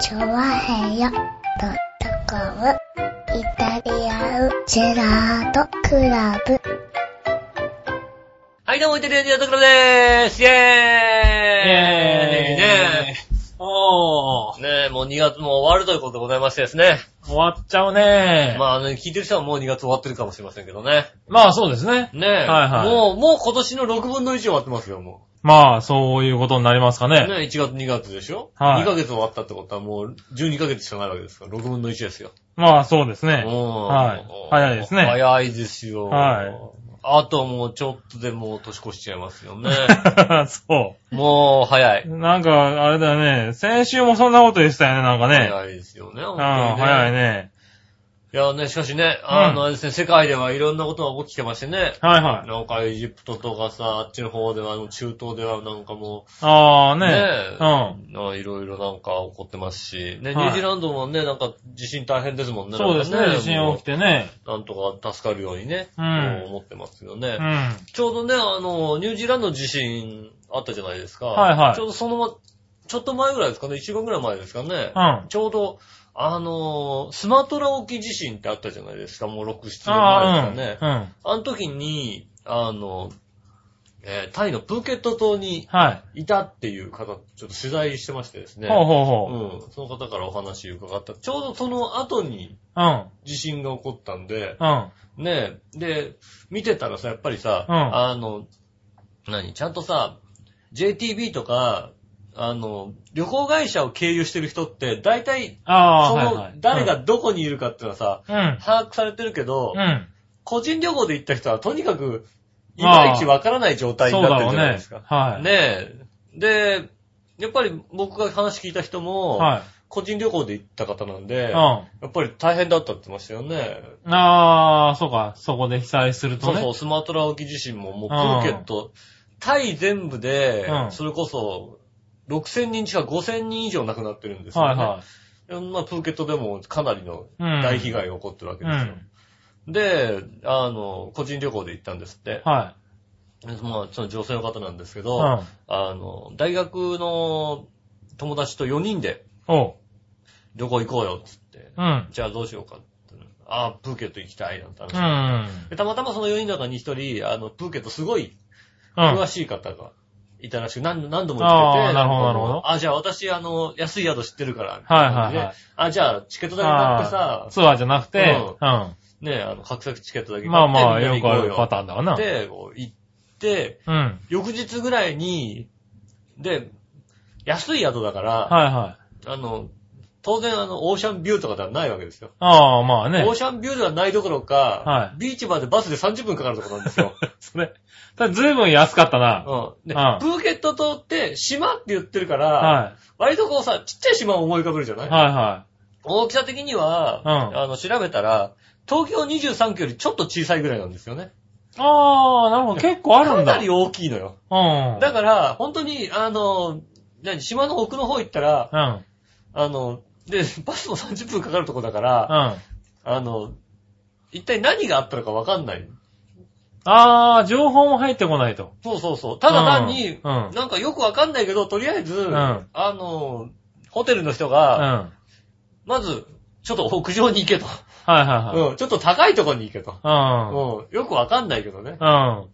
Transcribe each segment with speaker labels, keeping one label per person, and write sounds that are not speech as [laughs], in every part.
Speaker 1: チョワヘヨドットコムイタリアンジェラートクラブ。
Speaker 2: はい、どうも、イタリアンジェラートクラブでーすイェーイ
Speaker 3: え
Speaker 2: ね
Speaker 3: お
Speaker 2: え
Speaker 3: ー。
Speaker 2: ねえ、もう2月も終わるということでございましてですね。
Speaker 3: 終わっちゃうね。まあ、
Speaker 2: まあね、聞いてる人はもう2月終わってるかもしれませんけどね。
Speaker 3: そうですね。
Speaker 2: ねえ、
Speaker 3: はいはい
Speaker 2: もう、もう今年の6分の1終わってますよ、も
Speaker 3: まあ、そういうことになりますか
Speaker 2: う。
Speaker 3: ね。
Speaker 2: ねえ、1月2月でしょ
Speaker 3: はい
Speaker 2: ?2 ヶ月終わったってことはもう12ヶ月しかないわけですから、6分の1ですよ。
Speaker 3: まあ、そうですね。
Speaker 2: はい
Speaker 3: 早いですね
Speaker 2: 早いですよ。
Speaker 3: はい
Speaker 2: あともうちょっとでもう年越しちゃいます
Speaker 3: [laughs]
Speaker 2: よね。
Speaker 3: そ。。
Speaker 2: もう早いう
Speaker 3: なんか、あれだよね。先週もそんなこと言ってたよね、なんかね。
Speaker 2: 早いですよね、
Speaker 3: う
Speaker 2: 本
Speaker 3: ん、
Speaker 2: 当にね
Speaker 3: 早いね。
Speaker 2: いやね、しかしね、あの、あれですね、世界ではいろんなことが起きてましてね。
Speaker 3: はいはい。
Speaker 2: なんかエジプトとかさ、あっちの方では、あの中東ではなんかも
Speaker 3: ああ、
Speaker 2: う、
Speaker 3: ね
Speaker 2: ね
Speaker 3: うん。
Speaker 2: あいろいろなんか起こってますし、ね、ニ
Speaker 3: はい
Speaker 2: ュージーランドもね、なんか地震大変ですもんね。
Speaker 3: そうです
Speaker 2: なんか
Speaker 3: ね。地震起きてね。
Speaker 2: もうなんとか助かるようにね、
Speaker 3: うん
Speaker 2: こ思ってますけどね
Speaker 3: う。ん。
Speaker 2: ちょうどね、あの、ニュージーランド地震あったじゃないですか。
Speaker 3: はいはい
Speaker 2: ちょうどそのま、ちょっと前ぐらいですかね、1週間ぐらい前ですかね。
Speaker 3: うん
Speaker 2: ちょうど、あのースマトラ沖地震ってあったじゃないですか、もう6、7年前です
Speaker 3: ああ、
Speaker 2: か
Speaker 3: うん。う
Speaker 2: ね。
Speaker 3: ん。
Speaker 2: あの時に、あの、えータイのプーケット島に
Speaker 3: はい
Speaker 2: たっていう方、ちょっと取材してましてです
Speaker 3: い。
Speaker 2: ね。
Speaker 3: ほうほうほう。
Speaker 2: うん、その方からお話伺った。ちょうどその後に
Speaker 3: うん。
Speaker 2: 地震が起こったんで、
Speaker 3: うん。
Speaker 2: ねえ、で、見てたらさ、やっぱりさ、
Speaker 3: うん
Speaker 2: あの、何、ちゃんとさ、JTB とか、あの、旅行会社を経由してる人って、大体、
Speaker 3: ああ、
Speaker 2: そ
Speaker 3: はいは
Speaker 2: の
Speaker 3: い。、
Speaker 2: 誰がどこにいるかっていうのはさ、
Speaker 3: うん。
Speaker 2: 把握されてるけど、
Speaker 3: うん。
Speaker 2: 個人旅行で行った人は、とにかく、いまいちわからない状態
Speaker 3: そ
Speaker 2: に
Speaker 3: う
Speaker 2: なっ
Speaker 3: だ
Speaker 2: て
Speaker 3: ろ
Speaker 2: る
Speaker 3: う
Speaker 2: じゃない
Speaker 3: ね
Speaker 2: ですか。。
Speaker 3: はい。
Speaker 2: ねえ。で、やっぱり僕が話聞いた人も、
Speaker 3: は
Speaker 2: 個人旅行で行った方なん
Speaker 3: い。
Speaker 2: で、
Speaker 3: う
Speaker 2: や
Speaker 3: ん。
Speaker 2: っぱり大変だったって言ってましたよね。
Speaker 3: ああ、そうか、そこで被災すると
Speaker 2: そう
Speaker 3: ね。
Speaker 2: そう、スマトラ沖自身も、もうプーケット、タイ全部で
Speaker 3: う、ん
Speaker 2: それこそ、6000人近く5000人以上亡くなってるんですよ、ね。
Speaker 3: はいはい。
Speaker 2: まあ、プーケットでもかなりの
Speaker 3: うん
Speaker 2: 大被害が起こってるわけ
Speaker 3: う
Speaker 2: ですよ。
Speaker 3: ん。
Speaker 2: で、あの、個人旅行で行ったんですって。
Speaker 3: は
Speaker 2: まあ、その女性の方なんですけ
Speaker 3: い。う
Speaker 2: ど、
Speaker 3: ん。
Speaker 2: あの、大学の友達と4人で
Speaker 3: おう。
Speaker 2: 旅行行こうよ、つって。
Speaker 3: うん。
Speaker 2: じゃあどうしようかって。ああ、プーケット行きたい、なんて話
Speaker 3: うん。うん。
Speaker 2: でたまたまその4人の中に1人、あの、プーケットすごい詳
Speaker 3: は
Speaker 2: しい方がいたらしく、何何度も行って
Speaker 3: あ
Speaker 2: て。
Speaker 3: あなるほど
Speaker 2: んか
Speaker 3: なるほど
Speaker 2: あ、じゃあ私、あの、安い宿知ってるから。み
Speaker 3: い
Speaker 2: たな
Speaker 3: は
Speaker 2: 感
Speaker 3: い
Speaker 2: じで
Speaker 3: はい。
Speaker 2: あ、じゃあチケット代買って
Speaker 3: あ
Speaker 2: さ
Speaker 3: ー、ツアーじゃなくて、
Speaker 2: う
Speaker 3: うん。
Speaker 2: ね、あの、格索チケットだけ買って。
Speaker 3: まあまあ、
Speaker 2: みんな
Speaker 3: よ
Speaker 2: で
Speaker 3: く
Speaker 2: 行
Speaker 3: あ
Speaker 2: こう
Speaker 3: る
Speaker 2: よ
Speaker 3: パターンだわな。
Speaker 2: で、こう行って、
Speaker 3: うん。はい
Speaker 2: 翌日ぐらいに、で、安い宿だから、
Speaker 3: はい。
Speaker 2: あの、当然あの、オーシャンビューとかではないわけですよ。
Speaker 3: ああ、まあね
Speaker 2: オー。シャンビューではないどころか、
Speaker 3: は
Speaker 2: ビーチまでバスで30分かかるところなんですよ。
Speaker 3: [laughs] それ。ただ、ずいぶん安かったな。
Speaker 2: うん。で、プ
Speaker 3: うん
Speaker 2: ーケット島って島って言ってるから、
Speaker 3: は
Speaker 2: 割とこうさ、ちっちゃい島を思い浮かべるじゃない
Speaker 3: い。、はいは
Speaker 2: 大きさ的には、
Speaker 3: うん
Speaker 2: あの、調べたら、東京23区よりちょっと小さいぐらいなんですよね。
Speaker 3: い。ああ、なるほど。結構ある
Speaker 2: か
Speaker 3: んだ。
Speaker 2: なり大きいのよ。
Speaker 3: うん。
Speaker 2: だから、本当に、あの、何、島の奥の方行ったら、
Speaker 3: ら、うん。
Speaker 2: あの、で、 [laughs] バスも30分かかるとこだから、
Speaker 3: うん。
Speaker 2: あの、一体何があったのかわかんない。
Speaker 3: ああ、情報も入ってこないと。
Speaker 2: そうそうそう。ただ単に、
Speaker 3: うんうん
Speaker 2: なんかよくわかんないけど、とりあえず、
Speaker 3: ん
Speaker 2: あの、ホテルの人
Speaker 3: うん。
Speaker 2: が、
Speaker 3: はい
Speaker 2: まず、ちょっと屋上に行けと。
Speaker 3: はいはい。
Speaker 2: うん、ちょっと高いところに行けと。
Speaker 3: うん。
Speaker 2: うん、よくわかんないけどね。
Speaker 3: うん。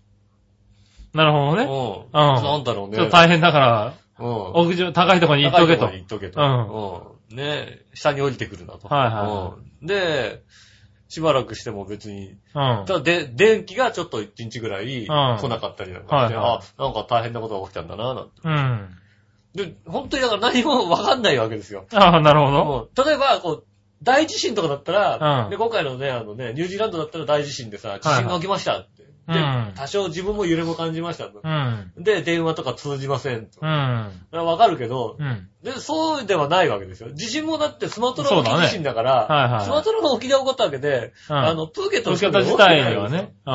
Speaker 3: なるほど
Speaker 2: うん。
Speaker 3: ね。
Speaker 2: なんだろうね。
Speaker 3: ちょっと大変だから、
Speaker 2: うん。
Speaker 3: 屋上、高いとこに行っとけと。
Speaker 2: 高いろに行っとけと。
Speaker 3: う
Speaker 2: うん。ね下に降りてくるなと。
Speaker 3: はいはいは
Speaker 2: うん。で、しばらくしても別に、
Speaker 3: うん。は
Speaker 2: ただで、電気がちょっと一日ぐらい来
Speaker 3: ん
Speaker 2: なかったりなんかして、
Speaker 3: はいはい
Speaker 2: あ、なんか大変なことが起きたんだな、なんて。
Speaker 3: うん。あ
Speaker 2: で、本当にだから何もわかんないわけですよ。
Speaker 3: あ、なるほど。
Speaker 2: もう例えば、こう、大地震とかだったら、
Speaker 3: うん
Speaker 2: で、今回のね、あのね、ニュージーランドだったら大地震でさ、地震が起きましたって。
Speaker 3: はいはい
Speaker 2: で
Speaker 3: う、ん
Speaker 2: 多少自分も揺れも感じましたと。
Speaker 3: うん。
Speaker 2: で、電話とか通じませんと。
Speaker 3: うん。
Speaker 2: わかるけど、
Speaker 3: うん。
Speaker 2: で、そうではないわけですよ。地震もだってスマトラ
Speaker 3: そ
Speaker 2: の
Speaker 3: うだね
Speaker 2: 沖地震だから、
Speaker 3: はいはい
Speaker 2: スマトラの沖で起こったわけで、
Speaker 3: うん
Speaker 2: あの、プーケットの
Speaker 3: 東
Speaker 2: 人も起き
Speaker 3: 京都自
Speaker 2: てない
Speaker 3: 体はね。う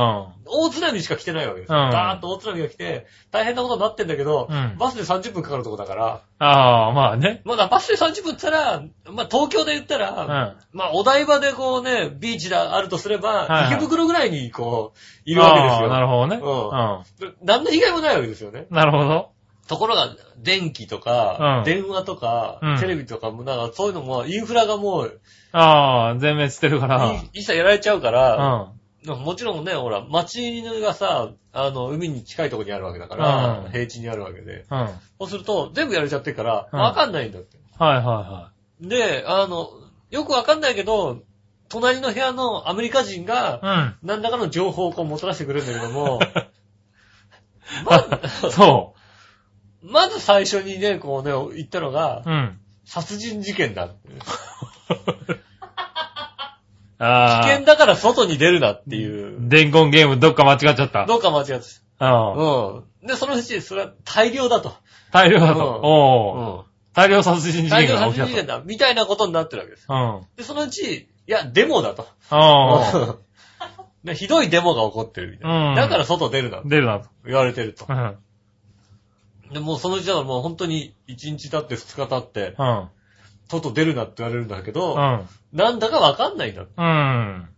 Speaker 3: ん。
Speaker 2: 大津波しか来てないわけですよ。
Speaker 3: うん
Speaker 2: バーッと大津波が来て、大変なことになってんだけど、
Speaker 3: うん
Speaker 2: バスで30分かかるとこだから、
Speaker 3: ああ、まあね。
Speaker 2: まだバスで30分って言ったら、まあ東京で言った
Speaker 3: うん。
Speaker 2: ら、
Speaker 3: あ
Speaker 2: まあお台場でこうね、ビーチがあるとすれば、
Speaker 3: はいはい
Speaker 2: 池袋ぐらいにこう、いるわけです
Speaker 3: あ、
Speaker 2: よ。
Speaker 3: なるほどね。
Speaker 2: うん
Speaker 3: う
Speaker 2: 何の被害もないわけですよね。
Speaker 3: ん。なるほど。
Speaker 2: ところが、電気とか、
Speaker 3: うん
Speaker 2: 電話とか、
Speaker 3: うん
Speaker 2: テレビとかも、なんかそういうのも、インフラがもう、
Speaker 3: ああ、全滅してるから。
Speaker 2: い一切やられちゃうか
Speaker 3: う
Speaker 2: ら、
Speaker 3: ん。
Speaker 2: もちろんね、ほら、町がさ、あの、海に近いところにあるわけだから、
Speaker 3: うん
Speaker 2: 平地にあるわけで。
Speaker 3: うん。はい
Speaker 2: そうすると、全部やれちゃってるから、
Speaker 3: うん
Speaker 2: わかんないんだって。
Speaker 3: はいは
Speaker 2: で、あの、よくわかんないけど、隣の部屋のアメリカ人が、[laughs]
Speaker 3: い。
Speaker 2: 何らかの情報をこうもたらしてくれるんだけど
Speaker 3: [laughs]
Speaker 2: も、ま
Speaker 3: うん。そ
Speaker 2: まず最初にね、こうね、言ったのが
Speaker 3: う。、うん。
Speaker 2: 殺人事件だって。
Speaker 3: ああ。
Speaker 2: 危険だから外に出るなっていう。
Speaker 3: 伝言ゲームどっか間違っちゃった。
Speaker 2: どうか間違ってた。
Speaker 3: うん。
Speaker 2: うん。で、そのうち、それは大量だと。
Speaker 3: 大量だと。
Speaker 2: うん
Speaker 3: おう
Speaker 2: う
Speaker 3: 大量殺人
Speaker 2: ん。
Speaker 3: 事
Speaker 2: 大
Speaker 3: 件
Speaker 2: 量
Speaker 3: が
Speaker 2: 殺
Speaker 3: 起き
Speaker 2: 人
Speaker 3: ちゃ
Speaker 2: 事件
Speaker 3: っ
Speaker 2: だ。みたいなことになってるわけです。
Speaker 3: た。うん。
Speaker 2: で、そのうち、いや、デモだと。
Speaker 3: おう
Speaker 2: [laughs] ねひどいデモが起こってるみたいな。
Speaker 3: うん
Speaker 2: だから外出るなと
Speaker 3: 出るなと。
Speaker 2: 言われてると
Speaker 3: う。ん。
Speaker 2: で、もうそのうちだからもう本当に1日経って2日経って、
Speaker 3: うん。
Speaker 2: 外出るなって言われるんだけ
Speaker 3: う
Speaker 2: ど、
Speaker 3: ん。
Speaker 2: なんだかわかんないんだって
Speaker 3: うん。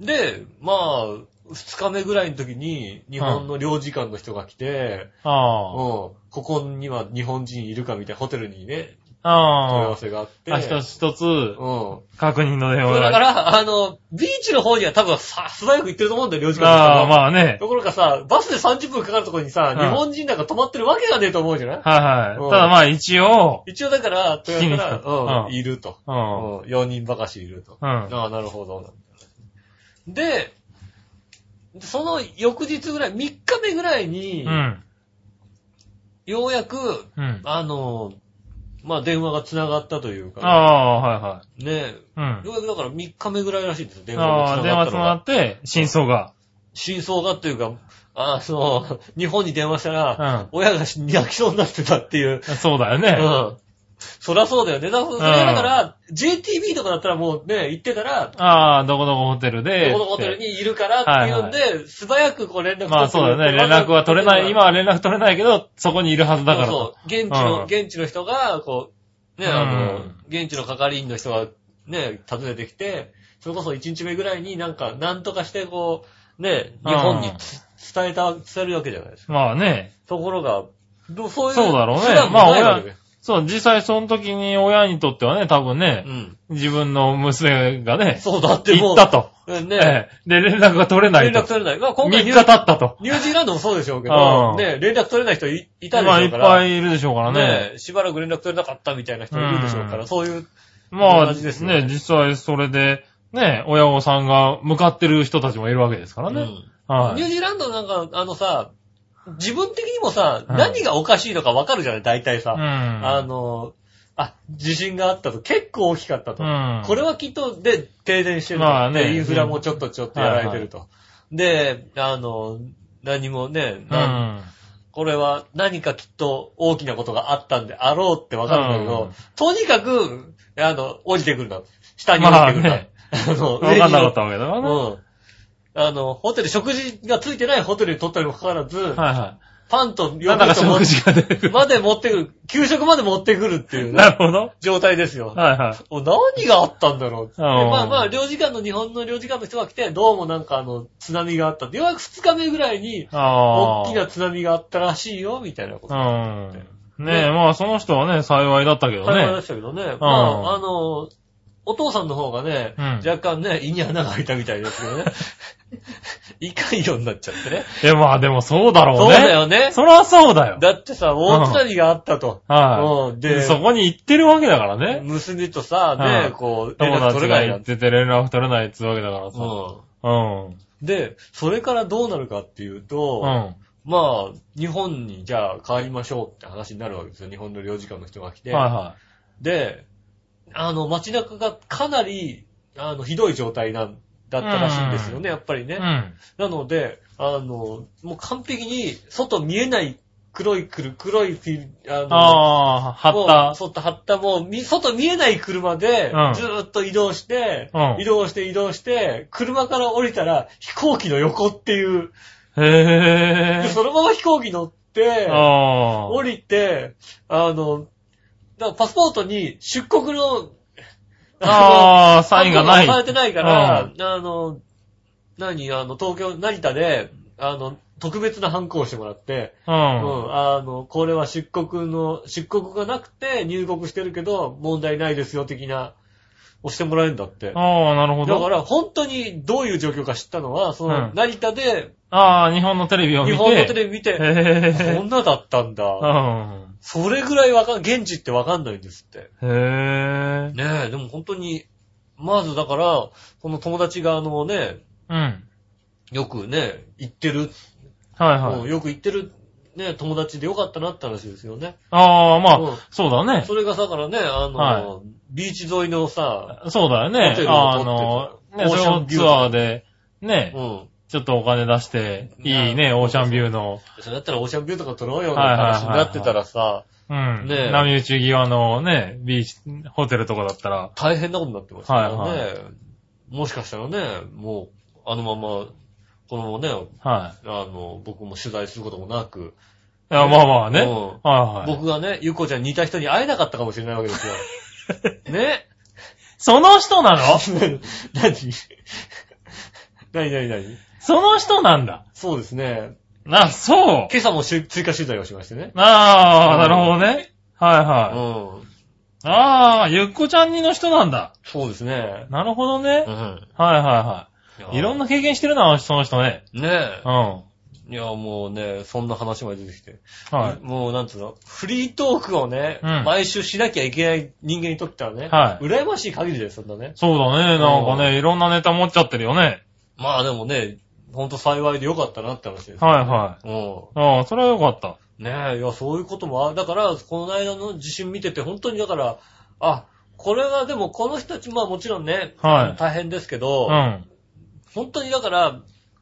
Speaker 2: で、まあ、二日目ぐらいの時に、日本の領事館の人が来て、うん、
Speaker 3: あ
Speaker 2: ここには日本人いるかみたいなホテルにね、
Speaker 3: あ。あ
Speaker 2: 問い合わ
Speaker 3: あ。
Speaker 2: せがあって。
Speaker 3: あ、一つ一つ
Speaker 2: う、ん。
Speaker 3: 確認の電
Speaker 2: そ
Speaker 3: 話
Speaker 2: うだ
Speaker 3: が。
Speaker 2: から、あの、ビーチの方には多分さ、素早く行ってると思うんだよ、領事館の人
Speaker 3: あ
Speaker 2: も
Speaker 3: あ、まあね。
Speaker 2: ところがさ、バスで30分かかるところにさ、
Speaker 3: うん
Speaker 2: 日本人なんか泊まってるわけがねえと思うじゃない
Speaker 3: はい
Speaker 2: うん
Speaker 3: はい。ただまあ一応、
Speaker 2: 一応だから、とりあえず
Speaker 3: 聞きに行った
Speaker 2: ら、う、
Speaker 3: うんん
Speaker 2: いると。
Speaker 3: う。
Speaker 2: うんん、4人ばかしいると。
Speaker 3: うん。
Speaker 2: ああ、なるほど。で、その翌日ぐらい、3日目ぐらいに、
Speaker 3: うん。
Speaker 2: ようやく、
Speaker 3: うん。
Speaker 2: あの、まあ、電話が繋がったという
Speaker 3: あ
Speaker 2: か、
Speaker 3: あ、は
Speaker 2: ね、
Speaker 3: いはい。
Speaker 2: ようやくだから3日目ぐらいらしいんですよ、
Speaker 3: う
Speaker 2: 電
Speaker 3: ん。
Speaker 2: 話
Speaker 3: あ
Speaker 2: が
Speaker 3: あ、
Speaker 2: 繋
Speaker 3: 電
Speaker 2: がっ
Speaker 3: 話
Speaker 2: た
Speaker 3: つ
Speaker 2: の
Speaker 3: なが
Speaker 2: が。
Speaker 3: って、真相が。
Speaker 2: 真相がっていうか、あその、日本に電話したら、
Speaker 3: うん。
Speaker 2: 親が泣きそうになってたっていう。
Speaker 3: そうだよ
Speaker 2: う
Speaker 3: ね。
Speaker 2: ん。そりゃそうだよね。だから、それがだから、JTB とかだったらもうね、行ってたら、
Speaker 3: ああ、どこどこホテルで。
Speaker 2: どこのホテルにいるからっていうんで、素早くこう連絡取って
Speaker 3: まあそうだよね。連絡は取れない、今は連絡取れないけど、そこにいるはずだから
Speaker 2: そう
Speaker 3: と。
Speaker 2: そう現地の、
Speaker 3: うん
Speaker 2: 現地の人が、こう、ね、
Speaker 3: うん
Speaker 2: あの、現地の係員の人が、ね、訪ねてきて、それこそ1日目ぐらいになんか、なんとかして、こう、ね、日本に
Speaker 3: うん
Speaker 2: つ伝えた、伝えるわけじゃないですか。
Speaker 3: まあね。
Speaker 2: ところが、どそういう、
Speaker 3: そうだろうね
Speaker 2: 手段もないわけで
Speaker 3: そう、実際その時に親にとってはね、多分ね
Speaker 2: う、ん。
Speaker 3: 自分の娘がね、
Speaker 2: そうだっても
Speaker 3: 行
Speaker 2: う。
Speaker 3: ったと。
Speaker 2: うん
Speaker 3: え
Speaker 2: ね、
Speaker 3: えで、連絡が取れな
Speaker 2: 連
Speaker 3: いと
Speaker 2: 絡。取れない。まあ今
Speaker 3: 3
Speaker 2: 回
Speaker 3: 日
Speaker 2: ニ
Speaker 3: 経
Speaker 2: ュ
Speaker 3: っ
Speaker 2: ー、
Speaker 3: たと。
Speaker 2: ニュージーランドもそうでしょうけ
Speaker 3: う
Speaker 2: ど、
Speaker 3: ん
Speaker 2: ね、連絡取れない人いいたでし
Speaker 3: まあ
Speaker 2: ょ
Speaker 3: いっ
Speaker 2: うから。
Speaker 3: ぱいいるでしょうからね。
Speaker 2: ね、しばらく連絡取れなかったみたいな人いるでしょうから、
Speaker 3: うん
Speaker 2: そういう、
Speaker 3: まあ
Speaker 2: 同じですね
Speaker 3: ね、実際それで、ね、親御さんが向かってる人たちもいるわけですから
Speaker 2: う
Speaker 3: ね。
Speaker 2: ん
Speaker 3: は
Speaker 2: ニュ
Speaker 3: い。
Speaker 2: ージーランドなんか、あのさ、自分的にもさ、
Speaker 3: うん
Speaker 2: 何がおかしいのかわかるじゃない大体
Speaker 3: うん
Speaker 2: さ。あの、あ、地震があったと。結構大きかったと。
Speaker 3: うん
Speaker 2: これはきっと、で、停電してると。
Speaker 3: まあね
Speaker 2: でインフラもちょっとちょっとやられてると。で、あの、何もね、なん
Speaker 3: うん。
Speaker 2: これは何かきっと大きなことがあったんであろうってわかるんだけど、
Speaker 3: うん
Speaker 2: とにかく、あの、降りてくるんだ。下に降りてくるんだ。
Speaker 3: まあね
Speaker 2: あの、
Speaker 3: [laughs] わかんなかった
Speaker 2: 上に
Speaker 3: わけだからね。は
Speaker 2: うん。あの、ホテル、食事がついてないホテルに取ったにもかかわらず、
Speaker 3: いは
Speaker 2: パンと
Speaker 3: い。なんだか食事が出
Speaker 2: [laughs]
Speaker 3: てくる。
Speaker 2: まで持ってくる、給食まで持ってくるっていうね、
Speaker 3: なるほど。
Speaker 2: 状態ですよ。
Speaker 3: はいはい。
Speaker 2: お何があったんだろうって
Speaker 3: うん
Speaker 2: まあまあ、領事館の、日本の領事館の人が来て、どうもなんかあの、津波があったって。ようやく2日目ぐらいに、
Speaker 3: ああ。
Speaker 2: 大きな津波があったらしいよ、みたいなこと。
Speaker 3: うん。ねえ、まあその人はね、幸いだったけど
Speaker 2: 考えま
Speaker 3: ね。
Speaker 2: したけどね。まあ、あの、お父さんの方がね、
Speaker 3: うん
Speaker 2: 若干ね、胃に穴が開いたみたいですけどね。 [laughs] いかんようになっちゃってね。
Speaker 3: いや、まあでもそうだろうね。
Speaker 2: そうだよね。
Speaker 3: そらそうだよ。
Speaker 2: だってさ、大津波があったと。
Speaker 3: は
Speaker 2: うん
Speaker 3: い。
Speaker 2: で、
Speaker 3: そこに行ってるわけだからね。
Speaker 2: 娘とさ、
Speaker 3: う
Speaker 2: ね
Speaker 3: ん、
Speaker 2: こう、連
Speaker 3: 友
Speaker 2: 絡取
Speaker 3: 達
Speaker 2: れな
Speaker 3: が
Speaker 2: いな
Speaker 3: 行っ
Speaker 2: んて。
Speaker 3: てて連絡取れないっつうわけだからさ。
Speaker 2: う
Speaker 3: うん。
Speaker 2: ん。で、それからどうなるかっていう
Speaker 3: う
Speaker 2: と、
Speaker 3: ん。
Speaker 2: まあ、日本にじゃあ帰りましょうって話になるわけですよ。日本の領事館の人が来て。
Speaker 3: はいはい。
Speaker 2: で、あの、街中がかなり、あの、ひどい状態なんだったらしいんですよね、やっぱりね。
Speaker 3: うん。
Speaker 2: なので、あの、もう完璧に、外見えない黒いくる、黒いフィル、あの、
Speaker 3: ああ、貼っ
Speaker 2: そう、外張った、もう、み外見えない車で
Speaker 3: うん、
Speaker 2: ずーっと移動して、
Speaker 3: うん
Speaker 2: 移動して移動して、車から降りたら、飛行機の横っていう、
Speaker 3: た。へ
Speaker 2: で
Speaker 3: え。
Speaker 2: そのまま飛行機乗って、
Speaker 3: あ
Speaker 2: 降りて、あの、だからパスポートに出国の、
Speaker 3: あ。ああ、サインがな
Speaker 2: され
Speaker 3: い。
Speaker 2: てないから、あの、何、あの、東京、成田で、あの、特別なハンコをしてもらって、う
Speaker 3: う。
Speaker 2: んん、あの、これは出国の、出国がなくて入国してるけど、問題ないですよ、的な、をしてもらえるんだって。
Speaker 3: ああ、なるほ
Speaker 2: だか
Speaker 3: ど。
Speaker 2: ら、本当にどういう状況か知ったのは、その
Speaker 3: う、ん
Speaker 2: 成田で、
Speaker 3: ああ、日本のテレビを見
Speaker 2: 日
Speaker 3: て。
Speaker 2: 本のテレビ見て、
Speaker 3: へ
Speaker 2: こ
Speaker 3: え。
Speaker 2: んなだったん
Speaker 3: う
Speaker 2: だ。
Speaker 3: ん。
Speaker 2: それぐらいわかん、現地ってわかんないんですって。
Speaker 3: へえ。
Speaker 2: ねえ、でも本当に、まずだから、その友達があのね、
Speaker 3: うん。
Speaker 2: よくね、行ってる、
Speaker 3: はいは
Speaker 2: うん
Speaker 3: い。
Speaker 2: よく行ってる、ね、友達でよかったなって話ですよね。
Speaker 3: ああ、
Speaker 2: う
Speaker 3: ま
Speaker 2: ん
Speaker 3: あ、そうだね。
Speaker 2: それがさ、だからね、あの、
Speaker 3: は
Speaker 2: ビーチ沿いのさ、
Speaker 3: そうだよ
Speaker 2: ホテ
Speaker 3: ね。
Speaker 2: ルを
Speaker 3: あの、
Speaker 2: 取ってた
Speaker 3: ね、
Speaker 2: オ
Speaker 3: それ
Speaker 2: ーシャ
Speaker 3: を
Speaker 2: ンビュー
Speaker 3: ツアーで、ね
Speaker 2: う、ん。
Speaker 3: ちょっとお金出して、いいね、オーシャンビューの、
Speaker 2: それだったらオーシャンビューとか撮ろうよ、
Speaker 3: はいはいはいはい
Speaker 2: 話になってたらさ、
Speaker 3: うん、
Speaker 2: ねえ
Speaker 3: 波打ち際のね、ビーチ、ホテルとかだったら、
Speaker 2: 大変なことになってましたからね。
Speaker 3: はいは
Speaker 2: もしかしたらね、もう、あのまま、このままね、
Speaker 3: は
Speaker 2: あの、僕も取材することもなく、
Speaker 3: い。いや、まあまあね。
Speaker 2: う
Speaker 3: は
Speaker 2: ん
Speaker 3: いはい。
Speaker 2: 僕がね、ゆっこちゃんに似た人に会えなかったかもしれないわけですよ。 [laughs] ね
Speaker 3: その人なの
Speaker 2: [laughs] 何何何何
Speaker 3: その人なんだ。
Speaker 2: そうですね。
Speaker 3: あ、そう。
Speaker 2: 今朝もし追加取材をしましてね。
Speaker 3: ああ、
Speaker 2: う
Speaker 3: なんるほどね。はいうはい。
Speaker 2: ん。
Speaker 3: ああ、ゆっこちゃんにの人なんだ。
Speaker 2: そうですね。
Speaker 3: なるほどね。
Speaker 2: うん。
Speaker 3: はいはいはい。いろん
Speaker 2: な。
Speaker 3: な経験してるな、その人ね。
Speaker 2: ね
Speaker 3: うん。は
Speaker 2: え。いや、もうね、そんな話まで出てきて。
Speaker 3: い。はい
Speaker 2: もう、なんつうの、フリートークをね、
Speaker 3: うん
Speaker 2: 毎週しなきゃいけない人間にとってはね、
Speaker 3: はい
Speaker 2: 羨ましい限りです、そんなね。
Speaker 3: そうだね。なんか
Speaker 2: うん
Speaker 3: ね、いろんなネタ持っちゃってるよね。
Speaker 2: まあでもね、ほんと幸いでよかったなって話です。
Speaker 3: はいはい。
Speaker 2: うん。
Speaker 3: ああ、それはよかった。
Speaker 2: ねえ、いや、そういうこともあだから、この間の地震見てて、本当にだから、あ、これはでもこの人たち、まあもちろんね、
Speaker 3: はい
Speaker 2: 大変ですけど、
Speaker 3: うん。
Speaker 2: 本当にだから、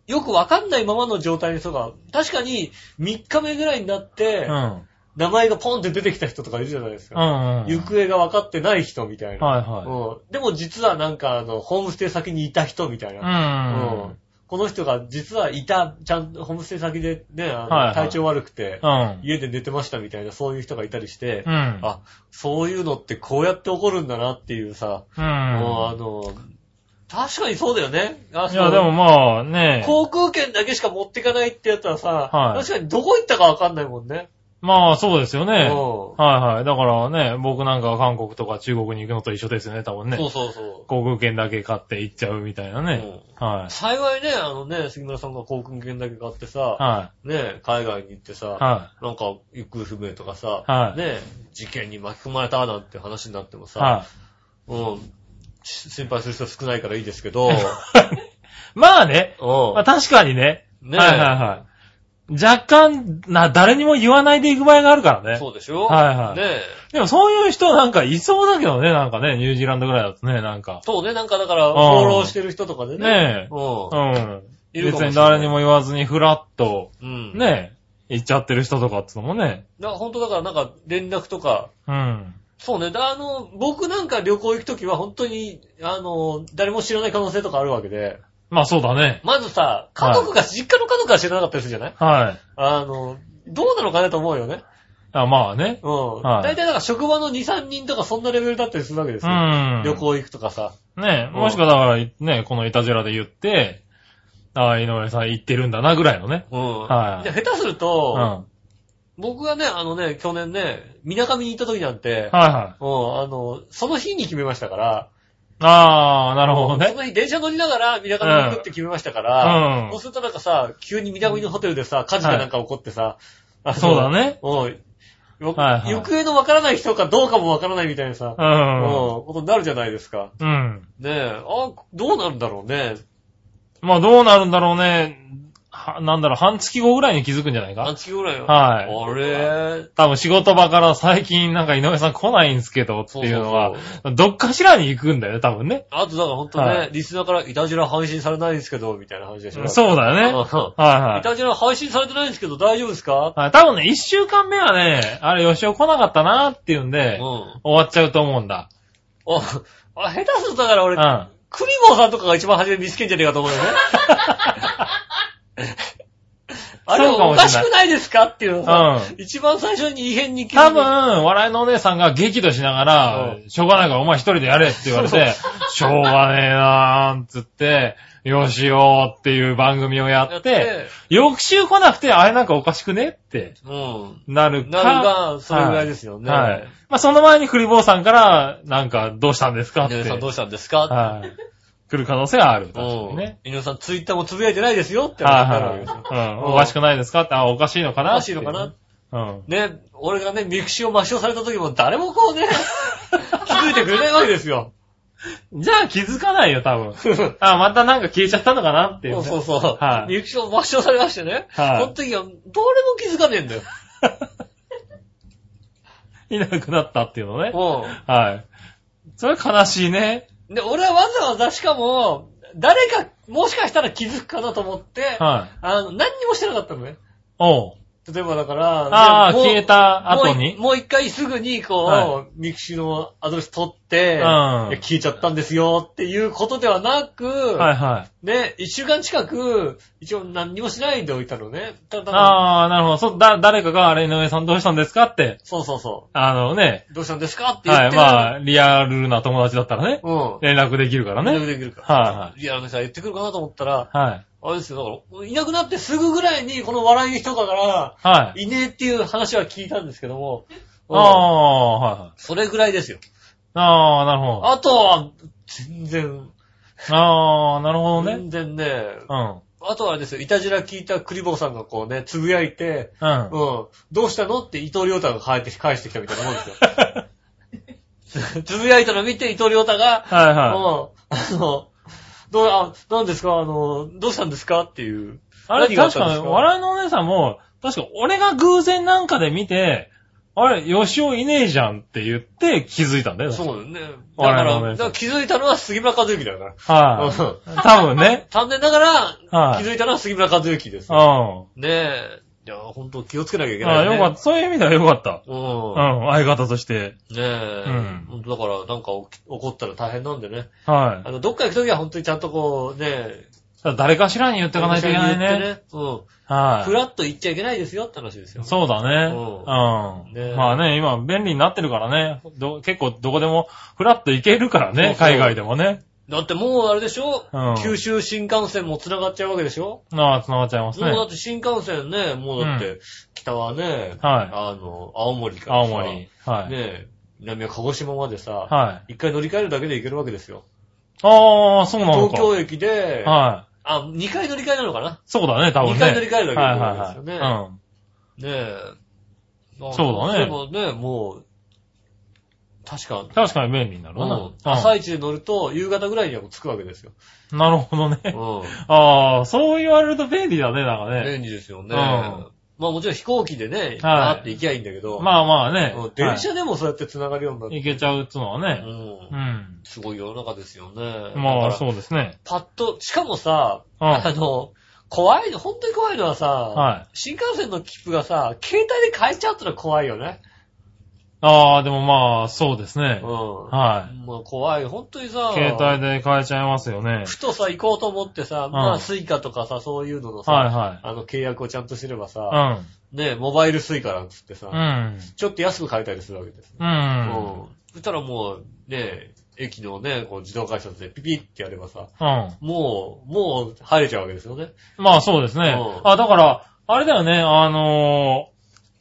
Speaker 2: よくわかんないままの状態の人が、確かに3日目ぐらいになって、
Speaker 3: うん。
Speaker 2: 名前がポンって出てきた人とかいるじゃないです
Speaker 3: う
Speaker 2: か。
Speaker 3: んうん。
Speaker 2: 行方が分かってない人みたいな。
Speaker 3: はいは
Speaker 2: うん、でも実はなんか、あの、ホームステイ先にいた人みたいな。
Speaker 3: い。うん
Speaker 2: うん。この人が実はいた、ちゃんとホームステイ先でね、あの
Speaker 3: はいはい
Speaker 2: 体調悪くて、
Speaker 3: うん。
Speaker 2: 家で寝てましたみたいな、そういう人がいたりして
Speaker 3: う、ん。
Speaker 2: あ、そういうのってこうやって起こるんだなっていうさ、
Speaker 3: う。
Speaker 2: もうんあの、確かにそうだよね。あ
Speaker 3: い
Speaker 2: そ
Speaker 3: や、
Speaker 2: う
Speaker 3: でもまあね、
Speaker 2: 航空券だけしか持ってかないってやったらさ、
Speaker 3: はい
Speaker 2: 確かにどこ行ったかわかんないもんね。
Speaker 3: まあそうですよね。
Speaker 2: うん
Speaker 3: はいはい。だからね、僕なんかは韓国とか中国に行くのと一緒ですよね、多分ね
Speaker 2: そ。うそうそう。
Speaker 3: 航空券だけ買って行っちゃうみたいなね。は
Speaker 2: 幸いね、あのね、杉村さんが航空券だけ買って
Speaker 3: い。
Speaker 2: さ、
Speaker 3: は
Speaker 2: ね、海外に行って
Speaker 3: い。
Speaker 2: さ、
Speaker 3: は
Speaker 2: なんか行方不明とかさ、
Speaker 3: はい
Speaker 2: ね、事件に巻き込まれたなんて話になっても
Speaker 3: い。
Speaker 2: さ、
Speaker 3: は
Speaker 2: うん、し心配する人少ないからいいですけ
Speaker 3: [laughs]
Speaker 2: ど、
Speaker 3: い。まあね、ま
Speaker 2: う
Speaker 3: あ確かにね。
Speaker 2: ん、ね、
Speaker 3: はいはいはい。若干、な、誰にも言わないで行く場合があるからね。
Speaker 2: そうでしょ
Speaker 3: はいはい
Speaker 2: ね
Speaker 3: でもそういう人なんかいそうだけどね、なんかね、ニュージーランドぐらいだとね、なんか。
Speaker 2: そうね、なんかだから、
Speaker 3: ん
Speaker 2: 放浪してる人とかでね。
Speaker 3: ねえ
Speaker 2: う
Speaker 3: うん。
Speaker 2: いるかも
Speaker 3: 別
Speaker 2: しれない
Speaker 3: に誰にも言わずにフラッと、
Speaker 2: ん。うん。
Speaker 3: ね、行っちゃってる人とかってのもね。
Speaker 2: だから本当だからなんか連絡とか、
Speaker 3: うん。
Speaker 2: そうね、だあの、僕なんか旅行行くときは本当に、あの、誰も知らない可能性とかあるわけで、
Speaker 3: まあそうだね。
Speaker 2: まずさ、家族が、実家の家族が知らなかったりするじゃない
Speaker 3: はい。
Speaker 2: あの、どうなのかなと思うよね。
Speaker 3: あまあね。
Speaker 2: うん。
Speaker 3: は
Speaker 2: 大
Speaker 3: い
Speaker 2: 体だから職場の2、3人とかそんなレベルだったりするわけです
Speaker 3: う
Speaker 2: よ。
Speaker 3: ん。
Speaker 2: 旅。行行くとかさ。
Speaker 3: ね
Speaker 2: うん
Speaker 3: もしくはだから、ね、このイタジェラで言って、ああ、井上さん行ってるんだなぐらいのね。
Speaker 2: うん。
Speaker 3: はい
Speaker 2: で下手する
Speaker 3: うん。
Speaker 2: と、
Speaker 3: は
Speaker 2: 僕がね、あのね、去年ね、水上に行った時なんて
Speaker 3: い、はい。
Speaker 2: うん、あの、その日に決めましたから、
Speaker 3: ああ、なるほど
Speaker 2: そ
Speaker 3: ね。
Speaker 2: の日電車乗りながら、みなかみに行くって決めましたから、
Speaker 3: うん
Speaker 2: そうするとなんかさ、急にみなかみのホテルでさ、火事がなんか起こってさ、あの
Speaker 3: そうだ。ね。
Speaker 2: おい、よ
Speaker 3: はいはい
Speaker 2: 行方のわからない人かどうかもわからないみたいなさ、
Speaker 3: う
Speaker 2: うん、
Speaker 3: ん。
Speaker 2: ことになるじゃないですか。
Speaker 3: うん。
Speaker 2: ねえ、あ、どうなるんだろうね。
Speaker 3: まあどうなるんだろうね。はなんだろう、半月後ぐらいに気づくんじゃない
Speaker 2: 半
Speaker 3: か
Speaker 2: 月ぐらいは。
Speaker 3: はい。
Speaker 2: あれ
Speaker 3: 多分仕事場から最近なんか井上さん来ないんすけどっていうのは
Speaker 2: そう、
Speaker 3: どっかしらに行くんだよね、多分ね。
Speaker 2: あとだから本当ね、
Speaker 3: は
Speaker 2: リスナーからイタジラ配信されないんですけど、みたいな話でしょ。
Speaker 3: そうだ
Speaker 2: う
Speaker 3: よね。
Speaker 2: ん
Speaker 3: はい
Speaker 2: イ
Speaker 3: は
Speaker 2: タジラ配信されてないんですけど大丈夫ですか
Speaker 3: い。はい、多分ね、一週間目はね、あれ、吉尾来なかったなーっていうん
Speaker 2: う
Speaker 3: で、
Speaker 2: ん。
Speaker 3: 終わっちゃうと思うんだ。
Speaker 2: あ、あ下手するとだから
Speaker 3: う
Speaker 2: 俺
Speaker 3: ん。、あ
Speaker 2: クリ
Speaker 3: [laughs]
Speaker 2: ボーさんとかが一番初めに見つけんじゃねえかと思うよね。あれ
Speaker 3: そうか
Speaker 2: お
Speaker 3: もしれない
Speaker 2: かしくないですかっていうのをさ
Speaker 3: う
Speaker 2: 一番最初に異変に気づ
Speaker 3: 多分、笑いのお姉さんが激怒しながら
Speaker 2: う、
Speaker 3: しょうがないからお前一人でやれって言われて、しょうがねえなーっつって、よしようっていう番組をや
Speaker 2: やっ
Speaker 3: って、
Speaker 2: て、
Speaker 3: 翌週来なくて、あれなんかおかしくねって
Speaker 2: うん。
Speaker 3: なるか。
Speaker 2: なるが、それぐらいですよね。
Speaker 3: はい。はいまあ、その前にクリボーさんから、なんか、どうしたんですかっ
Speaker 2: 井
Speaker 3: て。
Speaker 2: 上さんどうしたんですか
Speaker 3: はい。来る可能性はある。確
Speaker 2: う
Speaker 3: かにね
Speaker 2: ん。。井上さんツイッターもつぶやいてないですよって話になるわ
Speaker 3: は
Speaker 2: け
Speaker 3: い
Speaker 2: ですよ。
Speaker 3: はい。うん。おかしくないですかって、あ、おかしいのかな
Speaker 2: おかしいのかな
Speaker 3: うん。
Speaker 2: ね、俺がね、ミクシーを抹消された時も誰もこう
Speaker 3: [laughs]
Speaker 2: ね、気づいてくれないわけですよ。
Speaker 3: じゃあ気づかないよ、多分。あ、またなんか消えちゃったのかなってい
Speaker 2: そ
Speaker 3: うね。
Speaker 2: うそうそう。
Speaker 3: はい
Speaker 2: ミクシーを抹消されましてね。
Speaker 3: はい
Speaker 2: その時は、どれも気づかねえんだよ。
Speaker 3: いなくなったっていうのね。
Speaker 2: う
Speaker 3: [laughs] はい。それ悲しいね。
Speaker 2: ん。で、俺はわざわざしかも、誰か、もしかしたら気づくかなと思って、
Speaker 3: はい。
Speaker 2: あの、何にもしてなかったのね。
Speaker 3: おう。
Speaker 2: 例えばだから、
Speaker 3: ああ、
Speaker 2: ねもう
Speaker 3: 消えた後に
Speaker 2: もう一もう一回すぐに、こう、
Speaker 3: は
Speaker 2: ミクシーのアドレス取って、
Speaker 3: うん
Speaker 2: いや消えちゃったんですよっていうことではなく、
Speaker 3: はいはい。
Speaker 2: ね、一週間近く、一応何にもしないでおいたのね。ただただ、
Speaker 3: ああ、なるほど。そう、だ、誰かが、あれ、井上さんどうしたんですかって、
Speaker 2: そうそうそ
Speaker 3: あのね、
Speaker 2: う。どうしたんですかって言っ
Speaker 3: は
Speaker 2: て、
Speaker 3: い、まあ、リアルな友達だったらね、
Speaker 2: うん。
Speaker 3: 連絡できるから
Speaker 2: 連絡
Speaker 3: ね。
Speaker 2: できるから。
Speaker 3: はい
Speaker 2: や、あのさ、言ってくるかなと思ったら、
Speaker 3: いはい。はい。
Speaker 2: あれですよ、だから、いなくなってすぐぐらいに、この笑いの人から、
Speaker 3: はい。
Speaker 2: いねえっていう話は聞いたんですけども、うん
Speaker 3: ああ、はいはい。
Speaker 2: それぐらいですよ。
Speaker 3: ああ、なるほど。
Speaker 2: あとは、全然、
Speaker 3: ああ、なるほどね。
Speaker 2: 全然ね、
Speaker 3: うん。
Speaker 2: あとはあれですよ、いたじら聞いたクリボーさんがこうね、つぶやいて、
Speaker 3: うん。 [laughs]
Speaker 2: うん。どうしたのって伊藤良太が返って返してきたみたいなもん
Speaker 3: [laughs]
Speaker 2: ですよ。つぶやいたの見て伊藤良太が、
Speaker 3: はい
Speaker 2: うん。
Speaker 3: はい。
Speaker 2: あの、どう、あ、なんですかあの、どうしたんですかっていう。
Speaker 3: あれ、
Speaker 2: 何があっ
Speaker 3: 確
Speaker 2: たんで
Speaker 3: か
Speaker 2: す
Speaker 3: に、
Speaker 2: か
Speaker 3: 笑いのお姉さんも、確か俺が偶然なんかで見て、あれ、吉尾いねえじゃんって言って気づいたんだよ。。
Speaker 2: そううだよね。だか
Speaker 3: 笑いの
Speaker 2: ら、
Speaker 3: お姉さん
Speaker 2: だから気づいたのは杉村和之だから。
Speaker 3: は
Speaker 2: うん
Speaker 3: い。多分ね。
Speaker 2: 残念ながら、
Speaker 3: は
Speaker 2: [laughs]
Speaker 3: い
Speaker 2: 気づいたのは杉村和之です。
Speaker 3: う
Speaker 2: ね
Speaker 3: ん。
Speaker 2: え。いや、ほんと気をつけなきゃいけ
Speaker 3: あ
Speaker 2: な
Speaker 3: あ、
Speaker 2: い、ね。
Speaker 3: よかった。そういう意味ではよかった。
Speaker 2: う
Speaker 3: うん
Speaker 2: ん。。
Speaker 3: 相方として。
Speaker 2: ねえ。
Speaker 3: うん
Speaker 2: ほんとだから、なんか起き怒ったら大変なんでね。
Speaker 3: は
Speaker 2: あの、どっか行くときは本当にちゃんとこう、ね、
Speaker 3: い。ただ誰かしらに言ってかないといけない
Speaker 2: お店に
Speaker 3: ね。
Speaker 2: 言ってうん。
Speaker 3: は
Speaker 2: ふらっと行っちゃいけないですよって話ですよ。
Speaker 3: い。そうだ
Speaker 2: う
Speaker 3: ね。
Speaker 2: ん
Speaker 3: う
Speaker 2: ねえ
Speaker 3: ん。まあね、今便利になってるからね。ど結構どこでもフラッと行けるからね。海外でもね。
Speaker 2: だってもうあれでしょ、
Speaker 3: うん
Speaker 2: 九州新幹線も繋がっちゃうわけでしょ、
Speaker 3: ああ、繋がっちゃいます
Speaker 2: もうだ
Speaker 3: ね
Speaker 2: っ。て新幹線ね、もうだって、北はね、
Speaker 3: は
Speaker 2: あの、青森
Speaker 3: い。
Speaker 2: から
Speaker 3: 青
Speaker 2: さ
Speaker 3: 森。はい。
Speaker 2: ね、南は鹿児島までさ、
Speaker 3: はい。
Speaker 2: 一回乗り換えるだけで行けるわけですよ。
Speaker 3: ああ、そうなの
Speaker 2: 東
Speaker 3: か。
Speaker 2: 京駅で、
Speaker 3: はい。
Speaker 2: あ、二回乗り換えなのかな
Speaker 3: そうだね、多分ね。
Speaker 2: 二回乗り換えるだけで
Speaker 3: はいはい
Speaker 2: ですよね
Speaker 3: はい。うん。
Speaker 2: ねえ。あ
Speaker 3: そうだ
Speaker 2: で
Speaker 3: ね
Speaker 2: もね、もう、確か、
Speaker 3: 確かに便利になるわな。
Speaker 2: うん朝一で乗ると、夕方ぐらいにはもう着くわけですよ。
Speaker 3: うんなるほどね。
Speaker 2: う
Speaker 3: ああ、そう言われると便利だね、なんか
Speaker 2: ん。
Speaker 3: ね。
Speaker 2: 便利ですよね。
Speaker 3: うん
Speaker 2: まあもちろん飛行機でね、バーって行きゃいいんだけど、
Speaker 3: まあまあね
Speaker 2: うん。
Speaker 3: は
Speaker 2: 電
Speaker 3: い
Speaker 2: 車でもそうやって繋がるようになって、
Speaker 3: 行けちゃうっつうのは
Speaker 2: う
Speaker 3: ね。
Speaker 2: ん
Speaker 3: うん。
Speaker 2: すごい世の中ですよね。
Speaker 3: まあ、
Speaker 2: だから
Speaker 3: そうですね。
Speaker 2: パッと、しかもさ、
Speaker 3: うん。
Speaker 2: あ [laughs] の、怖いの、本当に怖いのはさ、
Speaker 3: はい。
Speaker 2: 新幹線の切符がさ、携帯で変えちゃうってのは怖いよね。
Speaker 3: ああ、でもまあ、そうです
Speaker 2: う
Speaker 3: ね
Speaker 2: ん。。
Speaker 3: は
Speaker 2: まあ怖い。本当にさ
Speaker 3: い。、携帯で変えちゃいますよね。
Speaker 2: ふとさ、行こうと思ってさ、
Speaker 3: ん
Speaker 2: まあスイカとかさ、そういうののさ、
Speaker 3: はいは
Speaker 2: あの契約をちゃんとすればさ、
Speaker 3: い。
Speaker 2: ね、モバイルスイカなんつってさ、
Speaker 3: うん。うん。
Speaker 2: ちょっと安く買えたりするわけです。
Speaker 3: う。。
Speaker 2: うんそしたらもう、ね、駅のね、こう自動改札でピピってやればさ、
Speaker 3: うん。
Speaker 2: もう、もう入れちゃうわけですよね。
Speaker 3: まあそうですね
Speaker 2: う。ん
Speaker 3: あ、だから、あれだよね、あのー、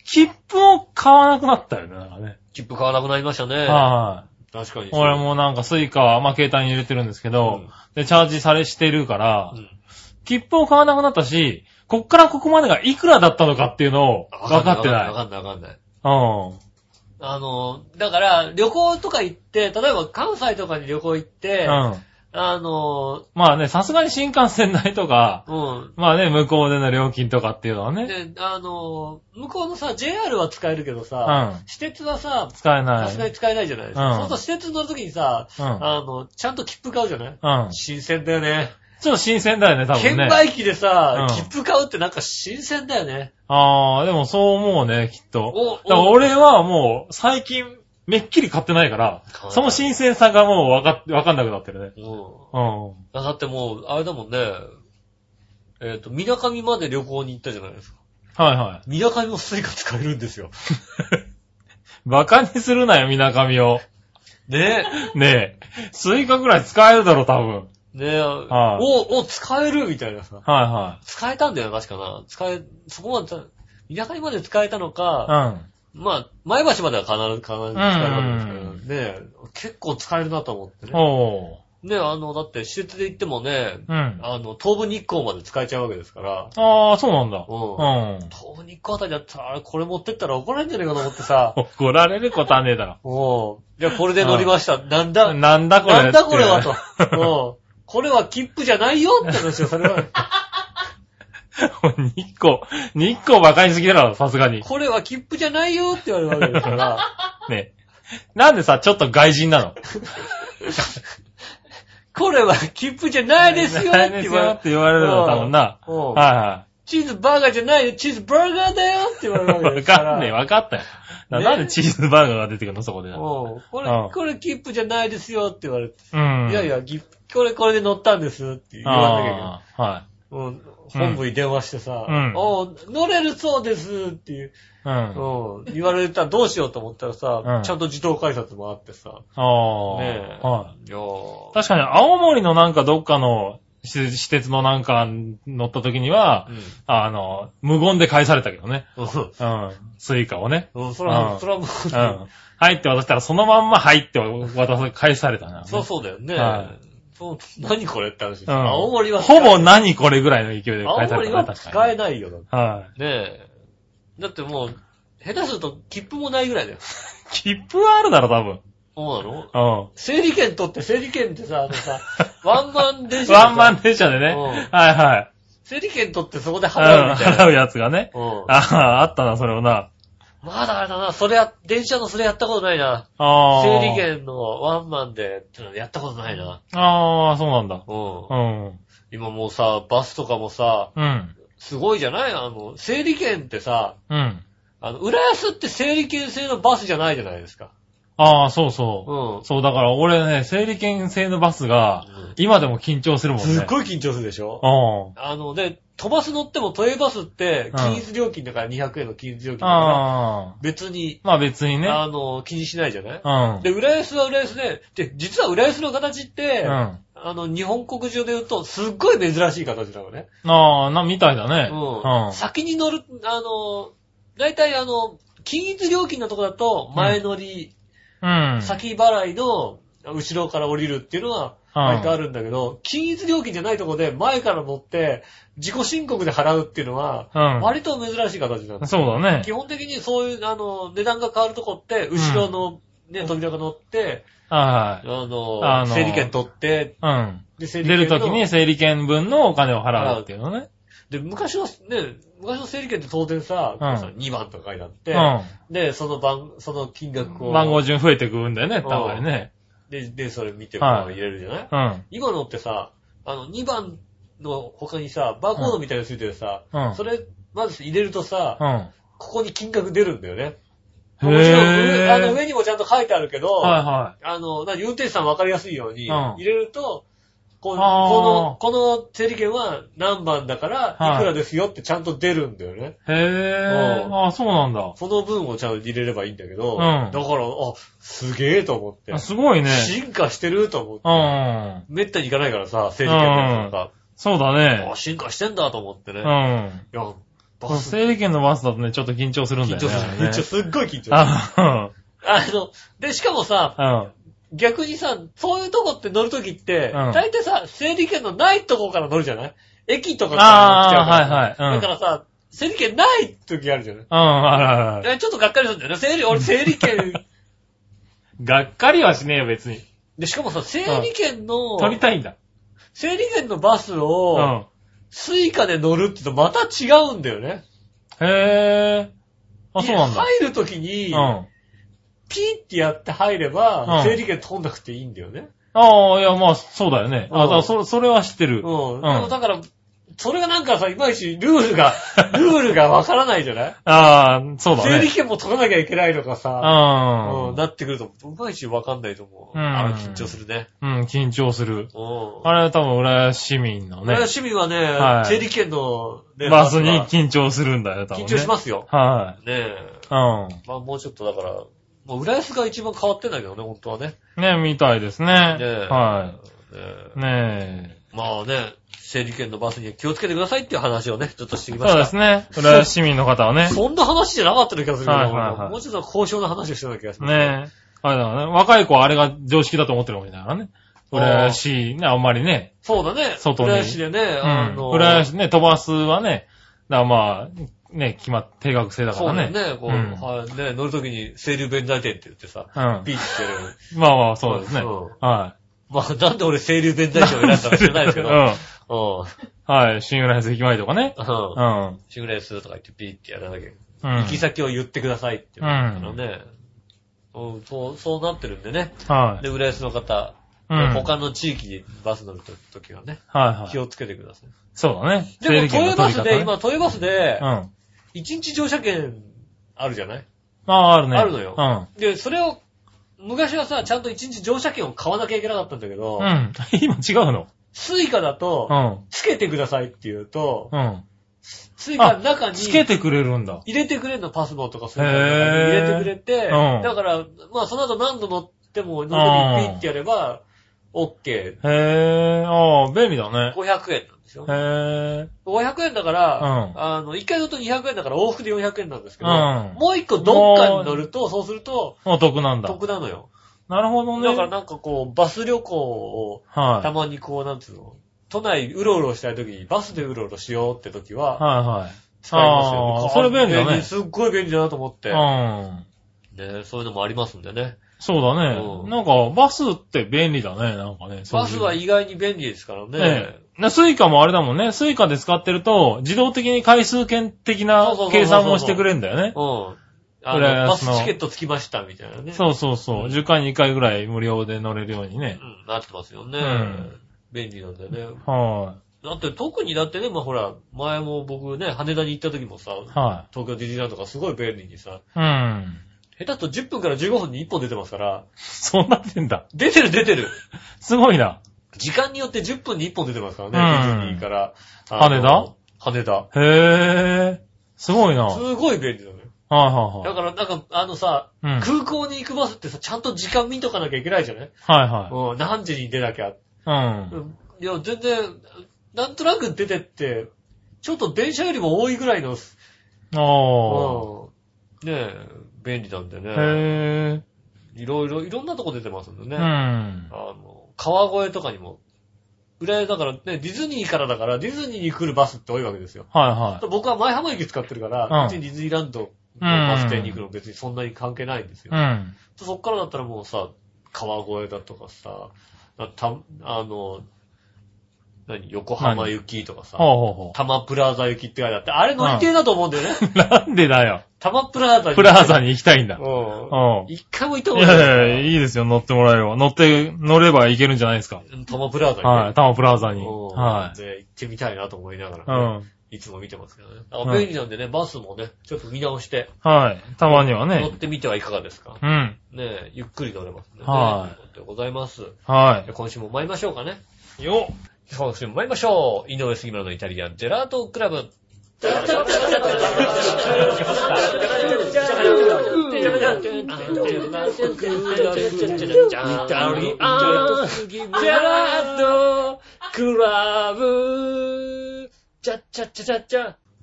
Speaker 3: 切符を買わなくなったよね、なんかね。
Speaker 2: 切符買わなくなりましたね。
Speaker 3: は
Speaker 2: 確かに
Speaker 3: い。。俺。もなんかスイカは、まあ携帯に入れてるんですけど、
Speaker 2: うん
Speaker 3: で、チャージされしてるから
Speaker 2: う、ん。
Speaker 3: 切符を買わなくなったし、こっからここまでがいくらだったのかっていうのを分かってない。
Speaker 2: わかんないわかんない。
Speaker 3: うん。
Speaker 2: あの、だから、旅行とか行って、例えば関西とかに旅行行って、
Speaker 3: うん。
Speaker 2: あの、
Speaker 3: まあね、さすがに新幹線代とか、
Speaker 2: うん。
Speaker 3: まあね、向こうでの料金とかっていうのはね、
Speaker 2: で、あの、向こうのさ、JR は使えるけど
Speaker 3: う
Speaker 2: さ、
Speaker 3: ん。
Speaker 2: 私鉄はさ、
Speaker 3: 使えな
Speaker 2: さすが
Speaker 3: い。
Speaker 2: に使えないじゃないですか。
Speaker 3: うん
Speaker 2: そうすると私鉄乗るときにさ、
Speaker 3: うん。
Speaker 2: あの、ちゃんと切符買うじゃない
Speaker 3: うん。
Speaker 2: 新鮮だよね。
Speaker 3: ちょっと新鮮だよね、多
Speaker 2: 券
Speaker 3: 分ね。
Speaker 2: 売機でさ、
Speaker 3: うん
Speaker 2: 切符買うってなんか新鮮だよね。
Speaker 3: ああ、でもそう思うね、きっと。
Speaker 2: お、
Speaker 3: だから
Speaker 2: お
Speaker 3: 俺はもう、最近、めっきり買ってないから
Speaker 2: は、い
Speaker 3: その新鮮さがもうわかっ、わかんなくなってるね。
Speaker 2: うん
Speaker 3: うん。
Speaker 2: だってもう、あれだもんね。えっ、と、みなかみまで旅行に行ったじゃないですか。
Speaker 3: はいは
Speaker 2: みなかみもスイカ使えるんですよ。
Speaker 3: い。バカにするなよ、みなかみを。
Speaker 2: ね
Speaker 3: ねえ。スイカぐらい使えるだろ、多分。
Speaker 2: え。ねえ。
Speaker 3: はい
Speaker 2: お、お、使えるみたいなさ。
Speaker 3: は
Speaker 2: 使えたんだよな、確かな。使え、そこまでた、みなかみまで使えたの
Speaker 3: い
Speaker 2: か、
Speaker 3: はい。
Speaker 2: まあ、前橋までは必ず、必ず使えるわけですけど
Speaker 3: う、
Speaker 2: ねえ、結構使えるなと思って
Speaker 3: うん。
Speaker 2: ね。
Speaker 3: おー。
Speaker 2: ねえ、あの、だって、施設で行ってもね、
Speaker 3: うん。
Speaker 2: あの、東武日光まで使えちゃうわけですから、
Speaker 3: ああ、そうなんだ。
Speaker 2: うん
Speaker 3: うん。、
Speaker 2: 東武日光あたりだったら、あれこれ持ってったら怒られんじゃねえかと思ってさ
Speaker 3: 怒られることはねえだろ。
Speaker 2: おうじゃあこれで乗りました。なんだ、
Speaker 3: なんだこれ。
Speaker 2: なんだこれはと。
Speaker 3: と。
Speaker 2: うんこれは切符じゃないよって話よ、それは。
Speaker 3: [laughs] 日光、日光バカにすぎだろ、さすがに。
Speaker 2: これは切符じゃないよって言われるわけだから、
Speaker 3: ね。なんでさ、ちょっと外人なの
Speaker 2: これは切符じゃないですよっ
Speaker 3: [laughs] ない
Speaker 2: て
Speaker 3: です
Speaker 2: 言
Speaker 3: よ
Speaker 2: わ
Speaker 3: って言われ
Speaker 2: れ
Speaker 3: るの、多分な。
Speaker 2: うんうん
Speaker 3: はいは
Speaker 2: チーズバーガーじゃないよ、チーズバーガーだよって言われるわけ
Speaker 3: い。わ
Speaker 2: ですから。
Speaker 3: かんねえ、わかったよ。な
Speaker 2: ね
Speaker 3: なんでチーズバーガーが出てくるの、そこで。う
Speaker 2: うんこれ
Speaker 3: うん、
Speaker 2: これ切符じゃないですよって言われて。
Speaker 3: ん。
Speaker 2: いやい
Speaker 3: や、
Speaker 2: や、ぎこれこれで乗ったんですって言わなきゃいけない。
Speaker 3: ああ、は
Speaker 2: うん、本部に電話してさ、
Speaker 3: うん
Speaker 2: おう乗れるそうですっていう、
Speaker 3: い。うん。
Speaker 2: うん、言われたらどうしようと思ったらさ、
Speaker 3: うん
Speaker 2: ちゃんと自動改札もあってさ、
Speaker 3: ああ。
Speaker 2: ねえ。
Speaker 3: はい。
Speaker 2: いやー
Speaker 3: 確かに、青森のなんかどっかの施施設のなんか乗った時には、あの、無言で返されたけどね。
Speaker 2: う
Speaker 3: うん。スイカをね。
Speaker 2: ん。うん、そら、
Speaker 3: うん
Speaker 2: そら [laughs] もう、
Speaker 3: うん。入って渡したら、そのまんま入って渡さ、返されたな。
Speaker 2: そうそうだよね。
Speaker 3: は
Speaker 2: そう何これって話です、
Speaker 3: うん
Speaker 2: 青森は使え
Speaker 3: ほぼ何これぐらいの勢いで返
Speaker 2: 青
Speaker 3: さ
Speaker 2: 森
Speaker 3: れたな、
Speaker 2: は
Speaker 3: 確
Speaker 2: 使
Speaker 3: か
Speaker 2: え
Speaker 3: に。
Speaker 2: ないよ。だって
Speaker 3: は
Speaker 2: ねえ。だってもう、下手すると切符もないぐらいだよ。
Speaker 3: い。切符はあるだろ、多分。
Speaker 2: そうなの
Speaker 3: うん。
Speaker 2: 整理券取って、整理券ってさ、あの
Speaker 3: [laughs]
Speaker 2: さ、ワンマン電車でさ
Speaker 3: ワンマン電車でね。
Speaker 2: うん
Speaker 3: はいはい。
Speaker 2: 整理券取ってそこで
Speaker 3: うん
Speaker 2: 払うみたいな。
Speaker 3: 払うやつがね。
Speaker 2: うん
Speaker 3: ああ、あったな、それをな。
Speaker 2: まだあれだな、それや、電車のそれやったことないな。
Speaker 3: ああ。
Speaker 2: 整理。券のワンマンで、ってのやったことないな。
Speaker 3: ああ、そうなんだ。
Speaker 2: うん。
Speaker 3: うん。
Speaker 2: 今もうさ、バスとかもさ、
Speaker 3: うん。
Speaker 2: すごいじゃないあの、整理券ってさ、
Speaker 3: うん。
Speaker 2: あの、浦安って整理券制のバスじゃないじゃないですか。
Speaker 3: ああ、そうそう。
Speaker 2: うん。
Speaker 3: そう、だから俺ね、整理券制のバスが
Speaker 2: うん、
Speaker 3: 今でも緊張するもんね。
Speaker 2: すっごい緊張するでしょ
Speaker 3: うん。
Speaker 2: あの、で、飛ばす乗っても都営バスって、
Speaker 3: うん
Speaker 2: 均一料金だから200円の均一料金だから、
Speaker 3: ああ。
Speaker 2: 別に、
Speaker 3: まあ別にね。
Speaker 2: あの、気にしないじゃない
Speaker 3: うん。
Speaker 2: で、浦安は浦安で、で、実は浦安の形って、
Speaker 3: うん。あ
Speaker 2: あの、日本国中で言うと、すっごい珍しい形なのね。
Speaker 3: あ、な、みたいだね。
Speaker 2: うん。先に乗る、あの、大体あの、均一料金のとこだと、前乗り、
Speaker 3: うん。うん。
Speaker 2: 先払いの、後ろから降りるっていうのは、
Speaker 3: うん
Speaker 2: 毎回あるんだけど、均一料金じゃないとこで、前から乗って、自己申告で払うっていうのは、
Speaker 3: うん
Speaker 2: 割と珍しい形なんです。
Speaker 3: そうだね
Speaker 2: 基。本的にそういう、あの、値段が変わるとこって、後ろの、ね、扉が乗って、
Speaker 3: は
Speaker 2: あ
Speaker 3: い
Speaker 2: の、
Speaker 3: あの
Speaker 2: 整理券取って、
Speaker 3: はい。うん。
Speaker 2: で、整理
Speaker 3: 出
Speaker 2: 券
Speaker 3: る
Speaker 2: の
Speaker 3: ときに整理券分のお金を払うっていうのね。
Speaker 2: で、昔の、ね、昔の整理券って当然さ、
Speaker 3: うん
Speaker 2: さ2番とか書いてあって、
Speaker 3: うん。
Speaker 2: で、その番、その金額を、
Speaker 3: 番号順増えてくんだよね、たまにね。
Speaker 2: で、で、それ見てこう
Speaker 3: はい
Speaker 2: 入れるじゃない、
Speaker 3: うん。
Speaker 2: 今のってさ、あの、2番の他にさ、バーコードみたいについてるさ、
Speaker 3: うん
Speaker 2: それ、まず入れるとさ、
Speaker 3: うん。
Speaker 2: ここに金額出るんだよね。
Speaker 3: へー
Speaker 2: もちろん上、あの、上にもちゃんと書いてあるけど、
Speaker 3: はいはい。
Speaker 2: あの、な運転手さん分かりやすいように、
Speaker 3: うん
Speaker 2: 入れると、こうこ
Speaker 3: あー
Speaker 2: の、この整理券は何番だから、
Speaker 3: はい
Speaker 2: いくらですよってちゃんと出るんだよね。
Speaker 3: へ
Speaker 2: う
Speaker 3: え。
Speaker 2: ん
Speaker 3: ああ、そうなんだ。
Speaker 2: その分をちゃんと入れればいいんだけど、
Speaker 3: うん
Speaker 2: だから、あ、すげえと思って
Speaker 3: あ。すごいね。
Speaker 2: 進化してると思って。
Speaker 3: うん。
Speaker 2: めったに行かないからさ、整理券なんか。
Speaker 3: そうだね
Speaker 2: あ。進化してんだと思ってね。
Speaker 3: う
Speaker 2: い
Speaker 3: ん。
Speaker 2: や、
Speaker 3: そ
Speaker 2: バ
Speaker 3: う
Speaker 2: ス、
Speaker 3: 整理券のバスだとね、ちょっと緊張するんだ
Speaker 2: 緊張
Speaker 3: よ
Speaker 2: す
Speaker 3: ね。
Speaker 2: る。緊張する。すっごい緊張する。あ
Speaker 3: [laughs] あ
Speaker 2: の、で、しかもさ、
Speaker 3: うん。
Speaker 2: 逆にさ、そういうとこって乗るときって、
Speaker 3: うん
Speaker 2: 大体さ、整理券のないとこから乗るじゃない駅とかから乗っちゃうから
Speaker 3: ああ、はいはい。うん。
Speaker 2: だからさ、整理券ないときあるじゃない
Speaker 3: うん、あらあら。
Speaker 2: えちょっとがっかりするんだよね。整理、俺整理
Speaker 3: [laughs]
Speaker 2: 券、
Speaker 3: がっかりはしねえよ、別に。
Speaker 2: で、しかもさ、整理券の、
Speaker 3: 取りたいんだ。
Speaker 2: 整理券のバス
Speaker 3: う
Speaker 2: を、
Speaker 3: ん。
Speaker 2: スイカで乗るってとまた違うんだよね。
Speaker 3: へえ。あ、そうなんだ。
Speaker 2: 入るときに、
Speaker 3: うん。
Speaker 2: ピーってやって入れ
Speaker 3: う
Speaker 2: ば、
Speaker 3: ん
Speaker 2: 整理券取んなくていいんだよね。
Speaker 3: ああ、いや、まあ、そうだよね。あ、
Speaker 2: うん
Speaker 3: だからそれ、それは知って
Speaker 2: う
Speaker 3: る。
Speaker 2: ん。
Speaker 3: ん
Speaker 2: でもだから、それがなんかさ、いまいちルール
Speaker 3: [laughs]
Speaker 2: が、ルールがわからないじゃない
Speaker 3: ああ、そうだ
Speaker 2: 整理
Speaker 3: ね。
Speaker 2: 券も取らなきゃいけないのかさ、
Speaker 3: う
Speaker 2: うん、なってくると、いまいちわかんないと思う。
Speaker 3: うん
Speaker 2: あれ緊張するね。
Speaker 3: ん。うん、緊張する。
Speaker 2: うん。
Speaker 3: あれは多分浦安市民の
Speaker 2: 俺
Speaker 3: ね
Speaker 2: は、市民はね、
Speaker 3: はい
Speaker 2: 整理券のね、
Speaker 3: バスに
Speaker 2: バス
Speaker 3: 緊張するんだよ、
Speaker 2: が
Speaker 3: 多分、
Speaker 2: 緊
Speaker 3: ね。。
Speaker 2: 張しますすよ。
Speaker 3: は
Speaker 2: ねえ。
Speaker 3: い。うん。
Speaker 2: まあもうちょっとだから、もう浦安が一番変わってんだけどね、本当はね。
Speaker 3: ね、みたいですね。
Speaker 2: え
Speaker 3: は
Speaker 2: ねえ
Speaker 3: い。ね
Speaker 2: まあね、整理券のバスに気をつけてくださいっていう話をね、ちょっとしてき
Speaker 3: え。
Speaker 2: まし
Speaker 3: そう
Speaker 2: た。
Speaker 3: ですね。浦安市民の方はね。
Speaker 2: [laughs] そんな話じゃなかったような気がするけど、
Speaker 3: はいはいはい
Speaker 2: もうちょっと交渉の話をしてた気がする。
Speaker 3: ねえ。あれだからね。若い子はあれが常識だと思ってるわけだからね。
Speaker 2: あー
Speaker 3: 浦安市ね、あんまりね。
Speaker 2: そうだね。
Speaker 3: 外に
Speaker 2: 浦安市でね、
Speaker 3: う
Speaker 2: あ
Speaker 3: ん
Speaker 2: の、。
Speaker 3: 浦安ね、飛ばすはね、だからまあ、ね、決まっ、定額制だか
Speaker 2: そう
Speaker 3: ら
Speaker 2: だ
Speaker 3: ね。
Speaker 2: ね、こう、
Speaker 3: うん
Speaker 2: はい、ね、乗るときに、清流弁財天って言ってさ、
Speaker 3: うん。
Speaker 2: ピーチしてる。
Speaker 3: まあまあ、そうですね。
Speaker 2: うん
Speaker 3: は
Speaker 2: まあ、なんで俺清流弁財天を選んだか知らないです
Speaker 3: [laughs] い。う
Speaker 2: けど、うん。
Speaker 3: ん。はい。新浦安駅前とかね。
Speaker 2: うん
Speaker 3: う。ん。
Speaker 2: シグレスとか言ってピーってやらなきゃ。
Speaker 3: うん。
Speaker 2: 行き先を言ってくださいって言われたからね。うん、そう、そうなってるんでね。
Speaker 3: は
Speaker 2: で、
Speaker 3: い。
Speaker 2: 浦安の方、
Speaker 3: うん
Speaker 2: 他の地域にバス乗るとときはね、
Speaker 3: はいは
Speaker 2: 気
Speaker 3: い。
Speaker 2: をつけてください。
Speaker 3: そうだね。
Speaker 2: でも、
Speaker 3: 整
Speaker 2: 都
Speaker 3: 理
Speaker 2: 営
Speaker 3: 券の
Speaker 2: バ
Speaker 3: 取り
Speaker 2: ス
Speaker 3: 方
Speaker 2: で、
Speaker 3: ね
Speaker 2: 今、都営バスで
Speaker 3: う、ん。
Speaker 2: 1日乗車券あるじゃない
Speaker 3: まあ、あるね。
Speaker 2: あるのよ
Speaker 3: うん。
Speaker 2: で、それを、昔はさ、ちゃんと1日乗車券を買わなきゃいけなかったんだけど
Speaker 3: う、ん。 [laughs] 今違うの。
Speaker 2: スイカだ
Speaker 3: う
Speaker 2: と、
Speaker 3: ん。
Speaker 2: つけてくださいって言うと、
Speaker 3: うん。
Speaker 2: スイカの中に、
Speaker 3: つけてくれるんだ。
Speaker 2: 入れてくれんの、パスモとかそういう
Speaker 3: へー
Speaker 2: の入れてくれて、
Speaker 3: うん
Speaker 2: だから、まあその後何度乗っても、乗る時にピッてやれば、OK。
Speaker 3: へぇー。ああ、便利だね。
Speaker 2: 500円なんですよ。
Speaker 3: へぇー。
Speaker 2: 500円だから、
Speaker 3: うん
Speaker 2: あの、1回乗ると200円だから往復で400円なんですけど、
Speaker 3: うん
Speaker 2: もう1個どっかに乗ると、そうすると、
Speaker 3: お得なんだ。
Speaker 2: 得なのよ。
Speaker 3: なるほどね。
Speaker 2: だからなんかこう、バス旅行を、た
Speaker 3: は
Speaker 2: まにこう、なんつうの、都内うろうろしたい時に、バスでうろうろしようって時
Speaker 3: い。
Speaker 2: は、
Speaker 3: は
Speaker 2: 使いますよ、
Speaker 3: あーそれ便利だね
Speaker 2: すっごい便利だなと思っ
Speaker 3: い
Speaker 2: て、
Speaker 3: はい。うん。
Speaker 2: ね、そういうのもありますんでね。
Speaker 3: そうだ
Speaker 2: う
Speaker 3: ね。
Speaker 2: ん
Speaker 3: なんか、バスって便利だね。なんかね。そう
Speaker 2: バ
Speaker 3: いう
Speaker 2: スは意外に便利ですからね。
Speaker 3: ねえ。スイカもあれだもんね。スイカで使ってると、自動的に回数券的な
Speaker 2: そうそうそうそうそう
Speaker 3: 計算もしてくれるんだよね
Speaker 2: う。ん。あの
Speaker 3: 浦安
Speaker 2: バス
Speaker 3: の
Speaker 2: チケットつきましたみたいなね。う。
Speaker 3: そうそうそう。
Speaker 2: うん
Speaker 3: 10回2回ぐらい無料で乗れるようにね。
Speaker 2: ん、なってますよね。
Speaker 3: うん
Speaker 2: 便利なんだよね。
Speaker 3: は
Speaker 2: だって特にだってね、まあほら、前も僕ね、羽田に行った時もさ、
Speaker 3: い。は
Speaker 2: 東京ディズニーランドがすごい便利にさ、
Speaker 3: い。うん。
Speaker 2: 下手すると10分から15分に1本出てますから、
Speaker 3: [laughs] そうなってんだ。
Speaker 2: 出てる出てる
Speaker 3: すごいな。
Speaker 2: 時間によって10分に1本出てますからね、
Speaker 3: うん
Speaker 2: ディズニーから。あの羽田
Speaker 3: へぇー。すごいな。はい
Speaker 2: すごい便利だね。
Speaker 3: はい
Speaker 2: だ
Speaker 3: はい。
Speaker 2: からなんか、あのさ、
Speaker 3: うん。
Speaker 2: 空港に行くバスってさ、ちゃんと時間見とかなきゃいけないじゃない
Speaker 3: は
Speaker 2: うん、何時に出なきゃ。
Speaker 3: いはい。う。
Speaker 2: うんんいや、全然、なんとなく出てって、ちょっと電車よりも多いぐらいの、
Speaker 3: お
Speaker 2: う
Speaker 3: ー。
Speaker 2: ん、ねえ、便利なんでね。
Speaker 3: へ
Speaker 2: いろいろ、いろんなとこ出てますんでね。
Speaker 3: ぇー。う
Speaker 2: あ
Speaker 3: ん。
Speaker 2: の、川越とかにも。裏へだからね、ディズニーからだから、ディズニーに来るバスって多いわけですよ。
Speaker 3: はいはい。
Speaker 2: 僕は前浜駅使ってるから、
Speaker 3: うん
Speaker 2: 別にディズニーランドのバス停に行くの別にそんなに関係ないんですよ
Speaker 3: う。ん。
Speaker 2: そっからだったらもうさ、川越だとかさ、た、あの、何、横浜行きとかさ
Speaker 3: ほう、ほうほ
Speaker 2: 多摩プラザ行きって書いてあって、あれ乗りてえなと思うんだよね。
Speaker 3: う。 [laughs] なんでだよ。
Speaker 2: 多摩プラザに。
Speaker 3: プラザに行きたいんだ。
Speaker 2: う
Speaker 3: う
Speaker 2: ん。。
Speaker 3: ん
Speaker 2: 一回も行ったこと
Speaker 3: いやい
Speaker 2: な
Speaker 3: やいや
Speaker 2: い。
Speaker 3: いいですよ、乗ってもらえれば。乗って、乗れば行けるんじゃないですか。
Speaker 2: 多摩プラザにね。
Speaker 3: はい、タマプラザ
Speaker 2: う
Speaker 3: に。
Speaker 2: ん
Speaker 3: は
Speaker 2: で、行ってみたいなと思いなが
Speaker 3: い。う
Speaker 2: らね、
Speaker 3: ん。
Speaker 2: いつも見てますけどね。だから便利なんでね、バスもね、ちょっと見直して、
Speaker 3: はい。たまに
Speaker 2: 乗
Speaker 3: はね
Speaker 2: っ。てみてはいかがですか。
Speaker 3: うん。
Speaker 2: ねえゆっくり乗れますんでね。
Speaker 3: はい
Speaker 2: ということでございます。
Speaker 3: は
Speaker 2: で今週も参りましょうかね。
Speaker 3: い。よ
Speaker 2: 今週も参りましょう。井上杉村のイタリアンジェラートクラブ。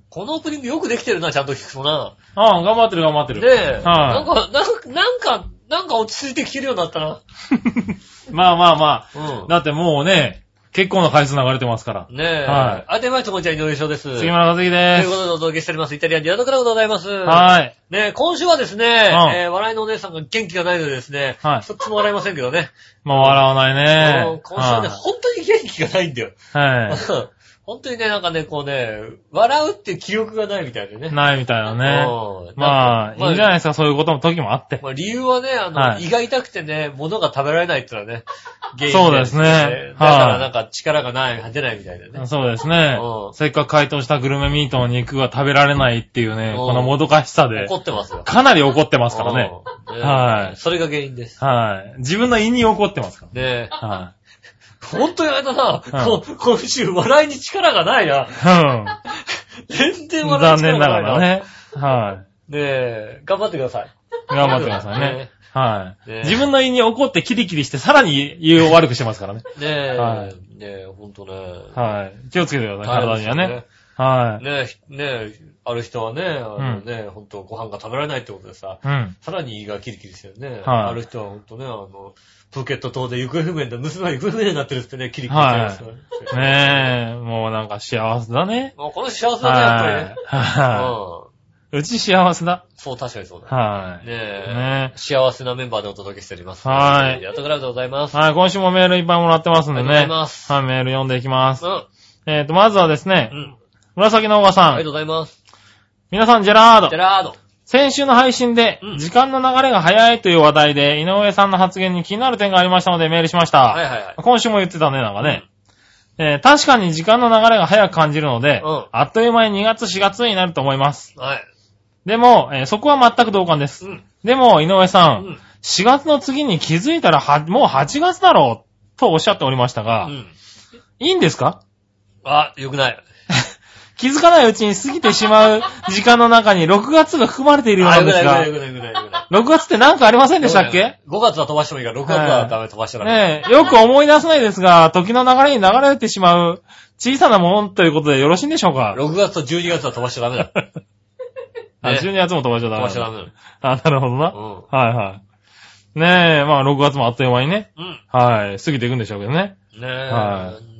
Speaker 2: このオープニングよくできてるな、ちゃんと聞くとな。
Speaker 3: ああ、頑張ってる頑張って
Speaker 2: ね
Speaker 3: る。
Speaker 2: え。なん
Speaker 3: は
Speaker 2: か、なんか、なんか、なんか落ち着いて聞けるようになったな。
Speaker 3: い。 [laughs] まあまあま
Speaker 2: う
Speaker 3: あ。 [laughs] だってもうね、結構な回数流れてますから。
Speaker 2: ん。ねえ。
Speaker 3: はい
Speaker 2: あてまいともちゃん井上翔です。
Speaker 3: 杉村和樹
Speaker 2: と
Speaker 3: で
Speaker 2: いうことでお届けしております。イタリアンディアドクラブでございます。
Speaker 3: す。はい。
Speaker 2: ねえ今週はですね、えー笑いのお姉さんが元気がないのでですね、
Speaker 3: はい
Speaker 2: 一つも笑いませんけどね。
Speaker 3: まあ笑わない
Speaker 2: あの
Speaker 3: ね。
Speaker 2: 今週はね、
Speaker 3: は
Speaker 2: 本当に元気がないんだよ。
Speaker 3: いは
Speaker 2: [laughs] 本当にね、なんかね、こうね、笑うっていう記憶がないみたいでね。
Speaker 3: い。ないみたいなね。
Speaker 2: [laughs] うん
Speaker 3: まあ、いいんじゃな
Speaker 2: い
Speaker 3: いですか、そういうことも時もあって。
Speaker 2: まあ理由はね、あの、
Speaker 3: はい [laughs]
Speaker 2: 胃が痛くてね、物が食べられないってのはね、原因
Speaker 3: そうですね
Speaker 2: だからなんか力がない、出ないみたいなね。
Speaker 3: そうですね
Speaker 2: うん。
Speaker 3: せっかく解凍したグルメミートの肉が食べられないっていうね
Speaker 2: う、ん
Speaker 3: このもどかしさで
Speaker 2: 怒、ってますよ。
Speaker 3: かなり怒ってますからね。
Speaker 2: うん。ね
Speaker 3: はい
Speaker 2: それが原因です。
Speaker 3: はい。自分の胃に怒ってますから。
Speaker 2: ねえ。
Speaker 3: は
Speaker 2: [laughs] ほんとやだな、
Speaker 3: う
Speaker 2: こ今週笑いに力がないな。
Speaker 3: い。
Speaker 2: 全
Speaker 3: う
Speaker 2: 然
Speaker 3: ん。
Speaker 2: 笑い
Speaker 3: 残
Speaker 2: に力
Speaker 3: 念な
Speaker 2: がな
Speaker 3: が
Speaker 2: いな。
Speaker 3: ら。ね。は
Speaker 2: ねえ、頑張ってください。
Speaker 3: い。頑張ってくださいね
Speaker 2: ね。
Speaker 3: はい
Speaker 2: ね。
Speaker 3: 自分の胃に怒ってキリキリして、さらに胃を悪くしてますからね。
Speaker 2: ねえ、
Speaker 3: は
Speaker 2: ね
Speaker 3: い
Speaker 2: え、ほんとね。
Speaker 3: はい。気をつけてください、体には
Speaker 2: 大変
Speaker 3: ね。はい。
Speaker 2: ですよね。ねえ、ねえ、ある人はね、あのね、ほんとご飯が食べられないってことでさ、
Speaker 3: うん。
Speaker 2: さらに胃がキリキリしてるね。
Speaker 3: はい
Speaker 2: ある人はほんとね、あの、プーケット島で行方不明だ、娘が行方不明になってるっつってね、キリキリしてるんですよね。
Speaker 3: ねえ、もうなんか幸せだね。
Speaker 2: もうこの幸せだね、やっぱり
Speaker 3: は
Speaker 2: ね
Speaker 3: い。。はい。うち幸せだ。
Speaker 2: うん。そう、確かにそうだ。
Speaker 3: は
Speaker 2: ね
Speaker 3: い。
Speaker 2: え。
Speaker 3: ね
Speaker 2: 幸せなメンバーでお届けしております。
Speaker 3: はい
Speaker 2: ありがとうございます。
Speaker 3: はい、今週もメールいっぱいもらってますん
Speaker 2: あ
Speaker 3: でね。
Speaker 2: りがとうございます
Speaker 3: はい、メール読んでいきます
Speaker 2: う。ん。
Speaker 3: えっ、と、まずはですね
Speaker 2: う、ん。
Speaker 3: 紫のおばさ
Speaker 2: ありが
Speaker 3: ん
Speaker 2: と。うございます。
Speaker 3: 皆さん、ジェラー
Speaker 2: ジェ
Speaker 3: ド。
Speaker 2: ラード。
Speaker 3: 先週の配信で
Speaker 2: う、ん
Speaker 3: 時間の流れが早いという話題で、井上さんの発言に気になる点がありましたのでメールしました。
Speaker 2: はいはいはい。
Speaker 3: 今週も言ってたね、なんかね。えー確かに時間の流れが早く感じるので、
Speaker 2: うん
Speaker 3: あっという間に2月4月になると思います。
Speaker 2: はい。
Speaker 3: でも、えーそこは全く同感です。
Speaker 2: うん。
Speaker 3: でも、井上さん、
Speaker 2: うん
Speaker 3: 4月の次に気づいたらは、もう8月だろう、とおっしゃっておりました
Speaker 2: う
Speaker 3: が、
Speaker 2: ん。
Speaker 3: いいんですか
Speaker 2: あ、よくない。
Speaker 3: 気づかないうちに過ぎてしまう [laughs] 時間の中に6月が含まれているよう
Speaker 2: あ、よ
Speaker 3: なん
Speaker 2: く
Speaker 3: で
Speaker 2: な
Speaker 3: す
Speaker 2: い、よくな
Speaker 3: が
Speaker 2: い、よ、くない、よくない。よくない
Speaker 3: 6月ってなんかありませんでしたっけ
Speaker 2: ?5 月は飛ばしてもいいから、6月はダメ飛ばしたから。
Speaker 3: ねえ、よく思い出せないですが、時の流れに流れてしまう小さなものということでよろしいんでしょうか
Speaker 2: 6月と12月は飛ばしちゃダ
Speaker 3: [laughs]
Speaker 2: メだ。飛
Speaker 3: あ、
Speaker 2: ね
Speaker 3: 12月も飛ばしちゃダメ
Speaker 2: ば
Speaker 3: だ。
Speaker 2: しちゃダメだ。
Speaker 3: あ、なるほどな。
Speaker 2: うん
Speaker 3: はいはい。ねえ、まあ6月もあっという間にね、
Speaker 2: うん。
Speaker 3: はい、過ぎていくんでしょうけどね。
Speaker 2: ねえ。
Speaker 3: は
Speaker 2: うん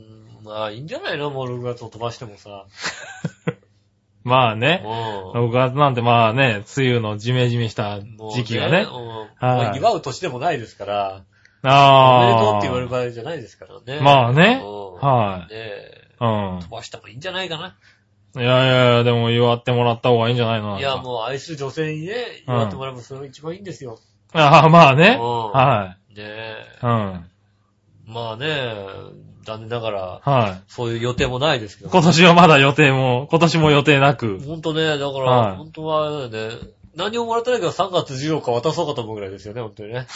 Speaker 2: まあ、いいんじゃないのもう6月を飛ばしても
Speaker 3: [laughs]
Speaker 2: さ。
Speaker 3: まあね、
Speaker 2: う
Speaker 3: 6月なんてまあね、梅雨のジメジメした
Speaker 2: ん。もう
Speaker 3: 時期が
Speaker 2: う
Speaker 3: ね
Speaker 2: ん。。も
Speaker 3: はいう
Speaker 2: 祝う年でもないですから。おめでとう
Speaker 3: あ
Speaker 2: っ
Speaker 3: あ。
Speaker 2: て言われる場合じゃないですからね。
Speaker 3: まあね
Speaker 2: うんね
Speaker 3: は
Speaker 2: え。
Speaker 3: い。う
Speaker 2: 飛ばした方がいいんじゃないかな。
Speaker 3: ん。いやいやいや、でも祝ってもらった方がいいんじゃないの
Speaker 2: いや、
Speaker 3: う。
Speaker 2: もう愛する女性にね、
Speaker 3: うん
Speaker 2: 祝ってもらえばそれが一番いいんですよ。
Speaker 3: ああ、まあね。
Speaker 2: うん
Speaker 3: は
Speaker 2: ねえ。
Speaker 3: い。うん。
Speaker 2: まあね、残念ながら、
Speaker 3: はい。
Speaker 2: そういう予定もないですけど。
Speaker 3: 今年はまだ予定も、今年も予定なく。
Speaker 2: ほんとね、だから、
Speaker 3: はい
Speaker 2: ほんとはね、何をもらってないけど3月14日渡そうかと思うぐらいですよね、ほんと
Speaker 3: [laughs]
Speaker 2: にね。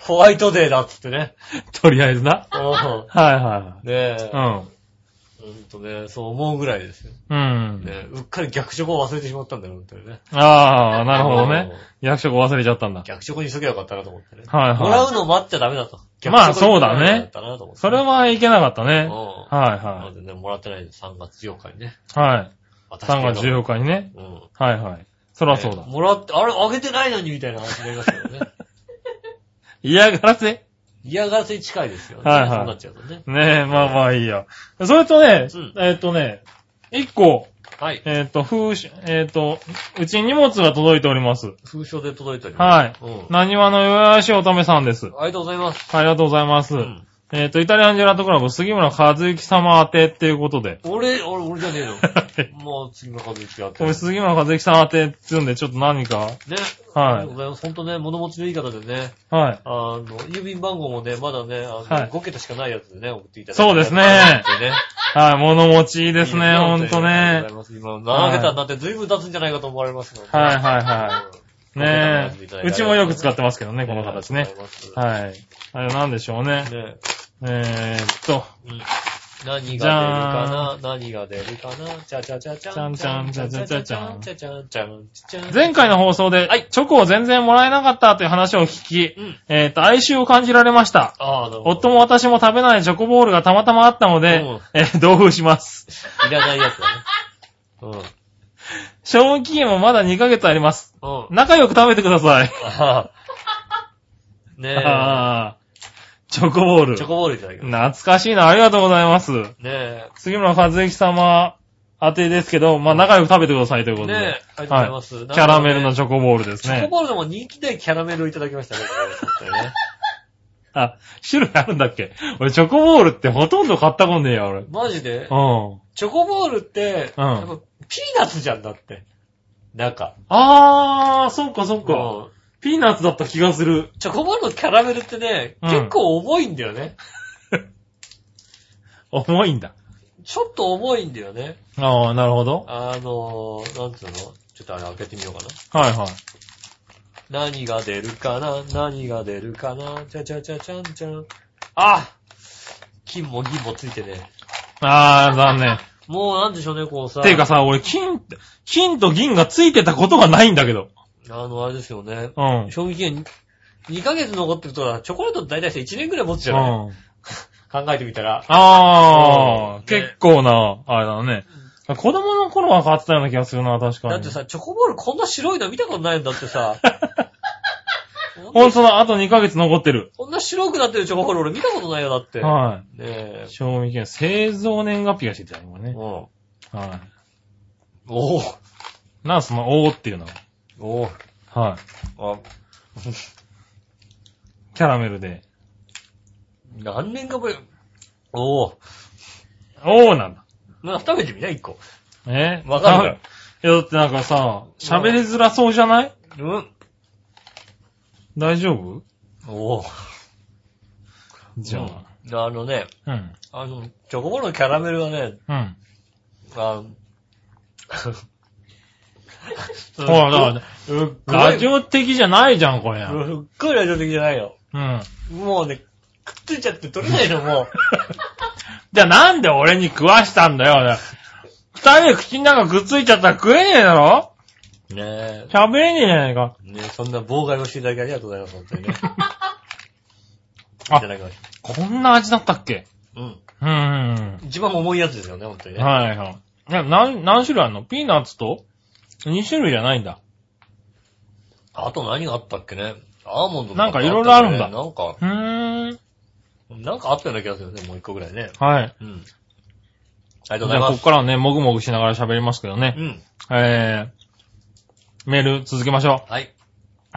Speaker 2: ホワイトデーだっつって
Speaker 3: [laughs]
Speaker 2: ね。
Speaker 3: とりあえずな。
Speaker 2: うん
Speaker 3: はいは
Speaker 2: ね
Speaker 3: い
Speaker 2: え、
Speaker 3: はい。
Speaker 2: ほんとね、そう思うぐらいですよ。
Speaker 3: うん。うん。
Speaker 2: ねうっかり逆職を忘れてしまったんだよ、ほんとにね。
Speaker 3: ああ、なるほどね
Speaker 2: うん。
Speaker 3: 役職忘れちゃったんだ。
Speaker 2: 逆職にしときゃよかったなと思ってね。
Speaker 3: はいはい
Speaker 2: もらうの待っちゃダメだと。
Speaker 3: まあそうだね
Speaker 2: 逆職にしときゃよかったなと思って
Speaker 3: それはいけなかった
Speaker 2: うん
Speaker 3: ね。はい
Speaker 2: な
Speaker 3: は
Speaker 2: のでね、もらってないです。3月14日にね。
Speaker 3: い。はい。
Speaker 2: 私
Speaker 3: 3月14日にね。
Speaker 2: 日。うん。
Speaker 3: はいはい。そらそう
Speaker 2: ね。
Speaker 3: だ
Speaker 2: もらって、あれ、あげてないのにみたいな話になりますけ
Speaker 3: [laughs]
Speaker 2: どね。
Speaker 3: 嫌がらせ
Speaker 2: 嫌がらせに近いですよね。
Speaker 3: はいはい
Speaker 2: そうなっちゃうとね。
Speaker 3: ねえ、まあまあいいや。それとね
Speaker 2: うん、
Speaker 3: えっとね、1個、
Speaker 2: はい。
Speaker 3: えっと、風習、えっと、うちに荷物が届いております。
Speaker 2: 封書で届いており
Speaker 3: はい
Speaker 2: ます。うん。
Speaker 3: なにわのよやしおためさんです。
Speaker 2: ありがとうございます。
Speaker 3: ありがとうございます
Speaker 2: う。ん。
Speaker 3: えっと、イタリアンジェラートクラブ、杉村和之様宛てっていうことで。
Speaker 2: 俺、俺、俺じゃねえの。もう次の数一やって
Speaker 3: こ
Speaker 2: る。
Speaker 3: れ
Speaker 2: ね。
Speaker 3: 杉村和之様宛てって言うんで、ちょっと何か。はい
Speaker 2: ありがとうございます。ほんとね、物持ちのいい方でね、
Speaker 3: はい。
Speaker 2: あの、郵便番号もね、まだね、あの、
Speaker 3: はい
Speaker 2: 5桁しかないやつでね、送っていただいて。
Speaker 3: そうですね
Speaker 2: 本当にね
Speaker 3: はい、物持ちいいです
Speaker 2: いい
Speaker 3: ね、ほんと
Speaker 2: あり
Speaker 3: ね
Speaker 2: が。とうございます。今、7桁になって随分経つんじゃないかと思われますので。
Speaker 3: はいはいはい。
Speaker 2: い
Speaker 3: ねえ。うちもよく使ってますけどね、この形ね。。
Speaker 2: は
Speaker 3: はい。あれなんでしょうね
Speaker 2: い。。ね
Speaker 3: えーっと、
Speaker 2: うん何が出るかな何が出るかなチャチャチャチャン。
Speaker 3: チャンチャンチャチャチャン
Speaker 2: チャチャンチャンチャチャン。
Speaker 3: 前回の放送で、
Speaker 2: はい
Speaker 3: チョコを全然もらえなかったという話を聞き、
Speaker 2: うん
Speaker 3: えーっと、哀愁を感じられました。
Speaker 2: ああ、なるほ
Speaker 3: 夫
Speaker 2: ど。
Speaker 3: も私も食べないチョコボールがたまたまあったの
Speaker 2: う
Speaker 3: で、
Speaker 2: ん
Speaker 3: えー同封します。
Speaker 2: いらないやつだね。うん。
Speaker 3: [laughs]
Speaker 2: うん。
Speaker 3: 賞味期限もまだ2ヶ月あります。
Speaker 2: あ
Speaker 3: 仲良く食べてください。
Speaker 2: あ。ねえ。
Speaker 3: [laughs] あーチョコボール。
Speaker 2: チョコボールいただきます。
Speaker 3: 懐かしいな、ありがとうございます。
Speaker 2: ね
Speaker 3: 杉村和之様宛てですけど、まあ仲良く食べてくださいというこ
Speaker 2: え。
Speaker 3: とで。
Speaker 2: ねえ。ありがとうございます。
Speaker 3: キャラメルのチ
Speaker 2: ョコ
Speaker 3: ョコボールです
Speaker 2: チョコ
Speaker 3: ね。
Speaker 2: ボールでも人気でキャラメルをいただきましたね。これね
Speaker 3: あ、種類あるんだっけ俺チョコボールってほとんど買ったことねえよ、俺。うん。
Speaker 2: マジで
Speaker 3: あ
Speaker 2: チョコボールって、
Speaker 3: うん
Speaker 2: やっぱピーナッツじゃんだって。中。
Speaker 3: あー、そっかそっか。
Speaker 2: うん
Speaker 3: ピピーナッツだった気がする。
Speaker 2: チョコボールのキャラメルってね、
Speaker 3: うん
Speaker 2: 結構重いんだよね。
Speaker 3: 重いんだ。
Speaker 2: ちょっと重いんだよね。
Speaker 3: ああ、なるほど。
Speaker 2: あのー、なんつうのちょっとあれ開けてみようかな。
Speaker 3: はいはい。
Speaker 2: 何が出るかな何が出るかなちゃちゃちゃちゃんちゃん。あ金も銀もついてね。
Speaker 3: ああ、残念。
Speaker 2: もうなんでしょうね、こうさ。
Speaker 3: ていうかさ、俺、金って、金と銀がついてたことがないんだけど。
Speaker 2: あの、あれですよね。
Speaker 3: うん。うん。
Speaker 2: 賞味期限2ヶ月残ってるとは、チョコレートって大体さ1年くらい持つじゃない、考えてみたら。
Speaker 3: ああ、
Speaker 2: うん
Speaker 3: 結構な、あれだね。子供の頃は買ってたような気がするな、確かに。
Speaker 2: だって
Speaker 3: [laughs]
Speaker 2: さ、チョコボールこんな白いの見たことないんだってさ。
Speaker 3: ほんとだ、あと2ヶ月残ってる。
Speaker 2: こんな白くなってるチョコボール俺見たことないよ、だって。ね
Speaker 3: は
Speaker 2: え
Speaker 3: い。。賞味期限、製造年月日がついてたよ、今
Speaker 2: う
Speaker 3: ね
Speaker 2: ん。。お
Speaker 3: は
Speaker 2: お
Speaker 3: い。なんその、おーっていうのは。
Speaker 2: おう
Speaker 3: はい。
Speaker 2: あ、
Speaker 3: キャラメルで。
Speaker 2: 何年かぶり。おお
Speaker 3: おーなんだ。
Speaker 2: な食べてみな、一個。
Speaker 3: え
Speaker 2: わかる
Speaker 3: [laughs] いや、だってなんかさ、喋りづらそうじゃない
Speaker 2: うん。
Speaker 3: 大丈夫
Speaker 2: おお
Speaker 3: じゃ
Speaker 2: あ。あのね、
Speaker 3: あ。うん。
Speaker 2: あの、チョコボールのキャラメルはね、
Speaker 3: うん。 [laughs]
Speaker 2: あの、
Speaker 3: ほら、だからね
Speaker 2: [laughs] うっごい
Speaker 3: ラジオ的じゃないじゃん、これ。うん。
Speaker 2: すっごいラジオ的じゃないよ。
Speaker 3: じ
Speaker 2: もうね、くっついちゃって取れないの、も
Speaker 3: ゃあなんで俺に食わしたんだよ、俺。二人で口の中くっついちゃったら食えねえだろ
Speaker 2: う。 [laughs] ね
Speaker 3: 喋れねえじゃないか。
Speaker 2: え。ねえ、そんな妨害をしていただきありがとうございます、本当にね。い
Speaker 3: あ
Speaker 2: ただきました。
Speaker 3: こんな味だったっけ
Speaker 2: うん。
Speaker 3: うーん。
Speaker 2: 一番重いやつですよね、本当にね。
Speaker 3: はいはい。いや、何、何種類あんのピーナッツと ?2 種類じゃないんだ。
Speaker 2: あと何があったっけね。アーモンドと
Speaker 3: なんかいろいろあるんだ
Speaker 2: ったよねなんか、
Speaker 3: うーん。
Speaker 2: なんかあったような気がするよね、もう一個ぐらいね。
Speaker 3: はい。
Speaker 2: うん。ありがとうご
Speaker 3: じ
Speaker 2: ざい
Speaker 3: ゃあ、
Speaker 2: ま
Speaker 3: ここ
Speaker 2: す。
Speaker 3: からはね、もぐもぐしながら喋りますけどね。
Speaker 2: うん。
Speaker 3: えー、メール続けましょ
Speaker 2: はい。
Speaker 3: う。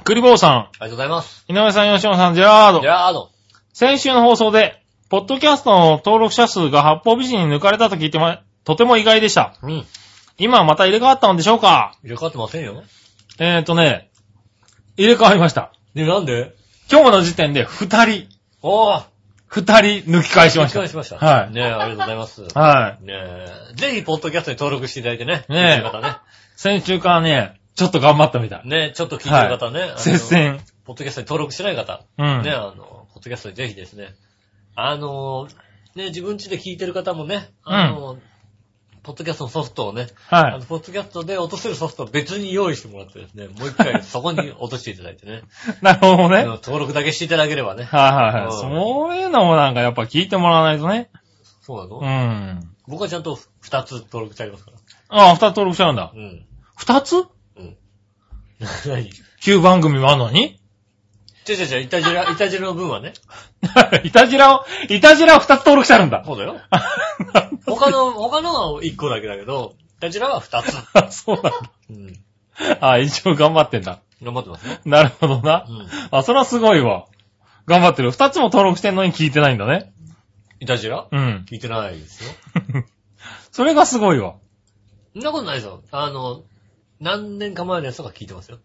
Speaker 3: クリボーさ
Speaker 2: ありがとうございます。
Speaker 3: ん、井上さん、吉野さん、ジェラード
Speaker 2: じ。ゃあ、あの、
Speaker 3: 先週の放送で、ポッドキャストの登録者数が八方美人に抜かれたと聞いてま、とても意外でした。
Speaker 2: うん。
Speaker 3: 今はまた入れ替わったのでしょうか
Speaker 2: 入れ替わってませんよ。
Speaker 3: えーとね、入れ替わりました。
Speaker 2: で、なんで
Speaker 3: 今日の時点で二人、
Speaker 2: おー
Speaker 3: 二人抜き返しまし
Speaker 2: お
Speaker 3: た
Speaker 2: 願い。しました。
Speaker 3: はい
Speaker 2: ねえ、ありがとうございます。ね
Speaker 3: はい。
Speaker 2: え、ぜひ、ポッドキャストに登録していただいてね。
Speaker 3: ねえ
Speaker 2: 聞いてる方
Speaker 3: 先週からね、ちょっと頑張ったみたい。
Speaker 2: ね。ねえ、ちょっと聞いてる方ね。あの
Speaker 3: 接。戦。
Speaker 2: ポッドキャストに登録してない方。
Speaker 3: うん。
Speaker 2: ねえ、あの、ポッドキャストにぜひですね。あの、ねえ、自分家で聞いてる方もね、あの、ポッドキャストのソフトをね、あ
Speaker 3: は
Speaker 2: の、ポッドキャストで落とせるソフトを別に用意してもらってですね、もう一
Speaker 3: [laughs]
Speaker 2: 回そこに落としていただいてね、
Speaker 3: い。なるほど
Speaker 2: あ
Speaker 3: ね。はい
Speaker 2: の登録だけしていただければね。
Speaker 3: はいは
Speaker 2: う
Speaker 3: い。
Speaker 2: ん
Speaker 3: そういうのもなんかやっぱ聞いてもらわないとね。
Speaker 2: そうなの、
Speaker 3: うん。
Speaker 2: 僕はちゃんと二つ登録してありますから。
Speaker 3: ああ、二つ登録しちゃうんだ
Speaker 2: う。ん。
Speaker 3: 二つ
Speaker 2: うん。何
Speaker 3: 旧番組もあるのに [laughs]
Speaker 2: ちょちょちょ、いたじら、いたじらの分はね。
Speaker 3: いたじらを、いたじらを二つ登録してあるんだ。
Speaker 2: そうだよ。
Speaker 3: なん
Speaker 2: 他の、他のは一個だけだけど、いたじらは二つ。
Speaker 3: だ [laughs] そうなんだ。
Speaker 2: うん。
Speaker 3: あ、一応頑張ってんだ。
Speaker 2: 頑張ってますね。
Speaker 3: なるほどな
Speaker 2: う。ん。
Speaker 3: あ、それはすごいわ。頑張ってる。二つも登録してんのに聞いてないんだね。
Speaker 2: いたじら
Speaker 3: [laughs] うん。
Speaker 2: 聞いてないですよ。
Speaker 3: それがすごいわ。
Speaker 2: そんなことないですよ。あの、何年か前のやつとか聞いてますよ。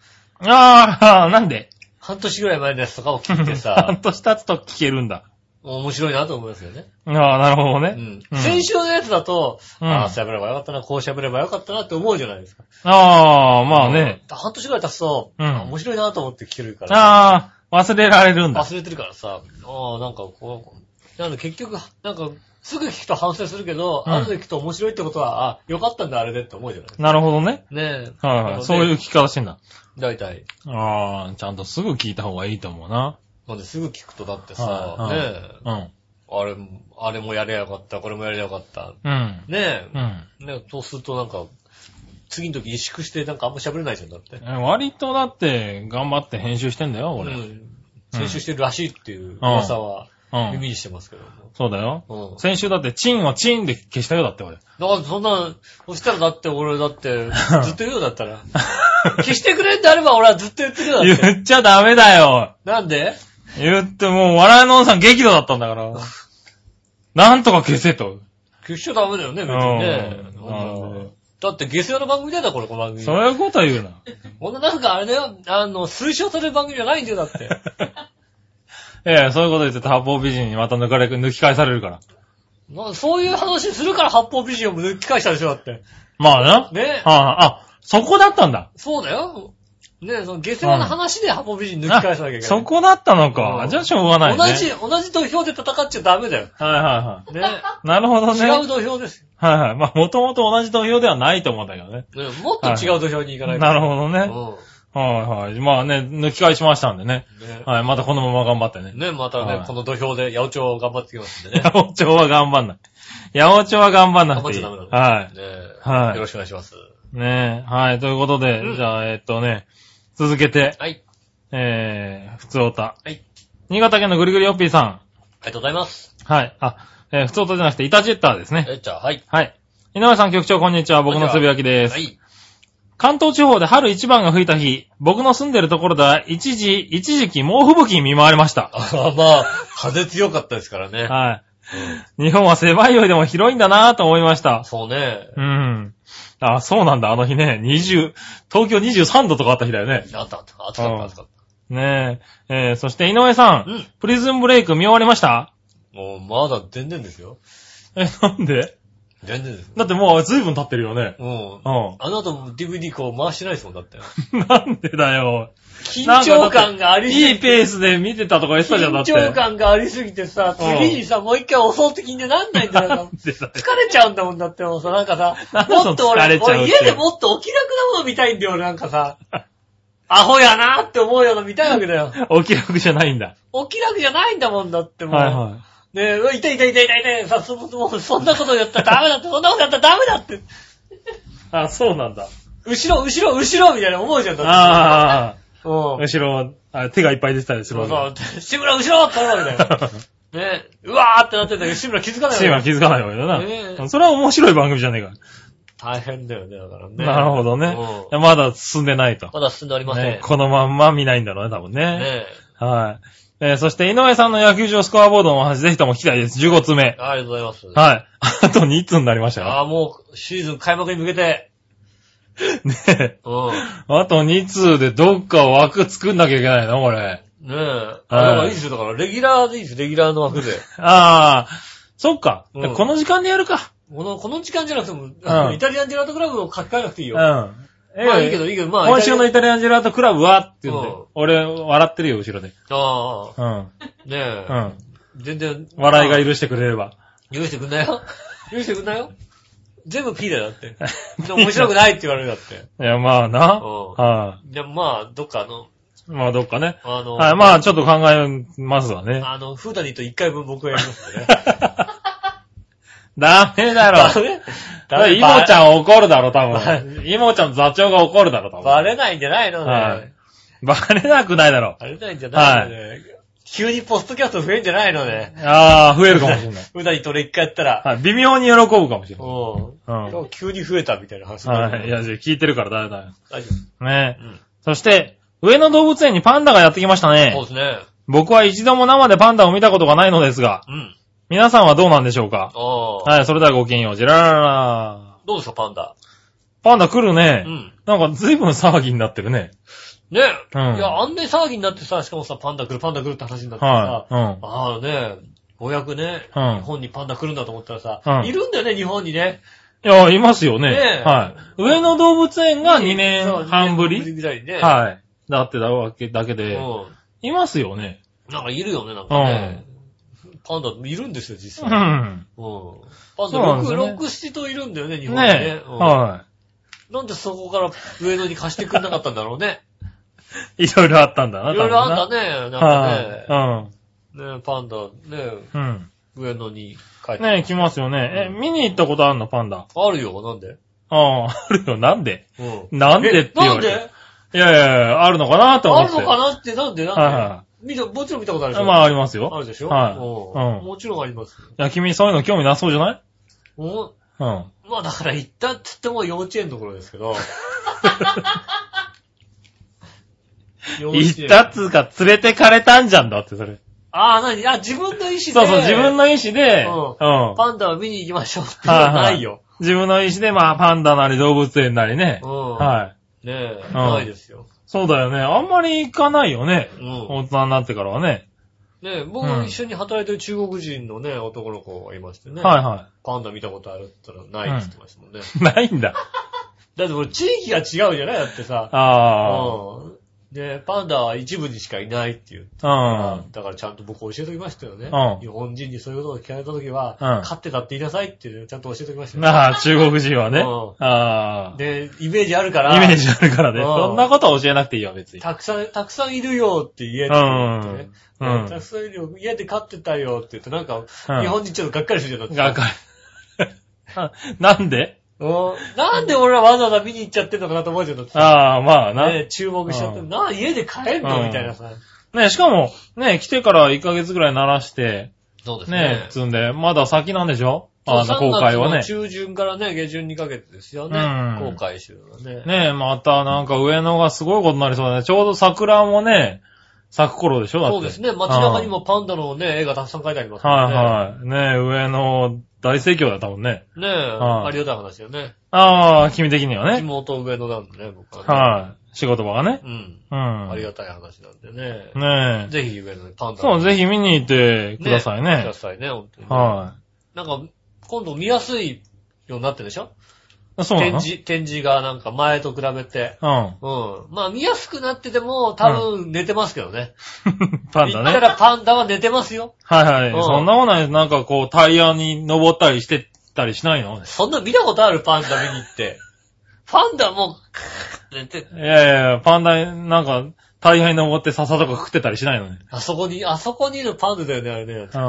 Speaker 3: ああ、なんで
Speaker 2: 半年ぐらい前のやつとかを聞いて
Speaker 3: 半 [laughs]
Speaker 2: さ、
Speaker 3: 年経つと聞けるんだ。
Speaker 2: 面白いなと思いますよね。
Speaker 3: ああ、なるほど
Speaker 2: う
Speaker 3: ね
Speaker 2: ん。
Speaker 3: うん
Speaker 2: 先週のやつだと、
Speaker 3: うん
Speaker 2: ああ、喋ればよかったな、こう喋ればよかったなって思うじゃないですか。
Speaker 3: ああ、まあね。
Speaker 2: 半年ぐらい経つと、
Speaker 3: うん
Speaker 2: あ面白いなと思って聞けるから、
Speaker 3: ああ、忘れられるんだ。
Speaker 2: 忘れてるからさ、ああ、なんかこう、なんで結局、なんか、すぐ聞くと反省するけど、
Speaker 3: うん
Speaker 2: 後で聞くと面白いってことは、あよかったんだ、あれでって思うじゃない
Speaker 3: なるほどね。
Speaker 2: ねえ。
Speaker 3: はいはい。そういう聞
Speaker 2: う。
Speaker 3: き方してんだ。
Speaker 2: 大体。
Speaker 3: ああ、ちゃんとすぐ聞いた方がいいと思うな。
Speaker 2: なんですぐ聞くとだってさ、
Speaker 3: は
Speaker 2: ね
Speaker 3: い
Speaker 2: え、
Speaker 3: うん。
Speaker 2: あれも、あれもやればよかった、これもやればよかった。
Speaker 3: うん。
Speaker 2: ね
Speaker 3: う
Speaker 2: え、
Speaker 3: ん。
Speaker 2: ねえそうするとなんか、次の時萎縮してなんかあんま喋れないじゃん、だって。
Speaker 3: え割とだって、頑張って編集してんだよ、俺。
Speaker 2: う
Speaker 3: うん。
Speaker 2: ん。先週してるらしいっていう噂は耳にしてますけども。
Speaker 3: そうだよ。
Speaker 2: うん。
Speaker 3: 先週だって、チンはチンで消したよ、だって [laughs] 俺。
Speaker 2: だからそんな、そしたらだって俺だ
Speaker 3: [laughs]
Speaker 2: って、ずっと言うよだったら。消してくれってあれば俺はずっと言ってるよだって。
Speaker 3: [laughs] 言っちゃダメだよ。
Speaker 2: なんで [laughs]
Speaker 3: 言ってもう、笑いのおんさん激怒だったんだから。なんとか消せと。
Speaker 2: 消しちゃダメだよね、
Speaker 3: う
Speaker 2: 別に
Speaker 3: ん。
Speaker 2: ね。
Speaker 3: あの
Speaker 2: だって下世話の番組だよ、これ、この番組。
Speaker 3: そういうこと言うな。 [laughs]
Speaker 2: こんななんかあれだよ、あの、推奨される番組じゃないんだよ、だって。
Speaker 3: [laughs] ええ、そういうこと言って八方美人にまた抜かれ、抜き返されるから。
Speaker 2: なそういう話するから八方美人を抜き返したでしょ、だって。
Speaker 3: まあな。
Speaker 2: ね
Speaker 3: はあ、あ、そこだったんだ。
Speaker 2: そうだよ。ねその下世話の話で八方美人抜き返さなきゃいけない。
Speaker 3: そこだったのか
Speaker 2: う。ん
Speaker 3: じゃあしょうがないね。
Speaker 2: 同じ、同じ土俵で戦っちゃダメだよ。
Speaker 3: はいはいは [laughs]
Speaker 2: ね
Speaker 3: い。なるほどね。
Speaker 2: 違う土俵です
Speaker 3: はいはい。まあ、もともと同じ土俵ではないと思うんだけどね。
Speaker 2: よ。ねもっと違う土俵に行かないと。
Speaker 3: なるほどね。
Speaker 2: ほ
Speaker 3: はいはい。まあね、抜き返しましたんでね。
Speaker 2: ど。ね
Speaker 3: はい、またこのまま頑張ってね。
Speaker 2: ねまた
Speaker 3: は
Speaker 2: ね
Speaker 3: い、
Speaker 2: この土俵で八百長を頑張ってきますん [laughs] でね。
Speaker 3: 八百長は頑張んない。八百長は頑張んなくていい。
Speaker 2: 頑張っちゃダメ
Speaker 3: は
Speaker 2: ね
Speaker 3: はい
Speaker 2: よろしくお願いします。
Speaker 3: い。ねえ、はい、ということで、
Speaker 2: うん
Speaker 3: じゃあ、えっとね、続けて、
Speaker 2: はい。
Speaker 3: えー、ふつおた。
Speaker 2: はい。
Speaker 3: 新潟県のぐりぐりおっぴーさ
Speaker 2: ありがとうございます。
Speaker 3: ん。はい。あ、えー、ふつおたじゃなくて、イタジェッターですね。
Speaker 2: えっちゃん、はい。
Speaker 3: はい。井上さん局長、こんにちは。僕のつぶやきです。
Speaker 2: はい。
Speaker 3: 関東地方で春一番が吹いた日、僕の住んでるところでは一時、一時期猛吹雪に見舞われました。
Speaker 2: あまあ、風強かったですからね。
Speaker 3: はい。日本は狭いよりでも広いんだなぁと思いました。
Speaker 2: そうね。
Speaker 3: うん。あ、そうなんだ。あの日ね、20、東京23度とかあった日だよね。
Speaker 2: あったあった。暑かった、暑かっ
Speaker 3: ねえ。えーそして井上さ、
Speaker 2: た。うんん。
Speaker 3: プリズンブレイク見終わりました [laughs]
Speaker 2: もう、まだ全然ですよ。
Speaker 3: え、なんで
Speaker 2: 全然ですよ。
Speaker 3: だってもう随分経ってるよね。
Speaker 2: もう。
Speaker 3: うん
Speaker 2: あの後も DVD こう回してないですもん、だ [laughs] って。
Speaker 3: ん。 [laughs] なんでだよ。
Speaker 2: 緊張感がありす
Speaker 3: いい
Speaker 2: ぎて。
Speaker 3: ペースで見てたとか言ってたじゃん、だ
Speaker 2: 緊
Speaker 3: って。
Speaker 2: 張感がありすぎてさ、
Speaker 3: うん
Speaker 2: 次にさ、もう一回襲って気になんないんだよ。なんか
Speaker 3: なんでだよ
Speaker 2: 疲れちゃうんだもんだって、もうさ、なんか
Speaker 3: なん
Speaker 2: さ、
Speaker 3: でその
Speaker 2: もっと俺、
Speaker 3: 疲れちゃうって
Speaker 2: 俺家でもっとお気楽なもの見たいんだよ、俺なんかさ。アホやなって思うような見たいわけだよ。
Speaker 3: お気楽じゃないんだ。
Speaker 2: お気楽じゃないんだもんだって、もう。
Speaker 3: はいはい。
Speaker 2: ねえ、うわ痛い痛い痛い痛い痛い、さ、そもそもそんなことやったらダメだって、そんなことやったらダメだって、
Speaker 3: あ、そうなんだ。
Speaker 2: 後ろ、後ろ、後ろみたいな思うじゃん、だって。
Speaker 3: ああ、
Speaker 2: うん。
Speaker 3: 後ろ、あ手がいっぱい出てたりする
Speaker 2: そう
Speaker 3: わ
Speaker 2: そう、志村後ろってなるわけ
Speaker 3: [laughs]
Speaker 2: だよ。
Speaker 3: け。
Speaker 2: ねえ、うわーってなってたけど、志村気づかないわ
Speaker 3: シ
Speaker 2: け
Speaker 3: ーンは気づかないわけだな。
Speaker 2: ねえ
Speaker 3: それは面白い番組じゃねえか。
Speaker 2: 大変だよね、だからね。
Speaker 3: なるほどね。い
Speaker 2: うん
Speaker 3: やまだ進んでないと。
Speaker 2: まだ進んでおりません。
Speaker 3: ね
Speaker 2: ね
Speaker 3: このまんま見ないんだろうね、多分
Speaker 2: え。
Speaker 3: ね。はい。えーそして井上さんの野球場スコアボードのお話、ぜひとも聞きたいです。15つ目。
Speaker 2: ありがとうございます。
Speaker 3: はい。 [laughs] あと2つになりました
Speaker 2: あ
Speaker 3: よ。
Speaker 2: あ、もう、シーズン開幕に向けて、
Speaker 3: ねえ。
Speaker 2: うん。
Speaker 3: あと2通でどっか枠作んなきゃいけないのこれ。
Speaker 2: ねえ。あ、だからいいですよ、だから、レギュラーでいいですよ、レギュラーの枠
Speaker 3: [laughs]
Speaker 2: で。
Speaker 3: ああ、そっか。
Speaker 2: うん
Speaker 3: この時間でやるか。
Speaker 2: この、この時間じゃなくても、あのイタリアンジェラートクラブを書き換えなくていいうよ。
Speaker 3: ん。ま
Speaker 2: まあいいけど、いいけど、まあ。
Speaker 3: 今週の
Speaker 2: イ
Speaker 3: イタリアンジェラートクラブはって言うんで
Speaker 2: うん、
Speaker 3: 俺、笑ってるよ、後ろで。
Speaker 2: タリアンああ、
Speaker 3: うん。
Speaker 2: ねえ
Speaker 3: う。ん。
Speaker 2: 全然。
Speaker 3: 笑いが
Speaker 2: る。
Speaker 3: 許してくれれば。
Speaker 2: 許してくんな
Speaker 3: [laughs]
Speaker 2: よ。許してくんなよ。全部 P だよ、だって。でも面白くないって言われるだ
Speaker 3: [laughs]
Speaker 2: って。
Speaker 3: いや、まあな。
Speaker 2: うん
Speaker 3: は
Speaker 2: でもまあ、どっかあの、
Speaker 3: い。まあ、どっかね。
Speaker 2: あの、
Speaker 3: はい。まあ、ちょっと考えますわね。
Speaker 2: あの、フーダニと一回分僕がやりますんでね。
Speaker 3: [laughs] ダメ [laughs] だ
Speaker 2: [laughs]
Speaker 3: ろ。だってイモちゃん怒るだろ、多分。イモちゃん座長が怒るだろ、多分。
Speaker 2: バレないんじゃないのね。
Speaker 3: はいバレなくないだろ。
Speaker 2: バレないんじゃないのね。急にポストキャスト増えんじゃないのね。
Speaker 3: ああ、増えるかもし
Speaker 2: [laughs]
Speaker 3: れない。
Speaker 2: フーダニと俺一回やったら、
Speaker 3: はい。微妙に喜ぶかもしれない。
Speaker 2: うん。
Speaker 3: う
Speaker 2: 急に増えたみたいな話になる
Speaker 3: はい。いや、じゃあ聞いてるから誰だよ。
Speaker 2: 大丈夫。
Speaker 3: ね
Speaker 2: うん
Speaker 3: そして、上野動物園にパンダがやってきました
Speaker 2: そう
Speaker 3: ね
Speaker 2: で。すね。
Speaker 3: 僕は一度も生でパンダを見たことがないのですが、
Speaker 2: うん。
Speaker 3: 皆さんはどうなんでしょうか
Speaker 2: ああ。
Speaker 3: はい、それではごきげんよう。ジェララララ。
Speaker 2: どうですか、パンダ。
Speaker 3: パンダ来るね。
Speaker 2: うん。
Speaker 3: なんか随分騒ぎになってるね。
Speaker 2: ねえ。
Speaker 3: うん
Speaker 2: いや、あんなに騒ぎになってさ、しかもさ、パンダ来る、パンダ来るって話になってさ、
Speaker 3: はい。うん。
Speaker 2: ああね、ようやくね、
Speaker 3: うん
Speaker 2: 日本にパンダ来るんだと思ったらさ、
Speaker 3: うん
Speaker 2: いるんだよね、日本にね。
Speaker 3: いや、いますよね。
Speaker 2: ねえ
Speaker 3: はい。上野動物園が2年
Speaker 2: そう
Speaker 3: 半ぶ
Speaker 2: 二年ぐ
Speaker 3: り
Speaker 2: らいにね。
Speaker 3: はい。だってだわけだけで、
Speaker 2: う
Speaker 3: いますよね。
Speaker 2: ん。なんかいるよね、なんかね。パンダいるんですよ、実
Speaker 3: う
Speaker 2: 際。うん。
Speaker 3: ん。
Speaker 2: パン
Speaker 3: そうなん
Speaker 2: ダ
Speaker 3: です
Speaker 2: 6、
Speaker 3: よね
Speaker 2: 六7頭いるんだよね、日
Speaker 3: ねえ。
Speaker 2: 本にね。うん
Speaker 3: は
Speaker 2: なんでそこから上野に貸してくれなかったんだろうね。
Speaker 3: い。いろいろ [laughs] あったんだ
Speaker 2: い
Speaker 3: な、
Speaker 2: ろいろあんだ
Speaker 3: ん
Speaker 2: ね、なんか
Speaker 3: はい。
Speaker 2: ね。ねパンダ、ね、
Speaker 3: うん。うん。
Speaker 2: 上野に帰って。
Speaker 3: ねえ、来ますよね。え、見に行ったことあるの、パンダ。
Speaker 2: あるよ、なんで。
Speaker 3: ああ、あるよ。なんで
Speaker 2: うん。
Speaker 3: なんでって言
Speaker 2: な
Speaker 3: わ
Speaker 2: ん
Speaker 3: れて。
Speaker 2: で
Speaker 3: いやいやいや、あるのかなと思
Speaker 2: あ
Speaker 3: っ
Speaker 2: る
Speaker 3: て。
Speaker 2: のかなって、なんで
Speaker 3: はい
Speaker 2: なん
Speaker 3: は
Speaker 2: で見たもちろん見たことあるでし
Speaker 3: い。
Speaker 2: ょ
Speaker 3: まあ、ありますよ。
Speaker 2: あるでしょ
Speaker 3: はい
Speaker 2: うん
Speaker 3: うん
Speaker 2: もちろんあります。
Speaker 3: いや、君そういうの興味なさそうじゃない
Speaker 2: お
Speaker 3: うん。
Speaker 2: まあだから行ったって言っても幼稚園の頃ですけ
Speaker 3: [laughs]
Speaker 2: ど。幼稚園
Speaker 3: 行ったっつうか、連れてかれたんじゃんだって、それ。
Speaker 2: ああ、なにあ、自分の意思で。
Speaker 3: そうそう、自分の意思で、
Speaker 2: うん
Speaker 3: うん。
Speaker 2: パンダを見に行きましょうっていうのはないよ。
Speaker 3: 自分の意思で、まあ、パンダなり動物園なりね
Speaker 2: う。ん。
Speaker 3: はい。
Speaker 2: い。ねえ、
Speaker 3: ん
Speaker 2: ないですよ。
Speaker 3: そうだよね。あんまり行かないよね。
Speaker 2: うん。
Speaker 3: 大人になってからはね。
Speaker 2: ねえ、僕
Speaker 3: うん
Speaker 2: 一緒に働いてる中国人のね、男の子がいましてね。
Speaker 3: はいは
Speaker 2: パンダ見たことあるって言ったらないって言ってましたもんね。
Speaker 3: い。 [laughs] ないんだ。
Speaker 2: だって俺地域が違うじゃないだってさ。
Speaker 3: あ
Speaker 2: うん。で、パンダは一部にしかいないっていう。
Speaker 3: あ。
Speaker 2: だからちゃんと僕教えておきましたよね。
Speaker 3: うん
Speaker 2: 日本人にそういうことを聞かれたときは、
Speaker 3: うん
Speaker 2: 飼ってたって言いなさいっていうちゃんと教えておきまし
Speaker 3: う
Speaker 2: た
Speaker 3: ん。
Speaker 2: よ、
Speaker 3: ああ、中国人はね。
Speaker 2: う
Speaker 3: あ
Speaker 2: で、イメージあるか
Speaker 3: あ。
Speaker 2: ら、
Speaker 3: イメージあるからね。
Speaker 2: うん
Speaker 3: そんなことは教えなくていいよ、別に。
Speaker 2: たくさん、たくさんいるよって言えって言ってね。
Speaker 3: うんうん
Speaker 2: ねたくさんいるよ、家で飼ってたよって言って、なんか、
Speaker 3: うん
Speaker 2: 日本人ちょっとがっかりするじゃん。
Speaker 3: がっか
Speaker 2: り。
Speaker 3: り。あ [laughs] なんで
Speaker 2: うんなんで俺らわざわざ見に行っちゃってんのかなと思うじゃん。だって
Speaker 3: ああ、まあな。
Speaker 2: ね、注目しちゃって、
Speaker 3: うん
Speaker 2: な、家で飼えん
Speaker 3: う
Speaker 2: の
Speaker 3: ん
Speaker 2: みたいなさ。
Speaker 3: ね、しかも、ね、来てから1ヶ月ぐらい鳴らして、
Speaker 2: そうで
Speaker 3: ね、積んで、まだ先なんでしょあの、公開は
Speaker 2: 3
Speaker 3: ね。
Speaker 2: 月の中旬からね、下旬にかけてですよね。
Speaker 3: うん
Speaker 2: 公開してるのはね。
Speaker 3: ねえ、またなんか上野がすごいことになりそうだね。ちょうど桜もね、咲く頃でしょだって。
Speaker 2: そうですね。街中にもパンダのね、絵がたくさん描いてありますから
Speaker 3: は
Speaker 2: ね。
Speaker 3: いはい。ねえ、上野大盛況だったもんね。
Speaker 2: ねえ、
Speaker 3: はい
Speaker 2: ありがたい話よね。
Speaker 3: ああ、君的にはね。
Speaker 2: 妹上野なんでね、僕は、ね。
Speaker 3: はい。仕事場がね。
Speaker 2: うん。
Speaker 3: うん。
Speaker 2: ありがたい話なんでね。
Speaker 3: ねえ。
Speaker 2: ぜひ上野でパンダ
Speaker 3: そう、
Speaker 2: ひ
Speaker 3: ぜひ見に行ってください
Speaker 2: くだ
Speaker 3: ね。
Speaker 2: さいね、本当に、ね。
Speaker 3: は
Speaker 2: なんか、今度見やすいようになってるでしょ
Speaker 3: い。そうな
Speaker 2: 展
Speaker 3: の
Speaker 2: 示、展示がなんか前と比べて。
Speaker 3: う
Speaker 2: うん。まあ見やすくなってても、多分寝てますけどね。
Speaker 3: ん。 [laughs] パ
Speaker 2: 行
Speaker 3: ンダ
Speaker 2: った
Speaker 3: ね。
Speaker 2: らパンダは寝てますよ。
Speaker 3: はいは
Speaker 2: うん
Speaker 3: い。そんなもんないなんかこう、タイヤに登ったりしてたりしないの
Speaker 2: そんな見たことあるパンダ見に行って。パンダもう、クーって寝て、
Speaker 3: いやいや、パンダ、なんか、タイヤに登って笹とか食ってたりしないのね。
Speaker 2: あそこに、あそこにいるパンダだよね、あれね。
Speaker 3: うん
Speaker 2: くた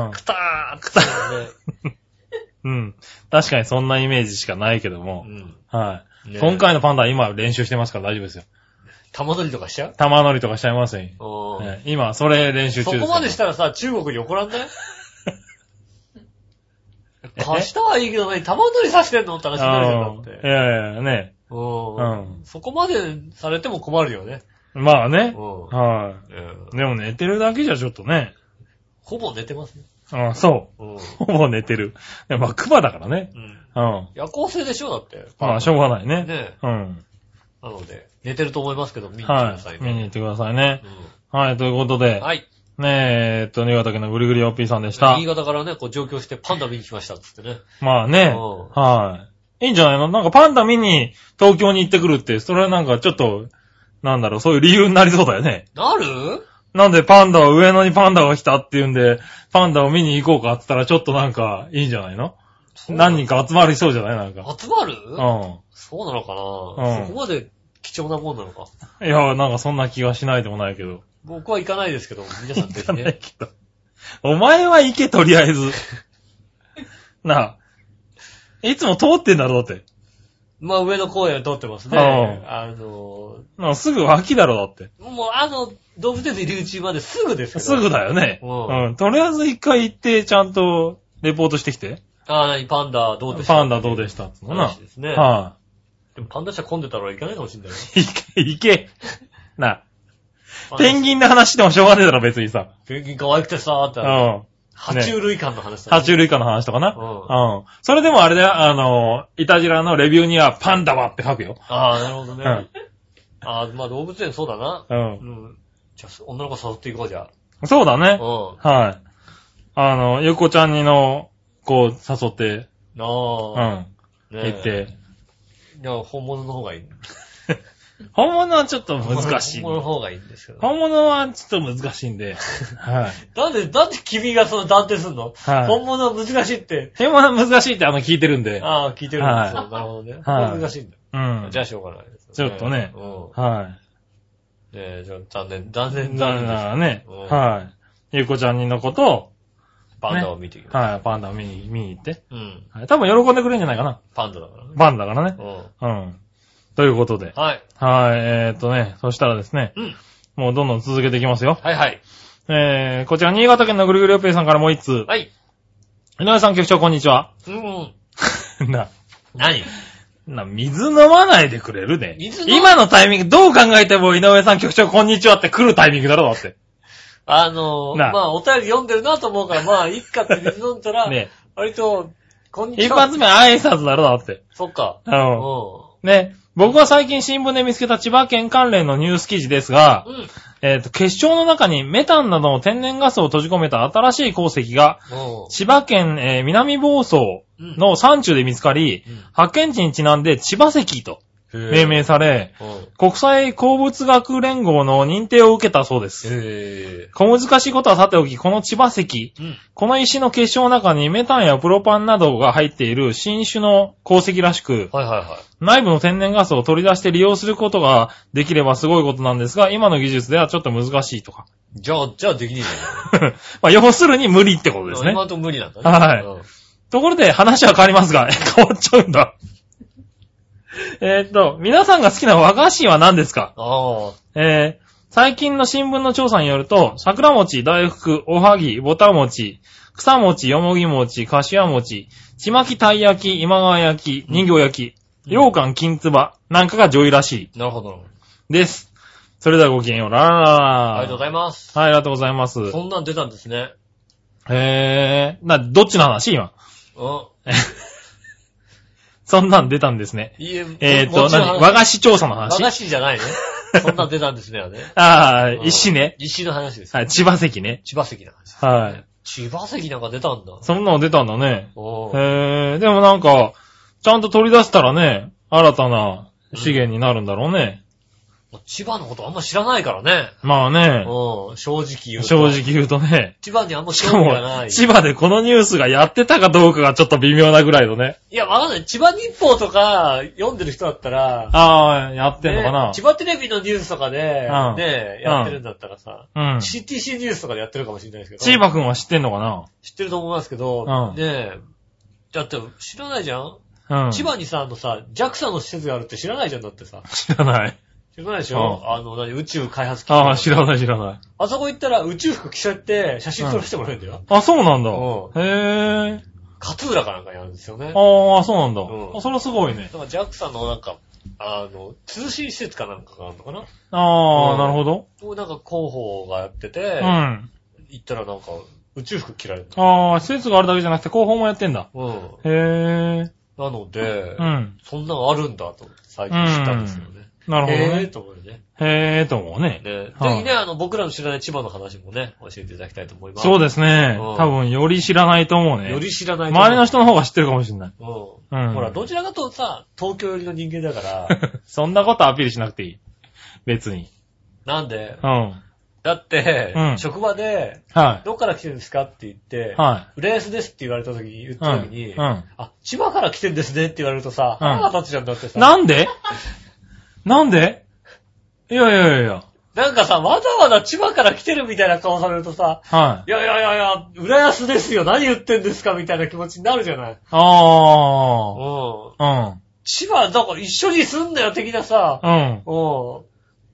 Speaker 2: ーくたーね。
Speaker 3: うん。確かにそんなイメージしかないけども。
Speaker 2: うん。
Speaker 3: はい。
Speaker 2: ね
Speaker 3: 今回のパンダは今練習してますから大丈夫ですよ。
Speaker 2: 玉乗りとかしちゃう
Speaker 3: 玉乗りとかしちゃいませんよ。
Speaker 2: うん。
Speaker 3: ね今、それ練習中
Speaker 2: そ
Speaker 3: です。
Speaker 2: こまでしたらさ、中国に怒らんない貸したはいいけどね、玉乗りさせてんのって話になるじゃん、だっ
Speaker 3: うんい
Speaker 2: て。
Speaker 3: やいや、ね。
Speaker 2: うん
Speaker 3: うん
Speaker 2: そこまでされても困るよね。
Speaker 3: まあね
Speaker 2: う。ん
Speaker 3: は
Speaker 2: うん
Speaker 3: い。でも寝てるだけじゃちょっとね。
Speaker 2: ほぼ寝てますね。
Speaker 3: うん、そ
Speaker 2: うん
Speaker 3: う。ほぼ寝てる。でもまあ、クマだからね。
Speaker 2: うん
Speaker 3: うん。
Speaker 2: 夜行性でしょ、だって。
Speaker 3: まあ、しょうがないね。
Speaker 2: ね
Speaker 3: うん。
Speaker 2: なので、寝てると思いますけど、見に来てくだ
Speaker 3: は
Speaker 2: さい
Speaker 3: い。見に行っ
Speaker 2: ね。
Speaker 3: てくださいね。
Speaker 2: う
Speaker 3: はい、ということで
Speaker 2: ん。。はい。
Speaker 3: ねえ、えっと、新潟県のぐりぐりおっぴーさんでした
Speaker 2: 新。潟からね、こう上京してパンダ見に来ましたっつってね。
Speaker 3: まあね、
Speaker 2: うん
Speaker 3: はい。いいんじゃないのなんかパンダ見に東京に行ってくるって、それはなんかちょっと、なんだろう、そういう理由になりそうだよね。
Speaker 2: なる
Speaker 3: なんでパンダは上野にパンダが来たっていうんで、パンダを見に行こうかって言ったらちょっとなんかいいんじゃないの何人か集まりそうじゃないなんか。
Speaker 2: 集まる
Speaker 3: う
Speaker 2: そうなのかな、
Speaker 3: うん
Speaker 2: そこまで貴重なもんなのか。
Speaker 3: ん。いや、なんかそんな気がしないでもないけど。
Speaker 2: 僕は行かないですけど、皆さんぜ
Speaker 3: じ
Speaker 2: ひ
Speaker 3: ゃない
Speaker 2: ね。
Speaker 3: けど。お前は行け、とりあえず。 [laughs] なあ。いつも通ってんだろ、だって。
Speaker 2: まあ上野公園を通ってますね。
Speaker 3: うん
Speaker 2: あの、
Speaker 3: なんかすぐ脇だろ、だって。
Speaker 2: もうあの、動物園の入り口まですぐですけど。
Speaker 3: すぐだよね。
Speaker 2: うん
Speaker 3: うん。とりあえず一回行って、ちゃんと、レポートしてきて。
Speaker 2: ああ、何パンダどうでした
Speaker 3: パンダどうでしたっつうのな。
Speaker 2: 話ですね。
Speaker 3: は
Speaker 2: でもパンダ車混んでたら行かないかもしれないよ。
Speaker 3: い。 [laughs] 行け、行け。なあ、ペン
Speaker 2: ギン
Speaker 3: ギンの話してもしょうがねえだろ、別にさ。
Speaker 2: ペンギン可愛くてさーって
Speaker 3: う
Speaker 2: あの、
Speaker 3: ん。
Speaker 2: 爬虫類館の話だね
Speaker 3: 爬虫類科の話とかな。
Speaker 2: うん
Speaker 3: うん。それでもあれだよ、あの、イタジラのレビューには、パンダはって書くよ。
Speaker 2: ああ、なるほどね。
Speaker 3: うん
Speaker 2: ああ、まあ動物園そうだな。
Speaker 3: う。
Speaker 2: うんん。じゃあ、女の子誘っていこうじゃ
Speaker 3: そうだ
Speaker 2: あ。う
Speaker 3: ね
Speaker 2: ん。。あ
Speaker 3: はい。あの、ゆっこちゃんにの、こう、誘って、う
Speaker 2: あ。
Speaker 3: ん。
Speaker 2: うん
Speaker 3: 行っ。て。
Speaker 2: いや、本物の方がいい。
Speaker 3: 本物はちょっと難しい。
Speaker 2: 本物の方がいいんですけど。
Speaker 3: 本物はちょっと難しい
Speaker 2: [laughs]
Speaker 3: んで。はい。
Speaker 2: なんで、なんで君がその断定すんの、
Speaker 3: はい
Speaker 2: 本物は難しいって。
Speaker 3: 本物は難しいってあの聞いてるんで。
Speaker 2: ああ、聞いてるんですよ。
Speaker 3: は
Speaker 2: なるほどね。
Speaker 3: はい
Speaker 2: 難しいんだ。
Speaker 3: うん。
Speaker 2: じゃあしょうがないです、
Speaker 3: ちょっとね
Speaker 2: うん。ね
Speaker 3: はい。
Speaker 2: え、じゃあ残念、残
Speaker 3: 残
Speaker 2: 念、
Speaker 3: 念
Speaker 2: 残
Speaker 3: な
Speaker 2: 念
Speaker 3: が
Speaker 2: です。
Speaker 3: らね。
Speaker 2: うん
Speaker 3: はい。ゆうこちゃんにのことを、
Speaker 2: パンダを見てきます。
Speaker 3: はい、パンダを見に、見に行って。
Speaker 2: うん。
Speaker 3: はい多分喜んでくれるんじゃないかな。
Speaker 2: パンダだからね。
Speaker 3: パンダからね
Speaker 2: う。ん。
Speaker 3: うん。ということで。
Speaker 2: はい。
Speaker 3: はい、えーっとね、そしたらですね、
Speaker 2: うん。
Speaker 3: もうどんどん続けていきますよ。
Speaker 2: はいはい。
Speaker 3: えー、こちら新潟県のぐるぐるよっぺいさんからもう一通。
Speaker 2: はい。
Speaker 3: 井上さん局長こんにちは。
Speaker 2: うん。
Speaker 3: [laughs] な、
Speaker 2: 何
Speaker 3: な、水飲まないでくれるね。
Speaker 2: 水飲
Speaker 3: 今のタイミング、どう考えても井上さん局長こんにちはって来るタイミングだろ、だって。
Speaker 2: あのー、
Speaker 3: なあ
Speaker 2: まあ、お便り読んでるなと思うから、まあ、いっかって水飲んだら、
Speaker 3: [laughs] ね
Speaker 2: 割と、こんにち
Speaker 3: 一
Speaker 2: は。
Speaker 3: 発目挨拶だろ、だって。
Speaker 2: そっか。
Speaker 3: う。
Speaker 2: うん
Speaker 3: ね、僕は最近新聞で見つけた千葉県関連のニュース記事ですが、
Speaker 2: ん。うん。
Speaker 3: えっ、と、結晶の中にメタンなどの天然ガスを閉じ込めた新しい鉱石が、
Speaker 2: も
Speaker 3: 千葉県、えー南房総
Speaker 2: う、うん。
Speaker 3: の山中で見つかり、
Speaker 2: うん
Speaker 3: 発見地にちなんで千葉石と命名され、
Speaker 2: うん。
Speaker 3: 国際鉱物学連合の認定を受けたそうです。
Speaker 2: へ
Speaker 3: 小難しいことはさておき、この千葉石、
Speaker 2: ぇうん。
Speaker 3: この石の結晶の中にメタンやプロパンなどが入っている新種の鉱石らしく、
Speaker 2: はいはいは
Speaker 3: 内部の天然ガスを取り出して利用することができればすごいことなんですが、今の技術ではちょっと難しいとか。 [laughs]
Speaker 2: い。じゃあ、じゃあできねえじ
Speaker 3: まあ、要するに無理ってこ
Speaker 2: ゃ
Speaker 3: と
Speaker 2: ん。
Speaker 3: ですね
Speaker 2: 今。のとこ無理なんだね。
Speaker 3: はい
Speaker 2: うん
Speaker 3: ところで話は変わりますが、 [laughs] 変わっちゃうんだ。えーっと、皆さんが好きな和菓子は何ですか
Speaker 2: ああ。
Speaker 3: えー、最近の新聞の調査によると、桜餅、大福、おはぎ、ぼた餅、草餅、よもぎ餅、かしわ餅、ちまきたい焼き、今川焼き、人形焼き、
Speaker 2: うん
Speaker 3: 羊羹、金つば、なんかが上位らし
Speaker 2: なるほどなるほど。
Speaker 3: いです。それではごきげんよう。ララ
Speaker 2: あり
Speaker 3: ラ
Speaker 2: がとうございます。
Speaker 3: はい、ありがとうございます。
Speaker 2: そんなん出たんですね。
Speaker 3: えー、な、どっちの話今。
Speaker 2: うん。
Speaker 3: そんなん出たんですね。
Speaker 2: いいえ、
Speaker 3: えーっ
Speaker 2: も
Speaker 3: と、
Speaker 2: もちろん
Speaker 3: 何和菓子調査の
Speaker 2: 和
Speaker 3: 話
Speaker 2: 菓子じゃ
Speaker 3: [laughs]
Speaker 2: ないね。そんなん出たんですね。あれね
Speaker 3: ああ、
Speaker 2: うん
Speaker 3: 石ね。
Speaker 2: 石の話です。
Speaker 3: はい、千葉石ね。
Speaker 2: 千葉石の話。
Speaker 3: はい。
Speaker 2: 千葉石なんか出たんだ。
Speaker 3: そんなの出たんだね。
Speaker 2: おー
Speaker 3: へえ、でもなんか、ちゃんと取り出したらね、新たな資源になるんだろうね。
Speaker 2: 千葉のことあんま知らないからね。
Speaker 3: まあね、
Speaker 2: うん。正直言うと。
Speaker 3: 正直。言うとね。
Speaker 2: 千葉にあんま
Speaker 3: し
Speaker 2: 興
Speaker 3: か
Speaker 2: 味
Speaker 3: も
Speaker 2: がな、い。
Speaker 3: 千葉でこのニュースがやってたかどうかがちょっと微妙なぐらいのね。
Speaker 2: いや、わかんない。千葉日報とか読んでる人だったら、
Speaker 3: ああ、やってんのか
Speaker 2: ね
Speaker 3: な。
Speaker 2: 千葉テレビのニュースとかで
Speaker 3: うん、
Speaker 2: ね、やってるんだったらさ、
Speaker 3: うん。
Speaker 2: CTC ニュースとかでやってるかもしれないですけど。
Speaker 3: 千葉くんは知ってんのか
Speaker 2: 知ってると思いますけど、
Speaker 3: うん
Speaker 2: ねえ。だって、知らないじゃん、
Speaker 3: なうん。
Speaker 2: 千葉にさ、あのさ、JAXA の施設があるって知らないじゃんだってさ。
Speaker 3: 知らない。
Speaker 2: 知らないでし
Speaker 3: う
Speaker 2: ょ、あの、何、宇宙開発機
Speaker 3: [laughs] ああ、知ら
Speaker 2: い。
Speaker 3: ない知らない。
Speaker 2: あそこ行ったら宇宙服着ちゃって写真撮らせてもらえるんだよ。
Speaker 3: あ、そうなんだ。
Speaker 2: う
Speaker 3: へえ。
Speaker 2: カトゥーラかなんかやるんですよね。だか
Speaker 3: ああ、そうなんだ。
Speaker 2: うん
Speaker 3: あそれはすごいね。
Speaker 2: ら JAXA のなんか、あの、通信施設かなんかがあるのかな
Speaker 3: あ
Speaker 2: う
Speaker 3: あ、
Speaker 2: ん
Speaker 3: なるほど。
Speaker 2: こうなんか広報がやってて、
Speaker 3: うん。
Speaker 2: 行ったらなんか宇宙服着られた。
Speaker 3: ああ、施設があるだけじゃなくて広報もやってんだ。
Speaker 2: うん。
Speaker 3: へえ。
Speaker 2: なので、
Speaker 3: うん。
Speaker 2: そんなのあるんだと思って最近知ったんですよね。
Speaker 3: なるほど
Speaker 2: へえー
Speaker 3: ね。
Speaker 2: と思うよね。
Speaker 3: へえ、と思うね。
Speaker 2: ね。
Speaker 3: はい
Speaker 2: ぜひね、あの、僕らの知らない千葉の話もね、教えていただきたいと思います。
Speaker 3: そう
Speaker 2: で
Speaker 3: ですね。
Speaker 2: うん
Speaker 3: 多分、より知らないと思うね。
Speaker 2: より知らない。
Speaker 3: 周りの。人の方が知ってるかもしれない。 [laughs]
Speaker 2: うん。
Speaker 3: うん
Speaker 2: ほら、どちらかというとさ、東京寄りの人間だ
Speaker 3: [laughs]
Speaker 2: から、
Speaker 3: そんなことアピールしなくていい。別に。
Speaker 2: なん
Speaker 3: [laughs]
Speaker 2: で、
Speaker 3: うん。
Speaker 2: だって、
Speaker 3: うん
Speaker 2: 職場で、
Speaker 3: は
Speaker 2: どっから来てるんですかって言って、
Speaker 3: い。は
Speaker 2: 浦安ですって言われた時に、言っ
Speaker 3: い。う
Speaker 2: た時に、
Speaker 3: ん。うん
Speaker 2: あ、千葉から来てんですねって言われるとさ、
Speaker 3: うん
Speaker 2: 腹が立つじゃんだってさ。
Speaker 3: なんでなんでいやいやいやいや。
Speaker 2: なんかさ、わざわざ千葉から来てるみたいな顔されるとさ、
Speaker 3: はい。
Speaker 2: いやいやいやいや、浦安ですよ、何言ってんですかみたいな気持ちになるじゃない。うん。
Speaker 3: ああ。
Speaker 2: 千葉、だから一緒に住んだよ、的なさ。
Speaker 3: うん。
Speaker 2: うん。
Speaker 3: うん。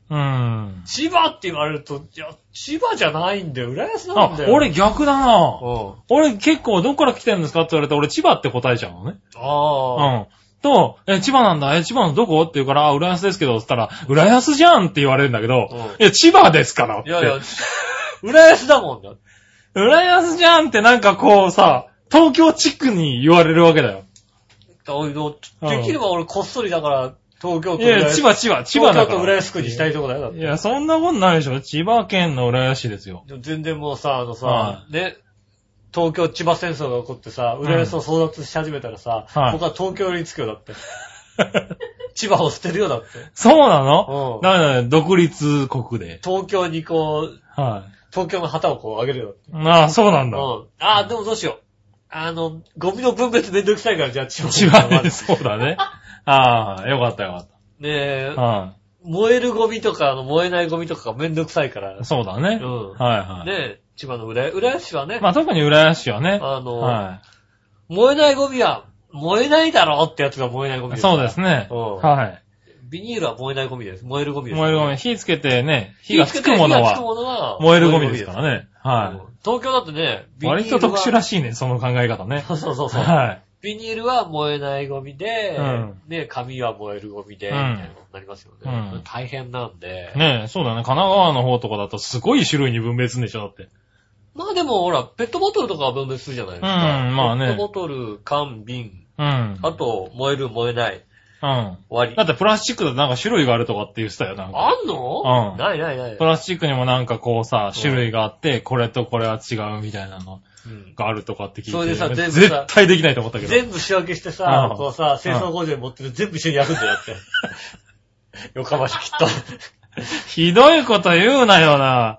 Speaker 3: うん。
Speaker 2: 千葉って言われると、いや、千葉じゃないんだよ、浦安なん
Speaker 3: あ
Speaker 2: だ、よ。
Speaker 3: 俺、逆だな
Speaker 2: うん。
Speaker 3: 俺結構どっから来てるんですかって言われて俺千葉って答えちゃうのね。
Speaker 2: ああ。
Speaker 3: うん。と、え、千葉なんだ、え、千葉のどこって言うから、あ、浦安ですけど、つったら、浦安じゃんって言われるんだけど、
Speaker 2: うん
Speaker 3: いや、千葉ですからって。
Speaker 2: いやいや、 [laughs] 浦安だもんだ。
Speaker 3: 浦安じゃんってなんかこうさ、東京地区に言われるわけだよ。
Speaker 2: おいお
Speaker 3: うん
Speaker 2: できれば俺こっそりだから、東京
Speaker 3: い
Speaker 2: と浦
Speaker 3: やいや、
Speaker 2: 安。
Speaker 3: 千葉、千葉、千葉
Speaker 2: 東
Speaker 3: だ
Speaker 2: 京
Speaker 3: から。
Speaker 2: と浦安区にしたいとこだよ、だっ
Speaker 3: い
Speaker 2: て。
Speaker 3: や、そんなことないでしょ。千葉県の浦安市ですよ。
Speaker 2: でも全然もうさ、あのさ
Speaker 3: は、
Speaker 2: ね、東京千葉戦争が起こってさ、浦安を争奪し始めたらさ、
Speaker 3: はい
Speaker 2: 僕は東京寄りつくよ、だって。 [laughs] 千葉を捨てるよ、だって。
Speaker 3: そうな
Speaker 2: う
Speaker 3: の
Speaker 2: ん
Speaker 3: だから、独立国で。
Speaker 2: 東京にこう、
Speaker 3: は
Speaker 2: 東京の旗をこう上げるよ、だって。
Speaker 3: い。ああ、そうなんだ。
Speaker 2: うん。ああ、でもどうしよう。あの、ゴミの分別めんどくさいから、じゃあ千葉
Speaker 3: 千葉で。そう
Speaker 2: [laughs]
Speaker 3: だね。ああ、よかったよかっ
Speaker 2: ねえ
Speaker 3: た。、は
Speaker 2: 燃えるゴミとか、あの燃えないゴミとかがめんどくさいから
Speaker 3: い。。そうだね。
Speaker 2: うん
Speaker 3: はいはい。
Speaker 2: ねえ、千葉の浦安、浦安市はね、
Speaker 3: まあ特に浦安市はね。
Speaker 2: あの
Speaker 3: は
Speaker 2: 燃えないゴミは、燃えないだろうってやつが燃えないゴミ
Speaker 3: い。
Speaker 2: ですから
Speaker 3: そうですね。
Speaker 2: うん
Speaker 3: は
Speaker 2: ビニールは燃えないゴミです。燃えるゴミ
Speaker 3: い。
Speaker 2: です。
Speaker 3: 燃えるゴミ。火つけてね、火がつくもの
Speaker 2: 火がつく
Speaker 3: は
Speaker 2: ものは
Speaker 3: 燃えるゴミですから
Speaker 2: ね。
Speaker 3: ね。は
Speaker 2: うん東京だってね、
Speaker 3: い。割と特殊ら
Speaker 2: しい。
Speaker 3: しいね、その考え方ね。
Speaker 2: そうそうそうそう。
Speaker 3: は
Speaker 2: ビニールは燃えないゴミで、
Speaker 3: うん
Speaker 2: ね、紙は燃えるゴミで、み
Speaker 3: う
Speaker 2: た
Speaker 3: ん
Speaker 2: いなことになりますよね。
Speaker 3: うん
Speaker 2: 大変なんで、
Speaker 3: い。ねえ、そうだね。神奈川の方とかだとすごい種類に分別するんでしょ、だって。
Speaker 2: まあでも、ほら、ペットボトルとかは分別するじゃないですか。
Speaker 3: うんまあね
Speaker 2: ペットボトル、缶、瓶、
Speaker 3: うん。
Speaker 2: あと、燃える、燃えない、
Speaker 3: うん。
Speaker 2: 割り
Speaker 3: だ。ってプラスチックだとなんか種類があるとかって言ってたよ、なんか。
Speaker 2: あんの
Speaker 3: うん
Speaker 2: ないないない
Speaker 3: プ。ラスチックにもなんかこうさ、種類があって、これとこれは違うみたいなの
Speaker 2: うん
Speaker 3: があるとかって聞いて。
Speaker 2: それでさ全部さ
Speaker 3: 絶対できないと思ったけど。
Speaker 2: 全部仕分けしてさ
Speaker 3: う、ん
Speaker 2: こうさ、清掃工場に持ってて全部一緒に焼くんだよ
Speaker 3: [laughs]
Speaker 2: って。よかましきっと。
Speaker 3: ひどいこと言うな
Speaker 2: [laughs]
Speaker 3: よな。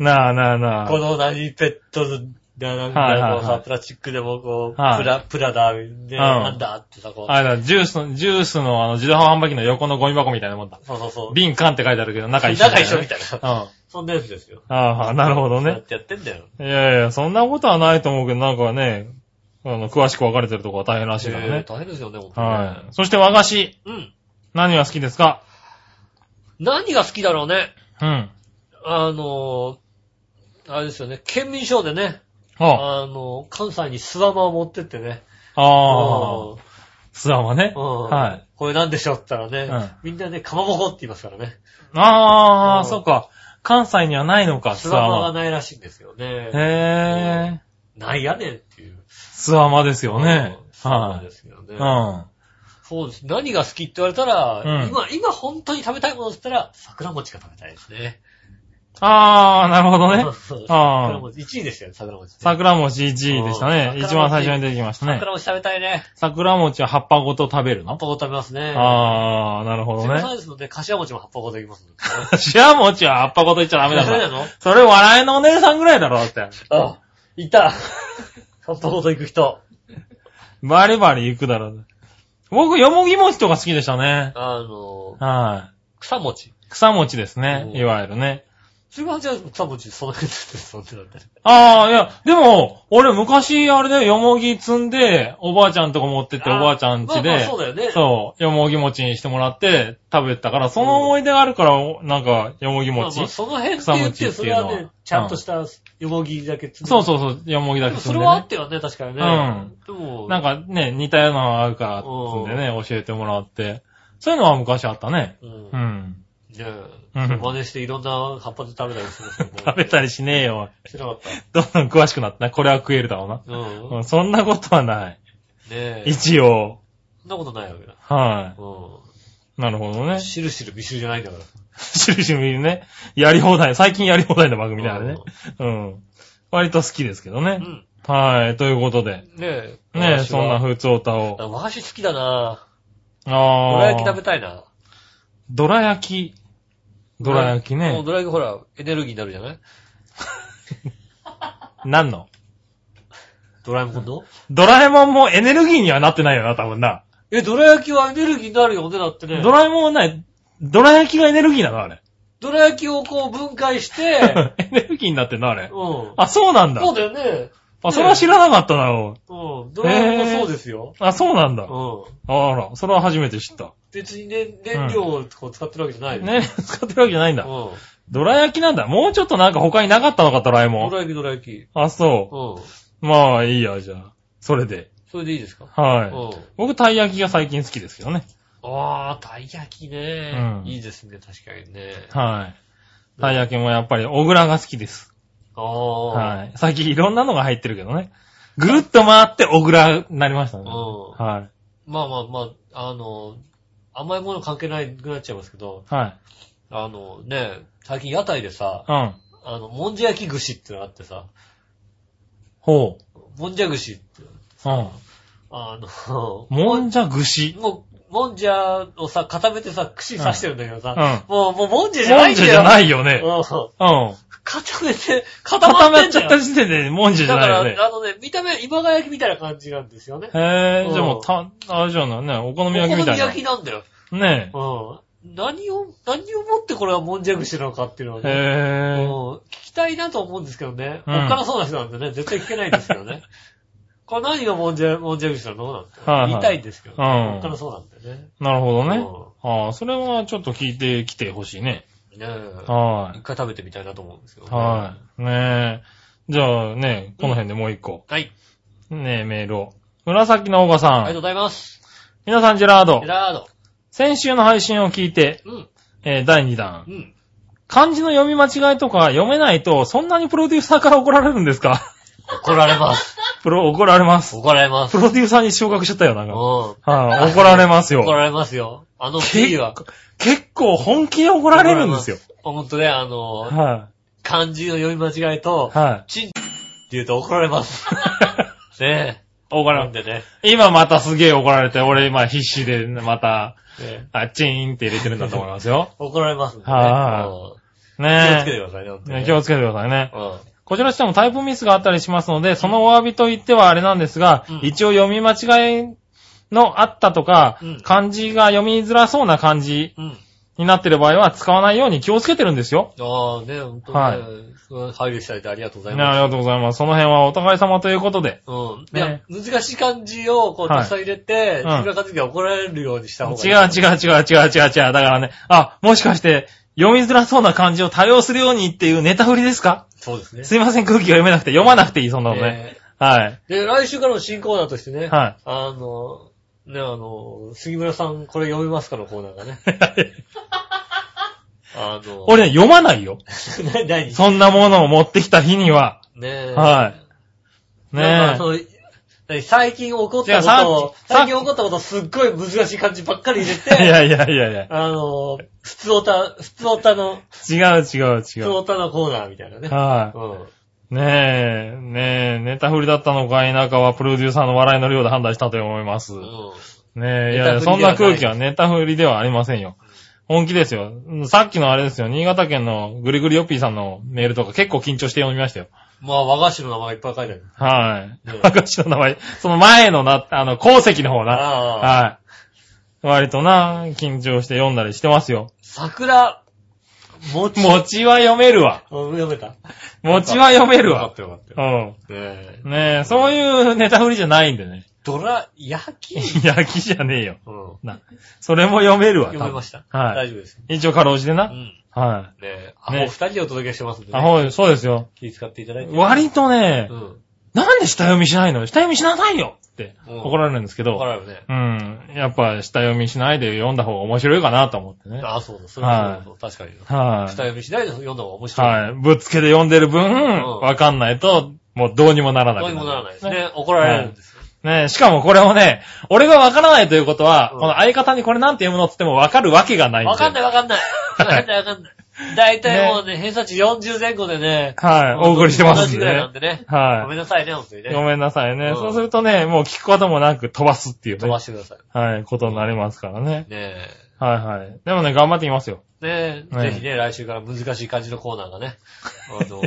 Speaker 3: なあなあなあ。
Speaker 2: この何ペットだなん
Speaker 3: はいはい
Speaker 2: か
Speaker 3: はい
Speaker 2: こうさ、プラスチックでもこう、
Speaker 3: はい
Speaker 2: プラ、プラだ、ね、
Speaker 3: ん
Speaker 2: なんだってさ、こう。
Speaker 3: あれだ、ジュースの、ジュースのあの自動販売機の横のゴミ箱みたいなもんだ。
Speaker 2: そうそうそう。
Speaker 3: 瓶缶って書いてあるけど、中一緒、
Speaker 2: 仲一緒みたいな。
Speaker 3: な。うん。
Speaker 2: そんなやつですよ。
Speaker 3: ああ、なるほど
Speaker 2: そうや
Speaker 3: ね
Speaker 2: っ。てやってんだよ。
Speaker 3: いやいや、そんなことはないと思うけど、なんかね、あの、詳しく分かれてるとこは大変らしいから
Speaker 2: え
Speaker 3: ね
Speaker 2: ー。大変ですよね、本当にね
Speaker 3: はい。そして和菓子。
Speaker 2: うん。
Speaker 3: 何が好きですか
Speaker 2: 何が好きだろうね。
Speaker 3: うん。
Speaker 2: あのー、あれですよね、県民賞でね、
Speaker 3: あ
Speaker 2: あのー、関西にスワマを持ってってね。
Speaker 3: あ
Speaker 2: うん
Speaker 3: あ、スワマね。
Speaker 2: うん
Speaker 3: はい。
Speaker 2: これなんでしょうって言ったらね、みんなね、かまぼこって言いますからね。う
Speaker 3: ああ、
Speaker 2: ん
Speaker 3: そっか。関西にはないのか、
Speaker 2: ス
Speaker 3: ス
Speaker 2: ワマが
Speaker 3: ワマ。
Speaker 2: ないらしいんですよね。
Speaker 3: へえ、
Speaker 2: ないやねんっていう。
Speaker 3: スワマですよね
Speaker 2: うん。そうなん
Speaker 3: は
Speaker 2: で
Speaker 3: い。
Speaker 2: すよ
Speaker 3: う
Speaker 2: ね
Speaker 3: ん。。あ
Speaker 2: そうです。何が好きって言われたら、
Speaker 3: うん
Speaker 2: 今、今本当に食べたいものって言ったら、桜餅が食べたいですね。
Speaker 3: あ、なるほどね。
Speaker 2: そう
Speaker 3: あー
Speaker 2: 桜餅、1位でしたよね、桜餅ね。
Speaker 3: 桜餅1位でしたね。
Speaker 2: うん
Speaker 3: 一番最初に出てきましたね。
Speaker 2: 桜餅食べたいね。
Speaker 3: 桜餅は葉っぱごと食べる
Speaker 2: 葉っ
Speaker 3: の
Speaker 2: ぱごと食べますね。
Speaker 3: ああ、なるほど
Speaker 2: ね。
Speaker 3: ね。
Speaker 2: サイズので、柏餅も葉っぱごとできますので。
Speaker 3: シアモチは葉っぱごと言っちゃ [laughs] ダメだ
Speaker 2: ダメな
Speaker 3: な。
Speaker 2: の
Speaker 3: それ笑いのお姉さんぐらいだろ、だって。
Speaker 2: あ、いた。葉っぱごと行く人。
Speaker 3: バリバリ行くだろ。僕、よもぎ餅とか好きでしたね。
Speaker 2: あの、
Speaker 3: は
Speaker 2: 草餅。
Speaker 3: い。草餅ですね
Speaker 2: う。ん
Speaker 3: いわゆるね。
Speaker 2: すぐはじゃ草餅、その辺で、そんなだったり。
Speaker 3: ああ、いや、でも、俺昔、あれだよ、よもぎ積んで、おばあちゃんとか持ってって、お
Speaker 2: あー
Speaker 3: ばあちゃん家
Speaker 2: まあまあ
Speaker 3: で、
Speaker 2: そうだよね。
Speaker 3: そう、よもぎ餅にしてもらって食べたから、その思い出があるから、おなんか、よもぎ
Speaker 2: まあま
Speaker 3: 餅
Speaker 2: あ、。その辺って言って、
Speaker 3: 草餅って
Speaker 2: そ
Speaker 3: い
Speaker 2: れ
Speaker 3: うのは
Speaker 2: はね、ちゃんとしたよもぎだけつ
Speaker 3: そう
Speaker 2: う。
Speaker 3: そうそう、よもぎ
Speaker 2: で
Speaker 3: だけ
Speaker 2: も
Speaker 3: 積
Speaker 2: そ
Speaker 3: んで
Speaker 2: れ
Speaker 3: ね。
Speaker 2: はあってはね、確かにね。
Speaker 3: うん。
Speaker 2: でも、
Speaker 3: なんかね、似たようなのがあるから、
Speaker 2: うん
Speaker 3: つんでね、教えてもらって。そういうのは昔あったね。
Speaker 2: う。
Speaker 3: うんん。
Speaker 2: じゃ
Speaker 3: う
Speaker 2: あ、
Speaker 3: ん
Speaker 2: 真似していろんな葉っぱで食べたりする。
Speaker 3: [laughs] 食べたりしねえよ。
Speaker 2: しなかっ
Speaker 3: どんどん詳しくなってな。これは食えるだろうな。
Speaker 2: た。うん。
Speaker 3: う
Speaker 2: ね
Speaker 3: んそんなことはない。
Speaker 2: え。
Speaker 3: 一応。
Speaker 2: そんなことないわけだ。
Speaker 3: は
Speaker 2: う
Speaker 3: い。なるほどね [laughs]
Speaker 2: ん。。しるしる美酒じゃないんだから。
Speaker 3: しるしる見るね。やり放題。最近やり放題の番組だからね。うん。割と好きですけど
Speaker 2: う
Speaker 3: ね。
Speaker 2: ん。
Speaker 3: はい。ということで。
Speaker 2: ねえ。
Speaker 3: ね
Speaker 2: 私は
Speaker 3: そんな風通歌を。
Speaker 2: あ和菓子好きだなぁ。
Speaker 3: ああ。
Speaker 2: どら焼き食べたいな。
Speaker 3: どら焼き。どら焼き
Speaker 2: も
Speaker 3: ね
Speaker 2: う。どら焼きほら、エネルギーになるじゃない
Speaker 3: 何の
Speaker 2: ドラえもんの
Speaker 3: ドラえもんもエネルギーにはなってないよな、多分な。
Speaker 2: え、どら焼きはエネルギーになるよね、だってね。
Speaker 3: ドラえもんはない、ドラ焼きがエネルギーなのあれ。
Speaker 2: どら焼きをこう分解して、
Speaker 3: [laughs] エネルギーになってんのあれ
Speaker 2: う。ん。
Speaker 3: あ、そうなんだ。
Speaker 2: そうだよね。
Speaker 3: あ、それは知らなかったな、おい
Speaker 2: うん。ドラえもんもそうですよ。
Speaker 3: あ、そうなんだ。
Speaker 2: うん。
Speaker 3: あら、それは初めて知った。
Speaker 2: 別にね、燃料をこう使ってるわけじゃないよ。
Speaker 3: ね、使ってるわけじゃないん
Speaker 2: う
Speaker 3: だ
Speaker 2: ん。。ど
Speaker 3: ドラ焼きなんだ。もうちょっとなんか他になかったのか、ドラえもん。
Speaker 2: ら焼きどら焼き。
Speaker 3: あ、そ
Speaker 2: うん。
Speaker 3: う。まあ、いいや、じゃあ。それで。
Speaker 2: それでいいですか
Speaker 3: は
Speaker 2: うん。
Speaker 3: い。僕、たい焼きが最近好きですけどね。
Speaker 2: ああ、たい焼きね、
Speaker 3: うん
Speaker 2: いいですね、確かにね。
Speaker 3: はい。たい焼きもやっぱり、小倉が好きです。
Speaker 2: ああ。
Speaker 3: はい。最近いろんなのが入ってるけどね。ぐるっと回って、小倉になりましたね。
Speaker 2: うん。
Speaker 3: はい。
Speaker 2: まあまあまあ、あの、甘いもの関係ないくなっちゃいますけど、
Speaker 3: はい。
Speaker 2: あのね、最近屋台でさ、
Speaker 3: うん。
Speaker 2: あの、もんじゃ焼き串ってのがあってさ、
Speaker 3: ほう。
Speaker 2: もんじゃ串って、
Speaker 3: うん。
Speaker 2: あの、
Speaker 3: もんじゃ串。
Speaker 2: もう、もんじゃをさ、固めてさ、串刺してるんだけどさ、
Speaker 3: う
Speaker 2: もう、もうもんじゃじゃ
Speaker 3: も
Speaker 2: なんいん
Speaker 3: じ
Speaker 2: だ
Speaker 3: ゃ
Speaker 2: よ。。
Speaker 3: じゃないいよね。
Speaker 2: うん。
Speaker 3: うん。
Speaker 2: 固めて、固ま
Speaker 3: 固
Speaker 2: って
Speaker 3: ま
Speaker 2: ん
Speaker 3: っ
Speaker 2: じ
Speaker 3: ち
Speaker 2: ゃ
Speaker 3: ゃ
Speaker 2: ん
Speaker 3: った時点で、もんじゃじ
Speaker 2: だか
Speaker 3: ゃない
Speaker 2: ら、
Speaker 3: よね。
Speaker 2: あのね、見た目、今川焼きみたいな感じなんですよね。
Speaker 3: へ
Speaker 2: う
Speaker 3: え、
Speaker 2: ん
Speaker 3: じゃあもう、た、あれじゃないね、お好
Speaker 2: お
Speaker 3: み焼きみたい
Speaker 2: 焼きなんだよ。
Speaker 3: な。ね
Speaker 2: うん。何を、何をもってこれはもんじゃ串なのかっていうのは
Speaker 3: え。
Speaker 2: ね、
Speaker 3: へえ。
Speaker 2: もう聞きたいなと思うんですけどね。
Speaker 3: う
Speaker 2: お
Speaker 3: ん
Speaker 2: っかなそうな人なんでね、絶対聞けないんですけど
Speaker 3: [laughs]
Speaker 2: ね。これ何がもんじゃ、もんじゃ串なのなんて
Speaker 3: はいはい
Speaker 2: 言いたいんですけどね。
Speaker 3: うん
Speaker 2: おっかなそうなんでね。
Speaker 3: なるほどね。
Speaker 2: う
Speaker 3: ああ、それはちょっと聞いてきてほしいね。
Speaker 2: んねえ
Speaker 3: は
Speaker 2: 一回食べてみたいなと思うんですけど
Speaker 3: い。
Speaker 2: ね。
Speaker 3: はい。ねえ。じゃあね、この辺でもう一個。
Speaker 2: はい。
Speaker 3: ねえ、メールを。紫のオーガ
Speaker 2: あり
Speaker 3: さ。
Speaker 2: がとうんございます。
Speaker 3: 皆さん、ジェラード
Speaker 2: ジェ。ラード。
Speaker 3: 先週の配信を聞いて、
Speaker 2: うん。
Speaker 3: えー第2弾。
Speaker 2: うん。
Speaker 3: 漢字の読み間違いとか読めないと、そんなにプロデューサーから怒られるんですか [laughs]
Speaker 2: 怒られます。
Speaker 3: プロ、怒られます。
Speaker 2: 怒られます。
Speaker 3: [laughs] プロデューサーに昇格しちゃったよ、なん
Speaker 2: う
Speaker 3: か。
Speaker 2: ん。
Speaker 3: は
Speaker 2: 怒
Speaker 3: い怒られま
Speaker 2: [laughs]
Speaker 3: すよ。
Speaker 2: られますよ。あの P は。
Speaker 3: 結構本気で怒られるんですよ。
Speaker 2: ほんとね、あの、
Speaker 3: は
Speaker 2: 漢字の読み間違い
Speaker 3: い。
Speaker 2: と、
Speaker 3: はい。
Speaker 2: チンって言うと怒られ
Speaker 3: [laughs]
Speaker 2: ます。ね
Speaker 3: 怒
Speaker 2: え。
Speaker 3: ら
Speaker 2: な
Speaker 3: れ
Speaker 2: んでね。
Speaker 3: 今またすげえ怒られて、俺今必死でまた、
Speaker 2: ね
Speaker 3: あ、チーンって入れてるんだと思いますよ。
Speaker 2: 怒られますんでね。
Speaker 3: は
Speaker 2: うん気を
Speaker 3: ね
Speaker 2: つけて
Speaker 3: え。
Speaker 2: くださいね、ほんとに
Speaker 3: ね
Speaker 2: ね
Speaker 3: 気をつけてくださいね。
Speaker 2: うん。
Speaker 3: こちらとしてもタイプミスがあったりしますので、そのお詫びと言ってはあれなんですが、
Speaker 2: うん
Speaker 3: 一応読み間違いのあったとか、
Speaker 2: うん
Speaker 3: 漢字が読みづらそうな漢字
Speaker 2: うん。
Speaker 3: になってる場合は使わないように気をつけてるんですよ。
Speaker 2: ああ、ね、ほんと
Speaker 3: は
Speaker 2: ね、すごい配慮していただいてありがとうござい
Speaker 3: ねあ
Speaker 2: ま
Speaker 3: り
Speaker 2: す。
Speaker 3: がとうございます。その辺はお互い様ということで、
Speaker 2: うん。いや
Speaker 3: ね、
Speaker 2: 難しい漢字をこう、
Speaker 3: はい
Speaker 2: たくさん入れて、
Speaker 3: うん
Speaker 2: 自分が漢字が怒られるようにした方がいい。
Speaker 3: 違う違う違う違う違う違う。だからね、あ、もしかして、読みづらそうな漢字を多用するようにっていうネタ振りですか
Speaker 2: そうですね。
Speaker 3: すいません、空気が読めなくて、読まなくていい、そんなのね。
Speaker 2: え
Speaker 3: はい。
Speaker 2: ーで、来週からの新コーナーとしてね、
Speaker 3: はい
Speaker 2: あの、ね、あの、杉村さん、これ読めますかのコーナー
Speaker 3: [laughs]
Speaker 2: がね。あの、
Speaker 3: 俺ね、読まな
Speaker 2: [laughs]
Speaker 3: いよ。
Speaker 2: な何
Speaker 3: そんなものを持ってきた日には。
Speaker 2: ねえ。。
Speaker 3: はい
Speaker 2: なん
Speaker 3: ね
Speaker 2: かその何最近起こったこ
Speaker 3: じゃあ
Speaker 2: とを、
Speaker 3: さっき
Speaker 2: 最近起こったことをすっごい難しい漢字ばっかり入れ
Speaker 3: え。い
Speaker 2: て、
Speaker 3: やいやいやいや。
Speaker 2: あの、普通おた、普通おたの、
Speaker 3: 違う違う違
Speaker 2: 普通
Speaker 3: う。
Speaker 2: おたのコーナーみたいなね。
Speaker 3: は
Speaker 2: うん。
Speaker 3: い。ねえ、ねえ、ネタ振りだったのか否かはプロデューサーの笑いの量で判断したと思います。
Speaker 2: うん。
Speaker 3: ねえ、いやいや、
Speaker 2: ネタ
Speaker 3: そ
Speaker 2: 振り
Speaker 3: ん
Speaker 2: ではな
Speaker 3: ない空気はネタ振りではありませんよ。本気ですよ。うんさっきのあれですよ、新潟県のぐりぐりよっぴーさんのメールとか結構緊張して読みましたよ。
Speaker 2: まあ、和菓子の名前いっぱい書いてある。
Speaker 3: はい
Speaker 2: うん。
Speaker 3: 和菓子の名前、その前のな、あの、鉱石の方な。
Speaker 2: ああ。
Speaker 3: はい。割とな、緊張して読んだりしてますよ。
Speaker 2: 桜、餅。
Speaker 3: 餅は読めるわ。
Speaker 2: うん読めた
Speaker 3: 餅は読める
Speaker 2: よか
Speaker 3: わ
Speaker 2: っ。たよかった
Speaker 3: う
Speaker 2: よ。
Speaker 3: ん。
Speaker 2: ねえ。
Speaker 3: ねえ、そういうネタ振りじゃないんでね。
Speaker 2: ドラ、焼きうん。
Speaker 3: 焼きじゃねえよ。
Speaker 2: 読
Speaker 3: な。それも読めるわ。
Speaker 2: めました。
Speaker 3: はい
Speaker 2: 大丈夫です。
Speaker 3: た。一応かろうじて
Speaker 2: う
Speaker 3: な。
Speaker 2: ん。
Speaker 3: は
Speaker 2: ねえ。ア
Speaker 3: ね
Speaker 2: ホ二人でお届けしてますん
Speaker 3: い。
Speaker 2: で
Speaker 3: あ、
Speaker 2: ね。
Speaker 3: ほう、そうですよ。
Speaker 2: 気遣っていただいて。
Speaker 3: 割とね
Speaker 2: う、ん。
Speaker 3: なんで下読みしないの下読みしなさいよって
Speaker 2: うん
Speaker 3: 怒られるんですけ
Speaker 2: わか
Speaker 3: ど、
Speaker 2: らんよね。
Speaker 3: うん。やっぱ下読みしないで読んだ方が面白いかなと思ってね。
Speaker 2: ああ、そうだ、それはそうだ、確かに。
Speaker 3: は
Speaker 2: 二
Speaker 3: い。
Speaker 2: 読みしないで読んだ方が面白い。
Speaker 3: はい。ぶっつけで読んでる分、
Speaker 2: ん
Speaker 3: わかんないと、もうどうにもならな
Speaker 2: ど
Speaker 3: く
Speaker 2: うにもならないです
Speaker 3: ね。
Speaker 2: ね。怒られるんですよ。
Speaker 3: ねしかもこれをね、俺がわからないということは、
Speaker 2: うん
Speaker 3: この相方にこれなんて読むのって言ってもわかるわけがないんで。
Speaker 2: わかんないわかんない。わかんないわかんない。大体もうね、偏差値40前後でね。
Speaker 3: はい。お送りしてます
Speaker 2: 同じ
Speaker 3: ん
Speaker 2: ぐ
Speaker 3: で
Speaker 2: らいなん
Speaker 3: ね。
Speaker 2: でね。ご
Speaker 3: は
Speaker 2: めんなさいね、本当に
Speaker 3: い。
Speaker 2: ね
Speaker 3: ご。めんなさいね。
Speaker 2: うん
Speaker 3: そうするとね、もう聞くこともなく飛ばすっていう
Speaker 2: 飛ば
Speaker 3: ね。
Speaker 2: してください。
Speaker 3: はい、ことになりますからね。
Speaker 2: ね
Speaker 3: はいはい。でもね、頑張ってみますよ。
Speaker 2: え。ねえ、
Speaker 3: ねえ
Speaker 2: ぜひね、来週から難しい感じのコーナーがね。あ
Speaker 3: [laughs]
Speaker 2: の、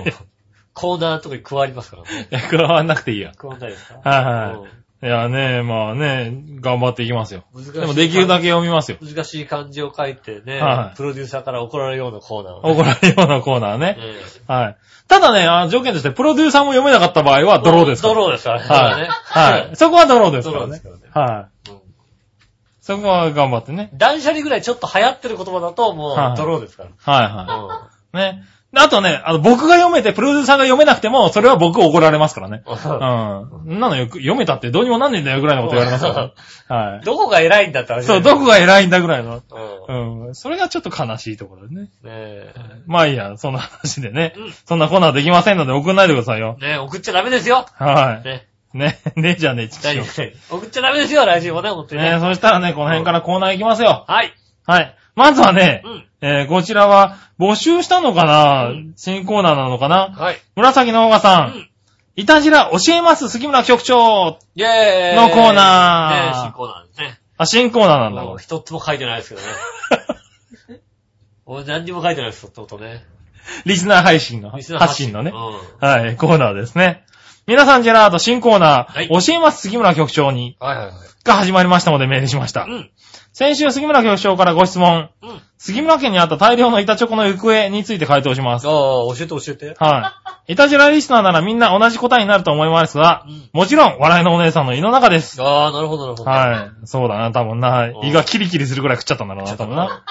Speaker 2: コーナーのとかに加わりますからね。
Speaker 3: いや加わんなくていいや。
Speaker 2: 加わんないですか
Speaker 3: はいはい。いやね、まあね、頑張っていきますよ。
Speaker 2: うん難しい。
Speaker 3: でもできるだ
Speaker 2: け。
Speaker 3: け読みますよ。
Speaker 2: 難しい漢字を書いてね、
Speaker 3: はい
Speaker 2: プロデューサーから怒られるようなコーナーをね、
Speaker 3: 怒られるようなコーナーね。
Speaker 2: ねえ
Speaker 3: はい。ただね、あの条件として、プロデューサーも読めなかった場合は、ドローですから。
Speaker 2: ドローですからね。
Speaker 3: はい。
Speaker 2: は
Speaker 3: はい。そこはドローですから
Speaker 2: ドローで
Speaker 3: ね
Speaker 2: すからね。
Speaker 3: はい。
Speaker 2: い。うん
Speaker 3: そこは頑張ってね。
Speaker 2: 断捨離ぐらいちょっと流行ってる言葉だとも
Speaker 3: はいう
Speaker 2: ドローですから。
Speaker 3: は
Speaker 2: うん
Speaker 3: いはい。ね。であとね、あの、僕が読めて、プロデューサーが読めなくても、それは僕怒られますから [laughs] ね。うん。んなのよく、読めたってどうにもなんねえんだよぐらいのこと言われますか
Speaker 2: [laughs]
Speaker 3: ら。はい。
Speaker 2: [laughs] どこが偉いんだって話だ
Speaker 3: そ
Speaker 2: よ
Speaker 3: う、
Speaker 2: ね
Speaker 3: どこが偉いんだぐらいの。
Speaker 2: う
Speaker 3: うん。それがちょっと悲しいところでね。
Speaker 2: ん。ね
Speaker 3: まあいいや、そんな話でね
Speaker 2: うん。
Speaker 3: そんなコーナーできませんので送んないでくださいよ
Speaker 2: え。。ねえ、送っちゃダメですよ。
Speaker 3: は
Speaker 2: ね。
Speaker 3: い。ね、ねえじゃねえ、ちきし
Speaker 2: 大丈
Speaker 3: ょ
Speaker 2: 夫です送っちゃダメですよ、来週もね、本当に
Speaker 3: ね
Speaker 2: ね。
Speaker 3: そしたらね、この辺からコーナー行きますよ。
Speaker 2: はい。
Speaker 3: はい。まずはね
Speaker 2: う、ん。
Speaker 3: えー、こちらは、募集したのか
Speaker 2: う
Speaker 3: な、
Speaker 2: ん
Speaker 3: 新コーナーなのかな
Speaker 2: はい。
Speaker 3: 紫のオガさん。
Speaker 2: うん
Speaker 3: いたじら教えます、杉村局長
Speaker 2: イェーイ
Speaker 3: のコーナー
Speaker 2: ねえ新コーナーですね。
Speaker 3: あ、新コーナーなんだ。
Speaker 2: もう一つも書いてないですけどね。俺何にも書いてないです、そっと
Speaker 3: [laughs]
Speaker 2: ね。
Speaker 3: [laughs] リスナー配信
Speaker 2: [laughs]
Speaker 3: の、
Speaker 2: リスナー
Speaker 3: 発信のね
Speaker 2: う。
Speaker 3: はい、コーナーですね。皆さん、ジェラート、新コーナー、
Speaker 2: はい
Speaker 3: 教えます、杉村局長に、
Speaker 2: ん。はいはいはい。
Speaker 3: が始まりましたのでメールしました。
Speaker 2: うん。
Speaker 3: 先週、杉村局長からご質問、
Speaker 2: うん。
Speaker 3: 杉村家にあった大量の板チョコの行方について回答します
Speaker 2: ああ、。教えて教えて。
Speaker 3: はい。イタジラリスナーならみんな同じ答えになると思いますが、
Speaker 2: うん
Speaker 3: もちろん、笑いのお姉さんの胃の中です。
Speaker 2: ああ、なるほどなるほど。
Speaker 3: はい。そうだな、多分な
Speaker 2: う。ん
Speaker 3: 胃がキリキリするくらい食っちゃったんだろうな、多分な。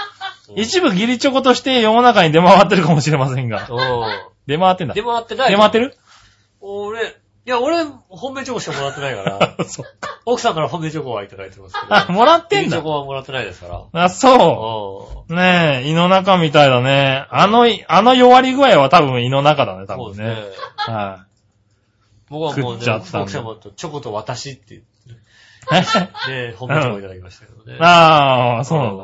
Speaker 2: うん。
Speaker 3: 一部ギリチョコとして世の中に出回ってるかもしれませんが。
Speaker 2: う
Speaker 3: 出回ってんだ。
Speaker 2: ん。出
Speaker 3: 出
Speaker 2: 回ってない。
Speaker 3: 回ってる
Speaker 2: 俺、いや、俺、本命チョコしかもらってないから
Speaker 3: [laughs] 。そっか。
Speaker 2: 奥さんから褒めチョコはいただいてますけど。
Speaker 3: [laughs] あ、もらってん
Speaker 2: チョ
Speaker 3: だ
Speaker 2: コ。はもらってないですから。
Speaker 3: あ、そ。
Speaker 2: そう
Speaker 3: ねえ、胃の中みたいだね。あの、あの弱り具合は多分胃の中だね、多
Speaker 2: う
Speaker 3: 分
Speaker 2: です
Speaker 3: ね。
Speaker 2: ね。
Speaker 3: は
Speaker 2: 僕はもうね、
Speaker 3: 食っちゃったんだ
Speaker 2: 奥様とチョコと私って言っ
Speaker 3: い。 [laughs]
Speaker 2: て、ね、褒めチョコをいただきましたけどね。
Speaker 3: ああ、そうなんだ。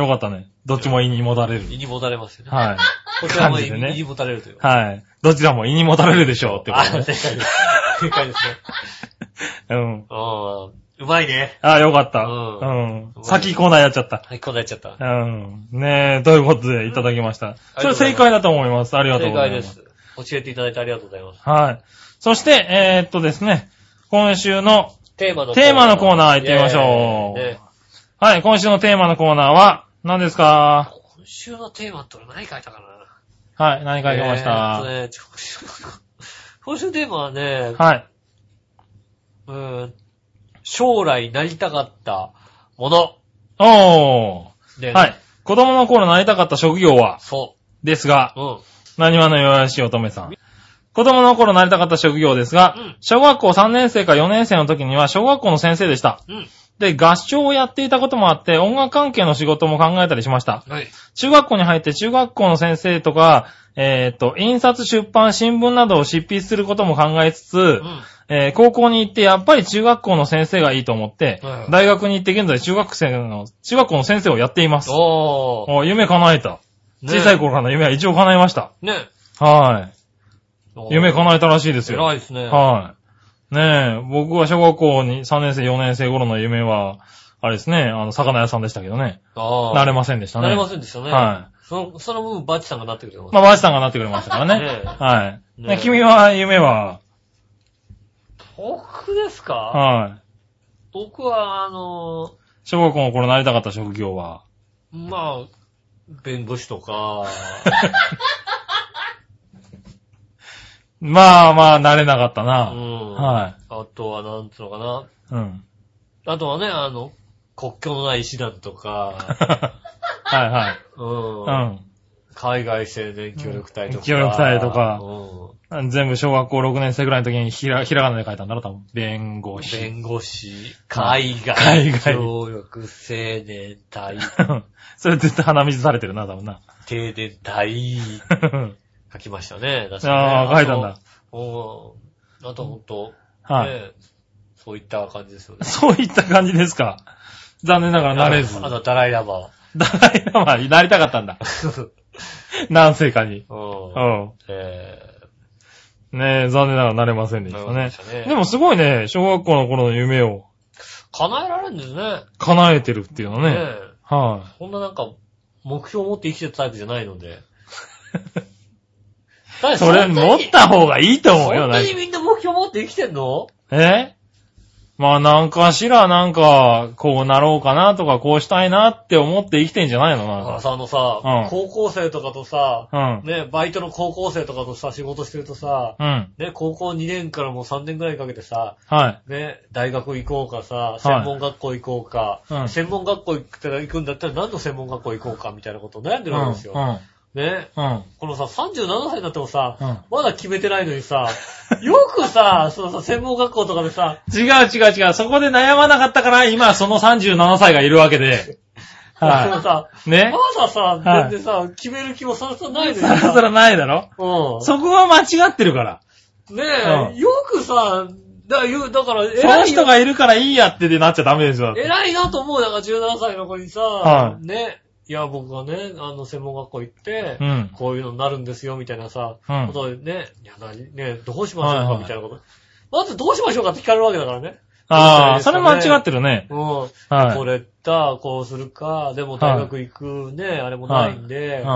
Speaker 3: よかったね。どっちも胃にもたれる
Speaker 2: うん。。胃にもたれますよね。
Speaker 3: はい。
Speaker 2: こちらも
Speaker 3: 感
Speaker 2: 胃
Speaker 3: じでね
Speaker 2: にもたれるという。
Speaker 3: はい。どちらも胃にもたれるでしょうってこ
Speaker 2: あ、
Speaker 3: と
Speaker 2: 正解
Speaker 3: ね
Speaker 2: で。す。正解ですね。
Speaker 3: うん。
Speaker 2: うん。うまいね。
Speaker 3: ああ、よかった。
Speaker 2: う
Speaker 3: うん
Speaker 2: ん。
Speaker 3: 先コーナーやっちゃった。
Speaker 2: はい、こんなやっちゃった。
Speaker 3: うん。ねえ、ということでいただきました。それ正解だと思います。ありがとう
Speaker 2: 正
Speaker 3: ござい
Speaker 2: 解
Speaker 3: ま。
Speaker 2: ですす。教えていただいてありがとうございます。
Speaker 3: はい。そして、えーっとですね、今週の、
Speaker 2: テーマの
Speaker 3: テーマのコーナー行ってみましょう
Speaker 2: イェーイね
Speaker 3: はい、今週のテーマのコーナーは、何ですか
Speaker 2: 今週のテーマって俺何書いたかな
Speaker 3: はい、何書いてまし
Speaker 2: えーっと
Speaker 3: た
Speaker 2: ね、ちょ今週の今週のテーマはね、
Speaker 3: はい。
Speaker 2: うーん将来なりたかったもの。
Speaker 3: お
Speaker 2: で
Speaker 3: ー。はい。。子供の頃なりたかった職業は
Speaker 2: そ
Speaker 3: ですが、
Speaker 2: う。うん。
Speaker 3: 何話の弱し乙女さん。子供の頃なりたかった職業ですが
Speaker 2: うん、
Speaker 3: 小学校3年生か4年生の時には小学校の先生でした。
Speaker 2: うん。
Speaker 3: で、合唱をやっていたこともあって、音楽関係の仕事も考えたりしました。
Speaker 2: はい。
Speaker 3: 中学校に入って中学校の先生とか、えーっと、印刷、出版、新聞などを執筆することも考えつつ、
Speaker 2: うん。
Speaker 3: えー高校に行ってやっぱり中学校の先生がいいと思って、
Speaker 2: はい
Speaker 3: 大学に行って現在中学生の、中学校の先生をやっています。
Speaker 2: おー。
Speaker 3: お夢叶えた。
Speaker 2: ね
Speaker 3: 小さい頃からの夢は一応叶えました。
Speaker 2: ね。
Speaker 3: はい。夢
Speaker 2: な
Speaker 3: 叶えたらしいですよ。
Speaker 2: 偉いですね。
Speaker 3: はい。ねえ、僕は小学校に3年生、4年生頃の夢は、あれですね、あの、魚屋さんでしたけどね。
Speaker 2: あー
Speaker 3: なれませんでしたね。
Speaker 2: なれませんでしたね。。
Speaker 3: はい
Speaker 2: その、その分、バッチさんがなってくれます。
Speaker 3: まあ、バーチさんがなってくれましたからね。
Speaker 2: [laughs] ねえ
Speaker 3: はい。
Speaker 2: ねえ
Speaker 3: ね君は、夢は、
Speaker 2: 僕ですか
Speaker 3: はい。
Speaker 2: 僕は、あの、
Speaker 3: 小学校の頃なりたかった職業は、
Speaker 2: まあ、弁護士と
Speaker 3: [laughs]
Speaker 2: か、
Speaker 3: まあまあ、なれなかった
Speaker 2: う
Speaker 3: な。
Speaker 2: ん。。
Speaker 3: はい
Speaker 2: あとは、なんつうのかな。
Speaker 3: うん。 [laughs]
Speaker 2: あとはね、あの、国境のない医師団とか、
Speaker 3: はいはい。
Speaker 2: うん。
Speaker 3: う
Speaker 2: 海外青年協力隊とか。
Speaker 3: 協力隊とか
Speaker 2: うん
Speaker 3: ん。全部小学校6年生ぐらいの時にひら、ひらがなで書いたんだろ、多分。弁護士。
Speaker 2: 弁護士、海外、
Speaker 3: 海外
Speaker 2: 協力青年
Speaker 3: [laughs]
Speaker 2: 隊、
Speaker 3: それ絶対鼻水されてるな、多分な。
Speaker 2: 停電隊、書きましたね。確かね
Speaker 3: ああ、書いたんだ。。
Speaker 2: とうん。あとほんと、
Speaker 3: [laughs] は
Speaker 2: ね
Speaker 3: い。
Speaker 2: えそういった感じですよね。
Speaker 3: そういった感じですか。残念ながらなれず。
Speaker 2: あの、ダライラマは。
Speaker 3: ダライラマになりたかっ
Speaker 2: [laughs]
Speaker 3: たんだ。何世かに。
Speaker 2: う。
Speaker 3: うんん。
Speaker 2: ええ
Speaker 3: ねえ、残念ながらなれませんでした
Speaker 2: なり
Speaker 3: ね
Speaker 2: ましたね。
Speaker 3: でもすごいね、小学校の頃の夢を
Speaker 2: 叶えられるんですね。
Speaker 3: 叶えてるっていうのは
Speaker 2: ね
Speaker 3: ね。
Speaker 2: え [laughs]
Speaker 3: は
Speaker 2: こんななんか、目標を持って生きてたタイプじゃないので。だって
Speaker 3: い。それ
Speaker 2: んなに
Speaker 3: 持った方がいいと思うよ、
Speaker 2: 本当
Speaker 3: なん
Speaker 2: に
Speaker 3: か
Speaker 2: みんな目標持って生きてんの
Speaker 3: えまあなんかしらなんか、こうなろうかなとか、こうしたいなって思って生きてんじゃないのなん
Speaker 2: あ
Speaker 3: か
Speaker 2: さ、あのさ、
Speaker 3: うん
Speaker 2: 高校生とかとさ、
Speaker 3: うん。
Speaker 2: ね、バイトの高校生とかとさ、仕事してるとさ、
Speaker 3: うん。
Speaker 2: ね、高校2年からもう3年くらいかけてさ、
Speaker 3: はい。
Speaker 2: ね、大学行こうかさ、
Speaker 3: い
Speaker 2: 専門学校行こうか、
Speaker 3: うん
Speaker 2: 専門学校行く行くんだったら何の専門学校行こうかみたいなこと悩ん
Speaker 3: う
Speaker 2: でる
Speaker 3: ん。う
Speaker 2: わ
Speaker 3: ん。
Speaker 2: けですよ。ね、
Speaker 3: うん。
Speaker 2: このさ、37歳になってもさ、
Speaker 3: うん
Speaker 2: まだ決めてないのに
Speaker 3: [laughs]
Speaker 2: さ、よくさ、そのさ、専門学校とかでさ、
Speaker 3: 違う違う違う。そこで悩まなかったから、今その37歳がいるわけで。
Speaker 2: その
Speaker 3: は
Speaker 2: さ、
Speaker 3: い。ね
Speaker 2: ま。ださ、
Speaker 3: はい
Speaker 2: 全然さ、決める気もさらさらないのに
Speaker 3: さ
Speaker 2: さ。
Speaker 3: らさらないだろ
Speaker 2: う
Speaker 3: そこは間違ってるから。
Speaker 2: ん。ねえ、
Speaker 3: うん
Speaker 2: よくさ、だよだから、
Speaker 3: その
Speaker 2: 偉い
Speaker 3: 人
Speaker 2: な、
Speaker 3: がいるからいいやってでなっちゃダメですよ。だって
Speaker 2: 偉いなと思う、だから17歳の子にさ、
Speaker 3: はい
Speaker 2: ね、いや、僕はね、あの、専門学校行って、
Speaker 3: うん
Speaker 2: こういうのになるんですよ、みたいなさ、
Speaker 3: うん
Speaker 2: ことでね、いや、なに、ね、どうしましょう
Speaker 3: はいは
Speaker 2: か、
Speaker 3: い
Speaker 2: みたいなこと。まずどうしましょうかって聞かれるわけだからね。
Speaker 3: ああ、
Speaker 2: そ
Speaker 3: そうれ
Speaker 2: ですよね
Speaker 3: 間違ってるね。
Speaker 2: うん。
Speaker 3: はい
Speaker 2: これだ、こうするか、でも大学行くね、あれもないん
Speaker 3: う
Speaker 2: で、
Speaker 3: ん。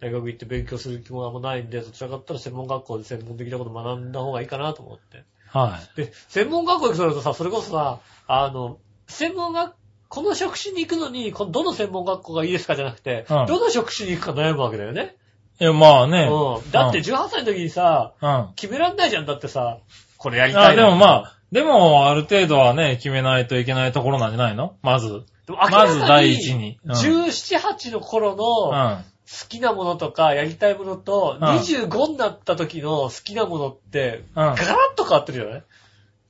Speaker 2: 大学行って勉強する気もあんまないんで、どちらかって言ったら専門学校で専門的なこと学んだ方がいいかなと思って。
Speaker 3: は
Speaker 2: で、専門学校行くとなるとさ、それこそさ、あの、専門学、この職種に行くのに、こどの専門学校がいいですかじゃなくて、
Speaker 3: うん
Speaker 2: どの職種に行くか悩むわけだよね。
Speaker 3: い。いや、まあね。
Speaker 2: うん。だって18歳の時にさ、
Speaker 3: うん。あ、
Speaker 2: 決めらんないじゃん。だってさ、これやりたい
Speaker 3: で
Speaker 2: な
Speaker 3: もまあ、でも、ある程度はね、決めないといけないところなんじゃないのまず。
Speaker 2: でも明らか
Speaker 3: まず第一に。うん。うん。
Speaker 2: 17、8の頃の、
Speaker 3: あ
Speaker 2: 好きなものとかやりたいものと、
Speaker 3: うん
Speaker 2: 25になった時の好きなものって、
Speaker 3: うん
Speaker 2: ガラッと変わってるよね。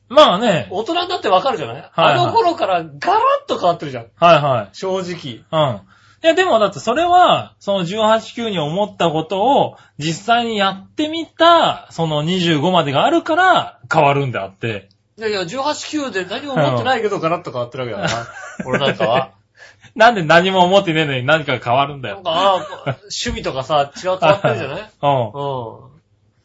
Speaker 3: まあね。
Speaker 2: 大人になってわかるじゃない、
Speaker 3: はい
Speaker 2: あの頃からガラッと変わってるじゃん。
Speaker 3: はいはい。
Speaker 2: 正直。
Speaker 3: うん。いや、でもだってそれは、その18、9に思ったことを実際にやってみた、その25までがあるから変わるんであって。
Speaker 2: いやいや、18、9で何も持ってないけどガラッと変わってるわけだな。俺なんかは。
Speaker 3: なんで何も思って [laughs] ねえのに何かが変わるんだ
Speaker 2: なん
Speaker 3: よ。
Speaker 2: か、ああこ趣味とかさ、違う変わってるじゃないう
Speaker 3: うん。
Speaker 2: ん。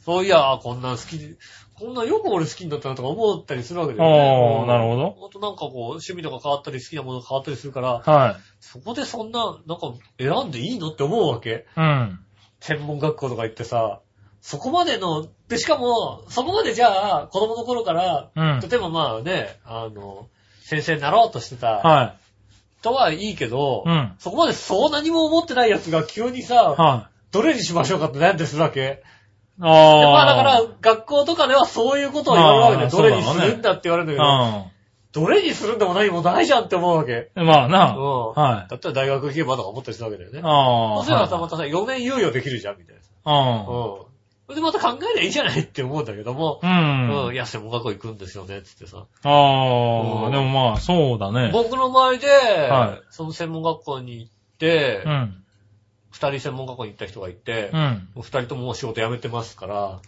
Speaker 2: そういや、こんなん好きで、こんなんよく俺好きになったなとか思ったりするわけだよね。
Speaker 3: おーなるほど
Speaker 2: あとなんかこう、趣味とか変わったり好きなものが変わったりするから、
Speaker 3: はい。
Speaker 2: そこでそんな、なんか選んでいいのって思うわけ。
Speaker 3: うん。
Speaker 2: 専門学校とか行ってさ、そこまでの、で、しかも、そこまでじゃあ、子供の頃から、
Speaker 3: うん。
Speaker 2: 例えばまあね、あの、先生になろうとしてた、
Speaker 3: は
Speaker 2: とはいいけど
Speaker 3: い。う、ん。
Speaker 2: そこまでそう何も思ってない奴が急にさ、
Speaker 3: はい。
Speaker 2: どれにしましょうかって悩んでするわけ。
Speaker 3: ああ。
Speaker 2: まあだから、学校とかではそういうことを言われるわけで、
Speaker 3: あー
Speaker 2: どれに
Speaker 3: そう
Speaker 2: す
Speaker 3: だろうね
Speaker 2: るんだって言われるんだけど、どれにするんでも何もないじゃんって思うわけ。
Speaker 3: うん。まあ
Speaker 2: うん。
Speaker 3: な。はい。
Speaker 2: だったら大学行けばとか思ったりするわけだよね。
Speaker 3: あ
Speaker 2: そ
Speaker 3: あ。
Speaker 2: うすればさ、またさ、4年猶予できるじゃん、みたいな。うん。それでまた考えりゃいいじゃないって思うんだけども、
Speaker 3: うん。う
Speaker 2: うんん。い。や、専門学校行くんですよね、つってさ。
Speaker 3: あ
Speaker 2: う
Speaker 3: あ、
Speaker 2: ん
Speaker 3: でもまあ、そうだね。
Speaker 2: 僕の周りで
Speaker 3: はい、
Speaker 2: その専門学校に行って
Speaker 3: う、ん。
Speaker 2: 2人専門学校に行った人がいて
Speaker 3: う、ん。
Speaker 2: 2人とももう仕事辞めてますから、
Speaker 3: あ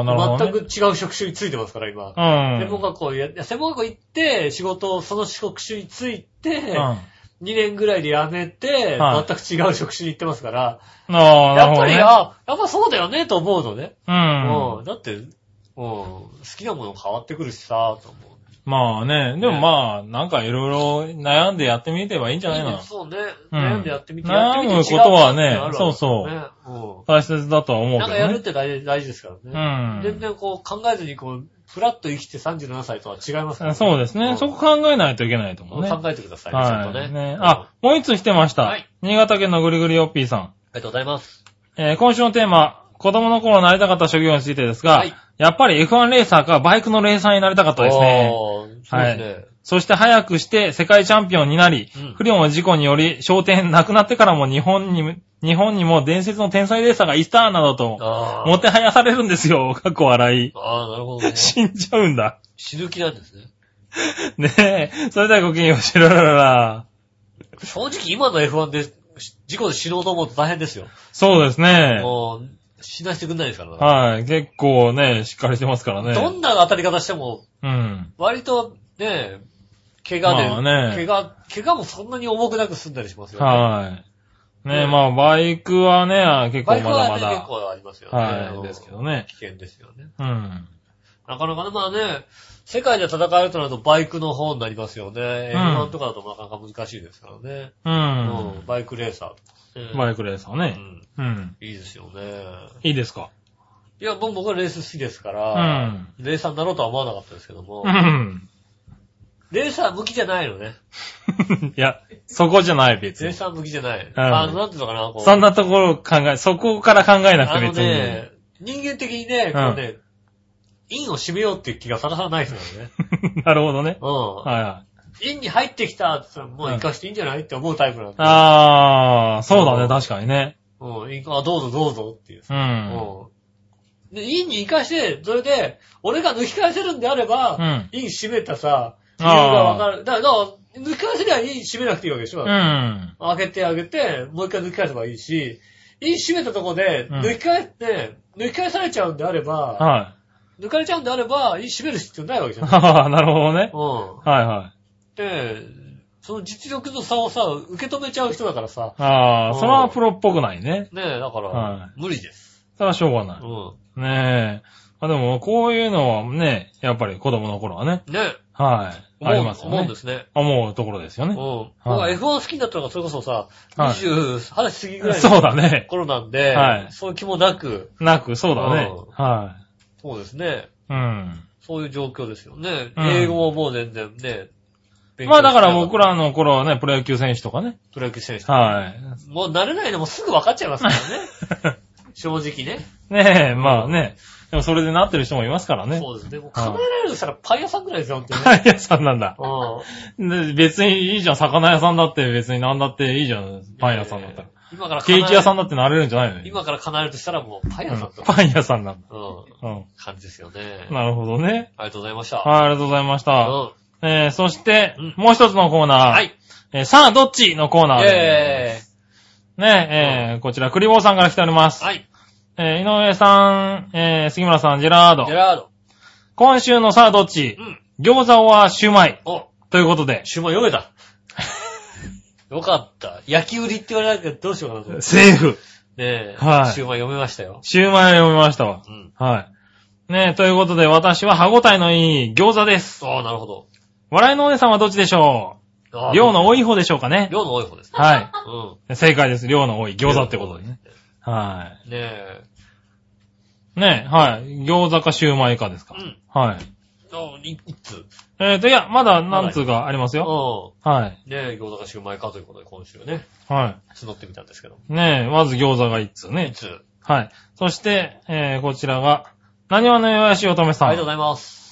Speaker 3: あ、なるほど、
Speaker 2: 全
Speaker 3: ね。
Speaker 2: く違う職種についてますから、今。
Speaker 3: うん。
Speaker 2: 専門学校や、いや専門学校行って、仕事をその職種について、
Speaker 3: うん。あ
Speaker 2: 2年ぐらいで辞めて、
Speaker 3: はい
Speaker 2: 全く違う職種に行ってますから、
Speaker 3: あ、な
Speaker 2: や
Speaker 3: る
Speaker 2: っ
Speaker 3: ほど、
Speaker 2: ぱ
Speaker 3: ね。
Speaker 2: り、あ、やっぱそうだよね、と思うのね。
Speaker 3: うん。
Speaker 2: うん。だって、うん、好きなもの変わってくるしさ、と思う。
Speaker 3: まあね、でもまあ、なんかいろいろ悩んでやってみればいいんじゃない
Speaker 2: いいね
Speaker 3: の
Speaker 2: そうね。
Speaker 3: うん
Speaker 2: 悩んでやってみて、
Speaker 3: 悩む
Speaker 2: やってみて違う
Speaker 3: ことはね
Speaker 2: ってあるわけだよ
Speaker 3: そうそう
Speaker 2: ねうん
Speaker 3: 大切だとは思う
Speaker 2: なん
Speaker 3: けど
Speaker 2: かやるっ
Speaker 3: ね。
Speaker 2: て大事大事ですからね。全然こう考えずにこう、ふらっと生きて37歳とは違いますか
Speaker 3: う
Speaker 2: ら
Speaker 3: ん。そうですね。
Speaker 2: ん
Speaker 3: そこ考えないといけないと思うね。
Speaker 2: 考えてくださいね、ちゃんと
Speaker 3: は
Speaker 2: ね
Speaker 3: い。ね。あ、もう一つ来てました。
Speaker 2: はい
Speaker 3: 新潟県のぐりぐりよっぴーさん。
Speaker 2: ありがとうございます。
Speaker 3: えー今週のテーマ、子供の頃なりたかった職業についてですが、
Speaker 2: はい
Speaker 3: やっぱり F1 レーサーかバイクのレーサーになりたかったですね。
Speaker 2: おー。そうですね。
Speaker 3: そして早くして世界チャンピオンになり、
Speaker 2: うん
Speaker 3: 不慮の事故により焦点なくなってからも日本に、日本にも伝説の天才レーサーがいたなどと、
Speaker 2: あー
Speaker 3: もてはやされるんです
Speaker 2: [laughs]
Speaker 3: よ。かっこ笑い。
Speaker 2: あー、なるほどね。
Speaker 3: [laughs] 死んじゃうんだ。
Speaker 2: 死ぬ気なんですね。
Speaker 3: ねえ。それではごきげんよう、しらららら。
Speaker 2: 正直今の F1 で、し事故で死のうと思うと大変ですよ。
Speaker 3: そうですね。
Speaker 2: もう、死なしてくんないですからね
Speaker 3: はい。結構ね、しっかりしてますからね。
Speaker 2: どんな当たり方しても、
Speaker 3: うん。
Speaker 2: 割とね、怪我で、
Speaker 3: まあね
Speaker 2: 怪我、怪我もそんなに重くなく済んだりしますよ、ね。
Speaker 3: はい。ねえ、
Speaker 2: うん
Speaker 3: まあ、バイクはね、結
Speaker 2: バイク
Speaker 3: 構まだ
Speaker 2: は、ね、
Speaker 3: ま
Speaker 2: 結
Speaker 3: だ。
Speaker 2: 構ありますよね。
Speaker 3: はい
Speaker 2: うん
Speaker 3: ですけどね
Speaker 2: 危険ですよね。
Speaker 3: うん。
Speaker 2: なかなかね、まあね、世界で戦えるとなるとバイクの方になりますよね。
Speaker 3: うん
Speaker 2: F1 とかだとなかなか難しいですからね。う
Speaker 3: う
Speaker 2: ん
Speaker 3: ん。
Speaker 2: バイクレーサー。ね
Speaker 3: バイクレーサー
Speaker 2: う
Speaker 3: ね。
Speaker 2: ん
Speaker 3: うん。
Speaker 2: いいですよね。
Speaker 3: いいですか
Speaker 2: いや、僕僕はレース好きですか
Speaker 3: う
Speaker 2: ら、
Speaker 3: ん。
Speaker 2: レーサーになろうとは思わなかったですけども
Speaker 3: う、ん。
Speaker 2: レーサー向きじゃないのね。
Speaker 3: [laughs] いや、そこじゃない、別
Speaker 2: レー
Speaker 3: に。
Speaker 2: サー向きじゃない。あの、なんていうのかな、こう。
Speaker 3: そんなところを考え、そこから考えなく
Speaker 2: あ
Speaker 3: て
Speaker 2: の
Speaker 3: 別に。
Speaker 2: ね、人間的にね、こうね、インを締めようっていう気がさらさらない人なのね。
Speaker 3: [laughs] なるほどね。
Speaker 2: う
Speaker 3: はいはい。
Speaker 2: ん。インに入ってきたって言ったらもう生かしていいんじゃないって思うタイプなんで。
Speaker 3: あー、そうだ
Speaker 2: そう
Speaker 3: ね、確かにね。
Speaker 2: うん、インあ、どうぞどうぞっていう。
Speaker 3: う。
Speaker 2: うんん。で、インに生かして、それで、俺が抜き返せるんであれ
Speaker 3: う
Speaker 2: ば、
Speaker 3: ん。
Speaker 2: イン締めたさ、理由がわかる。だから、だから抜き返せりゃイン締めなくていいわけでしょ。
Speaker 3: うん。
Speaker 2: 開けてあげて、もう一回抜き返せばいいし、イン締めたとこで、
Speaker 3: うん
Speaker 2: 抜き返って、抜き返されちゃうんであれば、
Speaker 3: は
Speaker 2: 抜かれちゃうんであれば、閉める必要ないわけじ
Speaker 3: い。
Speaker 2: ゃない。
Speaker 3: [laughs] なるほどね。
Speaker 2: うん。
Speaker 3: はいはい。
Speaker 2: で、その実力の差をさ、受け止めちゃう人だからさ、
Speaker 3: あ
Speaker 2: う
Speaker 3: ー、
Speaker 2: ん
Speaker 3: それはプロっぽくないね。
Speaker 2: ねえ、だから、
Speaker 3: は
Speaker 2: 無理です。。
Speaker 3: それはしょうがないう
Speaker 2: ん。
Speaker 3: ねえ。あでも、こういうのはね、やっぱり子供の頃はね。
Speaker 2: ねえ、
Speaker 3: はい。
Speaker 2: 思う
Speaker 3: ありますよ
Speaker 2: 思うん
Speaker 3: ね
Speaker 2: で。すね。
Speaker 3: 思うところですよ
Speaker 2: うん。
Speaker 3: ね。
Speaker 2: 僕
Speaker 3: は
Speaker 2: はい F1 好きになったのがそれこそさ、
Speaker 3: はい
Speaker 2: 20、二十過ぎぐらい
Speaker 3: そうだね。
Speaker 2: 頃なんで、
Speaker 3: はい
Speaker 2: そういう気もなく、
Speaker 3: なく、そうだね
Speaker 2: うん。
Speaker 3: は
Speaker 2: そうですね。
Speaker 3: い。うん。
Speaker 2: そういう状況ですよね。
Speaker 3: うん
Speaker 2: 英語ももう全然ね、勉強
Speaker 3: まあだから僕
Speaker 2: ら、
Speaker 3: らの頃はね、プロ野球選手とかね。
Speaker 2: プロ野球選手。 [laughs]
Speaker 3: は
Speaker 2: もう慣れないのもすぐ分かっちゃいますからね。正直ね。
Speaker 3: い。ねえ、まあね。でもそれでなってる人もいますからね。
Speaker 2: そうですね。もう考えられるしたらパン屋さんぐらいですよ、本当にね。
Speaker 3: パン屋さんなんだ。
Speaker 2: う
Speaker 3: で別にいいじゃん。魚屋さんだって別に何だっていいじゃん。
Speaker 2: ん。
Speaker 3: パン屋さんだったら。
Speaker 2: 今から叶
Speaker 3: ケ
Speaker 2: え
Speaker 3: ーキ屋さんだってなれるんじゃないの
Speaker 2: 今から叶えるとしたらもうパン屋さん
Speaker 3: う
Speaker 2: と
Speaker 3: ん
Speaker 2: か、
Speaker 3: パン屋さんなんだ。
Speaker 2: うん、
Speaker 3: うん。
Speaker 2: 感じですよね。
Speaker 3: なるほどね。
Speaker 2: ありがとうございました。
Speaker 3: はい、ありがとうございまし
Speaker 2: う
Speaker 3: た。
Speaker 2: ん
Speaker 3: えー、そして
Speaker 2: うん、
Speaker 3: もう一つのコーナー。
Speaker 2: はい。
Speaker 3: えーさあ、どっちのコーナーで
Speaker 2: え
Speaker 3: す。ね、えー、こちら、クリボーさんから来ております。
Speaker 2: ーはい。
Speaker 3: えー、井上さん、えー、杉村さん、ジェラード
Speaker 2: ジェ。ラード。
Speaker 3: 今週のさあ、どっち
Speaker 2: うん。
Speaker 3: 餃子はシューマイ。
Speaker 2: お、
Speaker 3: ということで、
Speaker 2: 注文読めた。 [laughs] よかった。焼き売りって言われたけどどうしようかなと思って。
Speaker 3: セーフ。
Speaker 2: ねえ。
Speaker 3: はい
Speaker 2: 注文読めましたよ。
Speaker 3: シューマイを読みましたわ
Speaker 2: う。ん。
Speaker 3: はい。ねえ、ということで、私は歯応えのいい餃子です。
Speaker 2: ああ、なるほど。
Speaker 3: 笑いのお姉さんはどっちでしょ
Speaker 2: あ
Speaker 3: う
Speaker 2: ー
Speaker 3: 量の多い方でしょうかね。
Speaker 2: 量の多い方ですね。
Speaker 3: は
Speaker 2: うん。
Speaker 3: い。正解です。量の多い餃子ってことで
Speaker 2: ね
Speaker 3: ね。。は
Speaker 2: ねえ。
Speaker 3: い。ねえ、はい。餃子かシューマイかです
Speaker 2: う
Speaker 3: か。
Speaker 2: ん。
Speaker 3: はい。
Speaker 2: あいいつ。
Speaker 3: えっ、と、いや、まだ何通かあります
Speaker 2: う
Speaker 3: よ。
Speaker 2: ん。
Speaker 3: はい。
Speaker 2: ねえ、餃子がシューマイかということで今週ね、
Speaker 3: は
Speaker 2: 募ってみたんですけど。
Speaker 3: い。ねえ、まず餃子が1通
Speaker 2: い
Speaker 3: ね。
Speaker 2: つ。
Speaker 3: はい。そして、えー、こちらが、何話のよやしおとめ
Speaker 2: あ
Speaker 3: さ
Speaker 2: りがとうござ
Speaker 3: ん。
Speaker 2: います。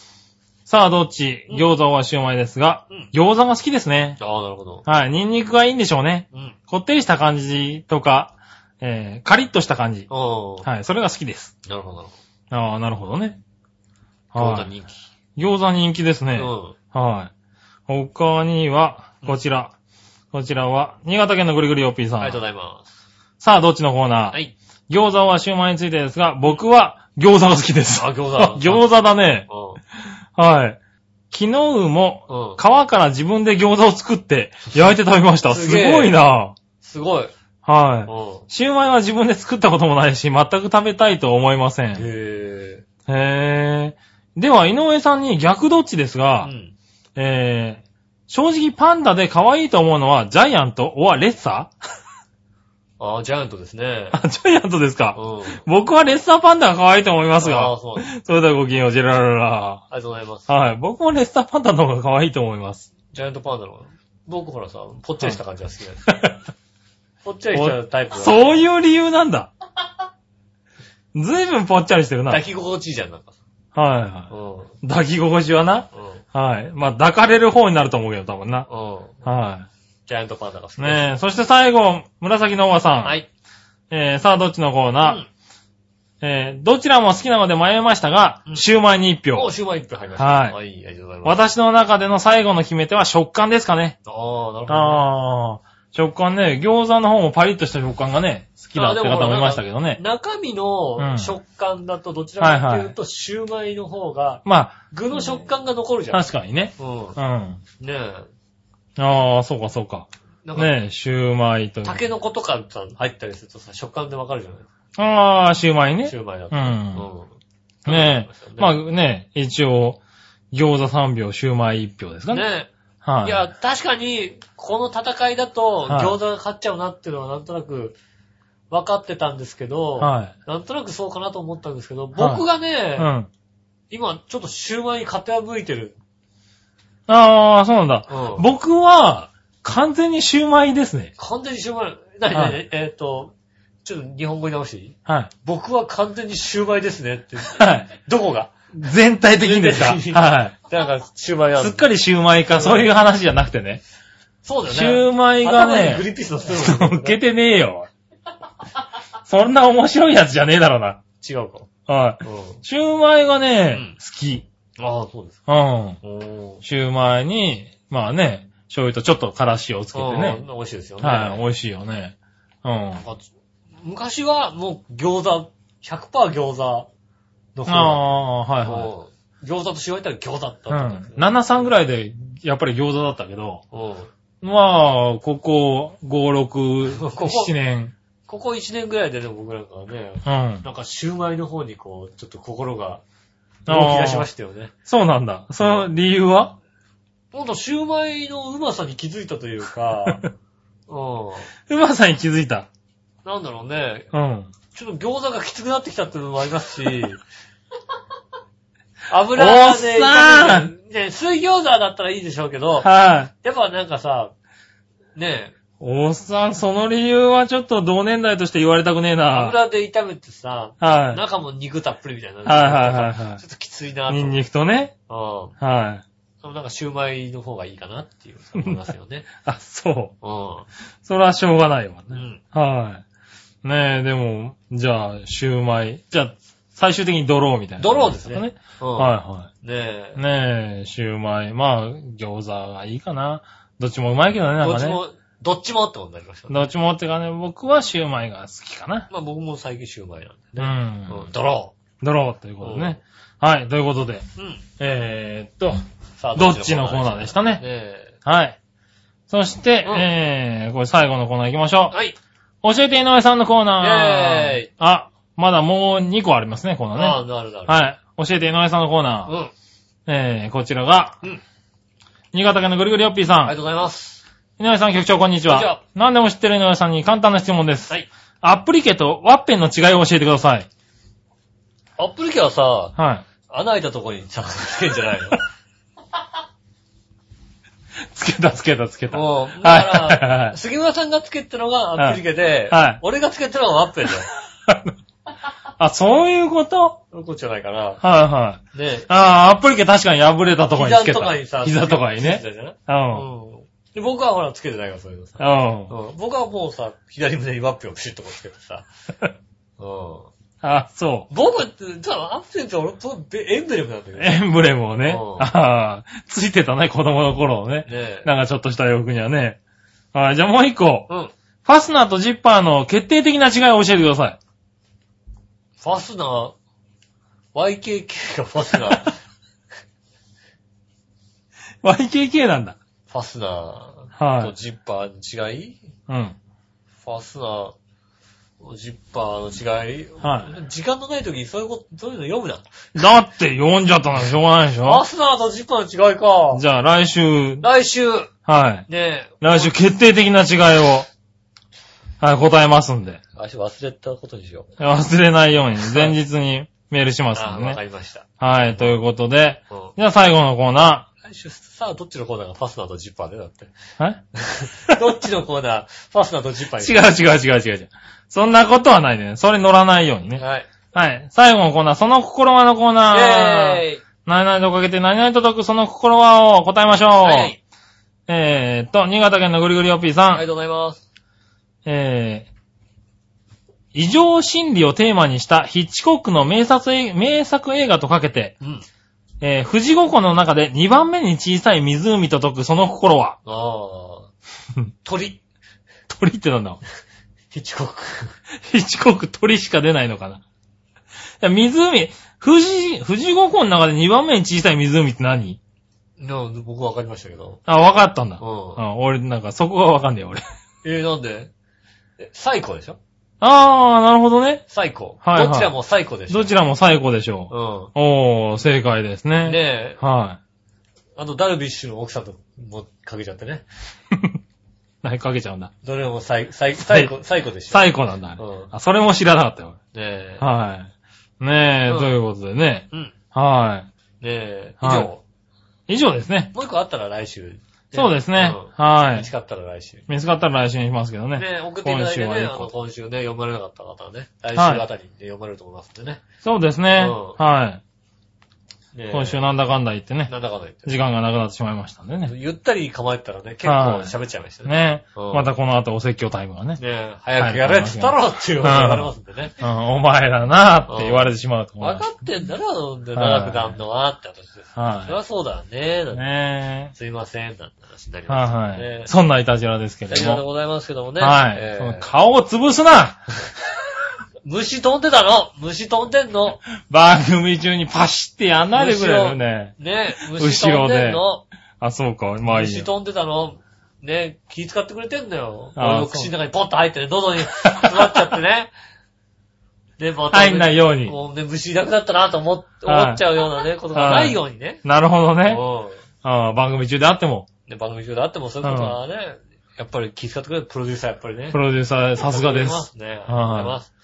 Speaker 3: さあ、どっち
Speaker 2: うん
Speaker 3: 餃子はシューマイですが
Speaker 2: うん、
Speaker 3: 餃子が好きですね。
Speaker 2: ああ、なるほど。
Speaker 3: はい。ニンニクがいいんでしょうね。
Speaker 2: うん。うん。
Speaker 3: こってりした感じとか、えー、カリッとした感じ。はい。それが好きです。
Speaker 2: なるほど、なるほ
Speaker 3: ああ、なるほどね。
Speaker 2: ど。餃
Speaker 3: は
Speaker 2: 子
Speaker 3: い。
Speaker 2: 人気。
Speaker 3: 餃子人気です
Speaker 2: う
Speaker 3: ね。
Speaker 2: ん。
Speaker 3: はい。他には、こちら。こちらは、新潟県のぐりぐりおっぴーさん。
Speaker 2: ありがとうございます。
Speaker 3: さあ、どっちのコーナー、
Speaker 2: はい。
Speaker 3: 餃子はシューマイについてですが、僕は餃子が好きです。
Speaker 2: あ、餃子。
Speaker 3: [laughs] 餃子だね。
Speaker 2: 子。
Speaker 3: はい。昨日も、
Speaker 2: うん。うん
Speaker 3: 皮。から自分で餃子を
Speaker 2: [laughs]
Speaker 3: 作って焼いて食べました。す
Speaker 2: すげえ
Speaker 3: ごいな
Speaker 2: すごい。う
Speaker 3: はい。
Speaker 2: ん。
Speaker 3: シューマイは自分で作ったこともないし、全く食べたいと思いません。
Speaker 2: へ
Speaker 3: へー。では、井上さんに逆どっちです
Speaker 2: ぇ
Speaker 3: が、
Speaker 2: うん。
Speaker 3: えー、正直パンダで可愛いと思うのはジャイアントオアレッサ [laughs] ー
Speaker 2: あジャイアントですね。
Speaker 3: あジャイアントですか
Speaker 2: うん。
Speaker 3: 僕はレッサーパンダが可愛いと思います
Speaker 2: ああ、
Speaker 3: が、
Speaker 2: そうです。
Speaker 3: それではごきげんよう、ジェラララ。
Speaker 2: ありがとうございます。
Speaker 3: はい。僕もレッサーパンダの方が可愛いと思
Speaker 2: [laughs]
Speaker 3: います。
Speaker 2: ジャイアントパンダの方が。僕ほらさ、ぽっちゃりした感じが好きなん
Speaker 3: [laughs]
Speaker 2: ですよ。ぽっちゃりしたタイプが。う
Speaker 3: そういう理由なんだ。ずいぶんぽっちゃりしてるな。は
Speaker 2: 抱
Speaker 3: い
Speaker 2: き心地いいじゃん、なんかさ。う
Speaker 3: は
Speaker 2: ん。
Speaker 3: い。抱き心地はな。
Speaker 2: うん。
Speaker 3: はい。まあ、抱かれる方になると思うけど、多分な。
Speaker 2: うん。
Speaker 3: は
Speaker 2: ジャイアントパンダが好き
Speaker 3: い。
Speaker 2: です。
Speaker 3: ねえ、そして最後、紫のおばさん。
Speaker 2: はい。
Speaker 3: えー、さあ、どっちのコーナー、
Speaker 2: うん
Speaker 3: えー、どちらも好きなので迷いましたが、
Speaker 2: うん
Speaker 3: シューマイに一
Speaker 2: お、
Speaker 3: 票。
Speaker 2: シューマイ一票入りました。
Speaker 3: はい
Speaker 2: はい、ありがとうございます。
Speaker 3: 私の中での最後の決め手は食感ですかね。
Speaker 2: ああ、なるほど。
Speaker 3: ああ、食感ね、餃子の方もパリッとした食感がね、好きだって方もいましたけどね。
Speaker 2: 中身
Speaker 3: う
Speaker 2: の
Speaker 3: ん
Speaker 2: 食感だとどちらかというと、シューマイの方が、
Speaker 3: ま
Speaker 2: 具の食感が残るじ
Speaker 3: あ、
Speaker 2: ゃん。
Speaker 3: 確かにね。
Speaker 2: うん。
Speaker 3: うん。
Speaker 2: ねえ。
Speaker 3: ああ、そうかそうか。
Speaker 2: なんか、
Speaker 3: ねえ、シューマイと。
Speaker 2: タケノコとかさ入ったりするとさ、食感でわかるじゃない
Speaker 3: ああ、シューマイね
Speaker 2: シ。ューマイだと。
Speaker 3: うん
Speaker 2: うん
Speaker 3: ね
Speaker 2: そう
Speaker 3: え。
Speaker 2: です
Speaker 3: まあ
Speaker 2: よね
Speaker 3: ね、一応、餃子3票、シューマイ1票ですかね。
Speaker 2: ね
Speaker 3: は
Speaker 2: え。
Speaker 3: い。
Speaker 2: いや、確かに、この戦いだと、
Speaker 3: はい
Speaker 2: 餃子が勝っちゃうなっていうのはなんとなく、分かってたんですけど、
Speaker 3: は
Speaker 2: なんとなくそうかなと思ったんですけど、
Speaker 3: はい
Speaker 2: 僕が
Speaker 3: い。
Speaker 2: ね
Speaker 3: う、ん。
Speaker 2: 今、ちょっとシューマイに傾いてる。
Speaker 3: ああ、そうなんだ。
Speaker 2: うん
Speaker 3: 僕は、完全にシューマイですね。
Speaker 2: 完全にシューマイ、なに
Speaker 3: は
Speaker 2: ないに、えっと、ちょっと日本語に直していい
Speaker 3: はい。
Speaker 2: 僕は完全にシューマイですねって。
Speaker 3: はい。
Speaker 2: どこが
Speaker 3: 全体的にですか
Speaker 2: 全体的に
Speaker 3: は
Speaker 2: なんか、シューマイ
Speaker 3: い。
Speaker 2: あ
Speaker 3: すっ
Speaker 2: る。
Speaker 3: かりシューマイか、そういう話じゃなくてね。
Speaker 2: そうだよね。
Speaker 3: シューマイが
Speaker 2: 頭にグリ
Speaker 3: ね、
Speaker 2: ーンピースのスプーン
Speaker 3: 乗っけてねえよ。そんな面白いやつじゃねえだろうな。
Speaker 2: 違うか。
Speaker 3: は
Speaker 2: うん。
Speaker 3: い。シューマイがね、
Speaker 2: うん
Speaker 3: 好き。
Speaker 2: ああ、そうですか。
Speaker 3: うん。
Speaker 2: おー。
Speaker 3: シューマイに、まあね、醤油とちょっとからしをつけてね。
Speaker 2: ああ美味しいですよね。
Speaker 3: はい、美味しいよね。うん。
Speaker 2: なんか昔はもう餃子、100%餃子の
Speaker 3: あ
Speaker 2: 方。
Speaker 3: あ、はいは
Speaker 2: もう餃子と塩入ったら餃子だった
Speaker 3: い。うん
Speaker 2: だけど。。
Speaker 3: 7、3ぐらいで、やっぱり餃子だったけど、
Speaker 2: うん。
Speaker 3: まあ、ここ、5、
Speaker 2: [laughs]
Speaker 3: 6、
Speaker 2: ここ
Speaker 3: 7年。
Speaker 2: ここ1年ぐらいでね、僕なんかはね、
Speaker 3: うん。
Speaker 2: なんかシューマイの方にこう、ちょっと心が
Speaker 3: あー
Speaker 2: 動き出しましたよね。
Speaker 3: そうなんだ。その理由は
Speaker 2: ほんとシューマイのうまさに気づいたという
Speaker 3: [laughs]
Speaker 2: か、う
Speaker 3: うまさに気づいた。
Speaker 2: ん。なんだろうね、
Speaker 3: うん。
Speaker 2: ちょっと餃子がきつくなってきたっていうのもあります
Speaker 3: [laughs]
Speaker 2: し、油で
Speaker 3: おっさん
Speaker 2: ね、水餃子だったらいいでしょうけど、
Speaker 3: はい。
Speaker 2: やっぱなんかさ、ねえ、
Speaker 3: おっさん、その理由はちょっと同年代として言われたくねえな。
Speaker 2: 油で炒めてさ、
Speaker 3: は
Speaker 2: 中も肉たっぷりみたいな。
Speaker 3: い。はいはいはいは。
Speaker 2: ちょっときついない
Speaker 3: ニン
Speaker 2: と。
Speaker 3: ニクとね。
Speaker 2: うん
Speaker 3: は
Speaker 2: でもなんかシューマイの方がいいかなっていう思いますよ
Speaker 3: [laughs]
Speaker 2: ね。
Speaker 3: あ、そう。
Speaker 2: うん。
Speaker 3: それはしょうがないわ
Speaker 2: う
Speaker 3: ね。
Speaker 2: ん。
Speaker 3: はい。ねえ、でも、じゃあ、シューマイ。じゃあ、最終的にドローみたいな。
Speaker 2: ドローですね。うん。
Speaker 3: は
Speaker 2: ね
Speaker 3: い
Speaker 2: え。
Speaker 3: はい。ねえ、シューマイ。まあ、餃子がいいかな。どっちもうまいけどね、なん
Speaker 2: ど
Speaker 3: か
Speaker 2: っち
Speaker 3: ね。
Speaker 2: も、どっちもってことになりましたね。
Speaker 3: どっちもってかね、僕はシューマイが好きかな。
Speaker 2: まあ僕も最近シューマイなん
Speaker 3: う。
Speaker 2: でね。うんん。ドロ
Speaker 3: ドローということでね。はい、ということで。
Speaker 2: ー。うん。
Speaker 3: えーっと、
Speaker 2: さ
Speaker 3: どっちのコーナーでしたね
Speaker 2: ねえ。
Speaker 3: はい。そして、
Speaker 2: うん
Speaker 3: えー、これ最後のコーナー行きましょ
Speaker 2: はい。
Speaker 3: う。教えて井上さんのコーナ
Speaker 2: イェー
Speaker 3: ー
Speaker 2: イ。
Speaker 3: あ、まだもう2個ありますね、コー
Speaker 2: あ
Speaker 3: ナ
Speaker 2: あ、
Speaker 3: ーね。
Speaker 2: なるなる。
Speaker 3: はい。教えて井上さんのコー
Speaker 2: う
Speaker 3: ナー。
Speaker 2: ん。
Speaker 3: えー、こちらが、
Speaker 2: うん
Speaker 3: 新潟県のぐるぐるよっぴー
Speaker 2: ありが
Speaker 3: さ
Speaker 2: とうございます。
Speaker 3: ん。井上さん局長、こんにち
Speaker 2: こんにち
Speaker 3: は
Speaker 2: は。
Speaker 3: 何でも知ってる井上さんに簡単な質問です。
Speaker 2: はい。
Speaker 3: アップリケとワッペンの違いを教えてください。
Speaker 2: アップルケはさ、
Speaker 3: は
Speaker 2: 穴開いたとこにちゃんとつけんじゃないの
Speaker 3: い。 [laughs] つけた、つけた、つけ [laughs] た。
Speaker 2: もう、
Speaker 3: は
Speaker 2: だ
Speaker 3: い
Speaker 2: か
Speaker 3: はいはい
Speaker 2: ら、杉村さんがつけてのがアップリケで、
Speaker 3: はいはい
Speaker 2: 俺がつけてのがワッペンだよ。
Speaker 3: [laughs] あ、そういうこと
Speaker 2: そういうことじゃないかな。
Speaker 3: はいはい。
Speaker 2: ねえ。
Speaker 3: あー、アップリケ確かに破れたところにつけ
Speaker 2: 膝とか
Speaker 3: た。
Speaker 2: にさ、
Speaker 3: 膝とかに
Speaker 2: つ
Speaker 3: ね
Speaker 2: け。てたじゃない
Speaker 3: うん。
Speaker 2: うん。で、僕はほら、つけてないから、そういうのさ。
Speaker 3: うん。
Speaker 2: う
Speaker 3: [laughs]
Speaker 2: ん。僕はもうさ、左胸にワッペンをピシッとこうつけてさ。う
Speaker 3: あ、そ
Speaker 2: ん。僕って、ただアップリケって俺、とエンブレムなんだけ
Speaker 3: う。
Speaker 2: ど。ね
Speaker 3: エンブレムをね
Speaker 2: う。ん
Speaker 3: あーついてたね、子供の頃ね。
Speaker 2: え。
Speaker 3: なんかちょっとした洋服にはね。はい、じゃあもう一個。
Speaker 2: うん。
Speaker 3: ファスナーとジッパーの決定的な違いを教えてください。
Speaker 2: ファスナー、YKK がファスナ
Speaker 3: [laughs]
Speaker 2: ー、
Speaker 3: YKK なんだ。
Speaker 2: ファスナー
Speaker 3: は
Speaker 2: と
Speaker 3: い。
Speaker 2: ジッパーの違い
Speaker 3: うん。
Speaker 2: ファスナー、ジッパーの違い
Speaker 3: は
Speaker 2: 時間のない時にそういうこと、そういうの読むな。
Speaker 3: だって読んじゃったのしょうがないでし
Speaker 2: ファ
Speaker 3: ょ
Speaker 2: スナーとジッパーの違いか。
Speaker 3: じゃあ来週、
Speaker 2: 来週、
Speaker 3: はい。
Speaker 2: ねえ。
Speaker 3: 来週決定的な違いを、はい、答えますんで。
Speaker 2: 来週忘れたことにしよう。
Speaker 3: 忘れないように、前日にメールします
Speaker 2: ああ、
Speaker 3: んで
Speaker 2: わか
Speaker 3: ね。
Speaker 2: りました。
Speaker 3: はい、ということで。
Speaker 2: うん。
Speaker 3: じゃあ最後のコーナ
Speaker 2: 来週、さあ、どっちのコーナーがファスナーとジッパーでだって。 [laughs]
Speaker 3: ー。はい
Speaker 2: どっちのコーナー、ファスナーとジッパーに
Speaker 3: 違う違う違う違う違う。そんなことはないでね。それ乗らないようにね。
Speaker 2: はい。
Speaker 3: はい。最後のコーナー、その心はのコー
Speaker 2: イェ
Speaker 3: ナー。
Speaker 2: ーイ
Speaker 3: 何々とかけて何々と解くその心はを答えましょう。
Speaker 2: はい。
Speaker 3: えーっと、新潟県のぐりぐりおっぴーさ
Speaker 2: あ
Speaker 3: ん。
Speaker 2: りがとうございます。
Speaker 3: えー、異常心理をテーマにしたヒッチコックの名作映名作映画とかけて、
Speaker 2: うん。
Speaker 3: えー、富士五湖の中で2番目に小さい湖と解くその心は
Speaker 2: ああ。
Speaker 3: [laughs]
Speaker 2: 鳥。
Speaker 3: 鳥っ
Speaker 2: [laughs]
Speaker 3: てなんだ
Speaker 2: ヒッチコック。
Speaker 3: ヒッチコック鳥しか出ないのかないや、湖、富士、富士五湖の中で2番目に小さい湖って何
Speaker 2: いや、僕わかりましたけど。
Speaker 3: あ、わかったんだ。
Speaker 2: う
Speaker 3: うん、
Speaker 2: ん。
Speaker 3: 俺、なんかそこがわかんねえ、俺。 [laughs]
Speaker 2: えー、なんでえサイコでしょ
Speaker 3: あー、なるほどね。
Speaker 2: サイコ。
Speaker 3: はいはい
Speaker 2: どちらもサイコでしょ
Speaker 3: どちらも最高でしょ
Speaker 2: う
Speaker 3: う。おー、正解です
Speaker 2: ん。ね
Speaker 3: ね。
Speaker 2: え、
Speaker 3: [laughs] は
Speaker 2: あとダルビッシュの奥さんともかけちゃってね。
Speaker 3: い。何かけちゃうんだ。
Speaker 2: どれもサイ、サイ、サイコ、サイコでしょ。
Speaker 3: 最高なんだ、あれ
Speaker 2: うん
Speaker 3: あ、それも知らなかったよ。
Speaker 2: ねえ。
Speaker 3: 俺はい。ねえ、
Speaker 2: うん
Speaker 3: ということでね。
Speaker 2: うん。
Speaker 3: は
Speaker 2: ねえ、以
Speaker 3: はい
Speaker 2: 上。
Speaker 3: い。以上ですね。
Speaker 2: もう一個あったら来週。
Speaker 3: そうですね。
Speaker 2: うん
Speaker 3: は
Speaker 2: 見
Speaker 3: い
Speaker 2: つ。かったら来週。
Speaker 3: 見つかったら来週にしますけどね。
Speaker 2: ね、送っていただいてね、
Speaker 3: 今週は一
Speaker 2: あ
Speaker 3: 個
Speaker 2: の、今週ね、読まれなかった方はね、来
Speaker 3: い
Speaker 2: 週あたりにね読まれると思いますんでね。
Speaker 3: そうですね。
Speaker 2: う
Speaker 3: はい。
Speaker 2: ね
Speaker 3: 今週なんだかんだ言ってね、
Speaker 2: なんだかんだ言って。
Speaker 3: 時間がなくなってしまいましたんでね。
Speaker 2: ゆったり構えてたらね、結構喋っちゃいましたね。
Speaker 3: ね
Speaker 2: うん
Speaker 3: またこの後お説教タイムがね。
Speaker 2: ねえ、早くやれって言ったろっていうことになりますんでね。
Speaker 3: うん、お前らなーって言われてしまうと思い
Speaker 2: 分
Speaker 3: ま
Speaker 2: か
Speaker 3: す。
Speaker 2: ってんだろ、なんで長くなんのはって話です。
Speaker 3: はい
Speaker 2: そりゃそうだよね、なんて
Speaker 3: ね
Speaker 2: すいません、なんて話になり
Speaker 3: え。は
Speaker 2: ま
Speaker 3: い
Speaker 2: すよ
Speaker 3: はい、
Speaker 2: ね。
Speaker 3: そんないたじらですけ
Speaker 2: 大
Speaker 3: れ
Speaker 2: 丈夫で
Speaker 3: ども。
Speaker 2: ございますけどもね。
Speaker 3: はい、
Speaker 2: えー
Speaker 3: その顔を潰すな
Speaker 2: 虫飛んでたの虫飛んでんの
Speaker 3: 番組中にパシってやんないでくれるね。
Speaker 2: ねえ、虫飛んでんの
Speaker 3: あ、そうか。まあいい
Speaker 2: 虫
Speaker 3: よ。
Speaker 2: 飛んでたのねえ、気遣ってくれてんだよ。
Speaker 3: ああ
Speaker 2: 俺の口の中にポッと入ってね、喉に詰まっちゃって
Speaker 3: [laughs]
Speaker 2: ね。で、また、
Speaker 3: 入んないように。
Speaker 2: もうね、虫いなくなったなと思っ
Speaker 3: はい
Speaker 2: 思っちゃうようなね、ことがないようにね。
Speaker 3: なるほどね。
Speaker 2: うん
Speaker 3: あー番組中であっても、
Speaker 2: ね、番組中であってもそういうことはね、やっぱり気遣ってくれるプロデューサーやっぱりね
Speaker 3: プ。ロデューサーさすがで。
Speaker 2: 思いますすね。ありがとうございます。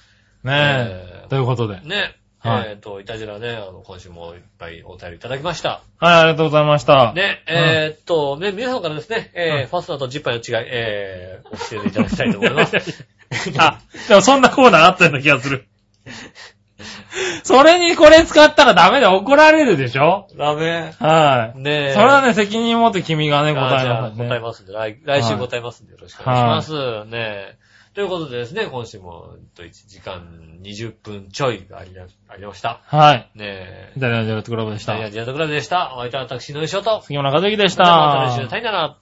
Speaker 3: ねえ
Speaker 2: え。ー
Speaker 3: ということで。はい、
Speaker 2: ね。
Speaker 3: はい
Speaker 2: えっ、と、いたじらね、あの、今週もいっぱいお便りいただきました。
Speaker 3: ありがとうございました。
Speaker 2: ね、
Speaker 3: うん
Speaker 2: えっ、と、ね、皆さんからですね、えー
Speaker 3: うん
Speaker 2: ファスナーとジッパーの違い、えー、教えてい
Speaker 3: [laughs]
Speaker 2: ただきたいと思います。
Speaker 3: あ、でもそんなコーナーあったような気がする。それにこれ使ったらダメで怒られるでしょ
Speaker 2: ダメ。
Speaker 3: はい。
Speaker 2: ねえ。
Speaker 3: それはね、責任を持って君がね、
Speaker 2: あ
Speaker 3: 答
Speaker 2: じ
Speaker 3: え
Speaker 2: ゃ
Speaker 3: な
Speaker 2: あ
Speaker 3: さい
Speaker 2: 答え
Speaker 3: ね。
Speaker 2: ますんで、来来週答えますんで、よろしくお願いします。ねえ。ということでですね、今週も、えっと1時間20分ちょいがありなありました。
Speaker 3: はい。
Speaker 2: ねえ。
Speaker 3: イタリアンジェラートクラブでした
Speaker 2: ダイ。ヤジェットクラブでした。お相手は私、井上翔と。
Speaker 3: 杉村和之でし
Speaker 2: また来
Speaker 3: た
Speaker 2: 週、。さよなら。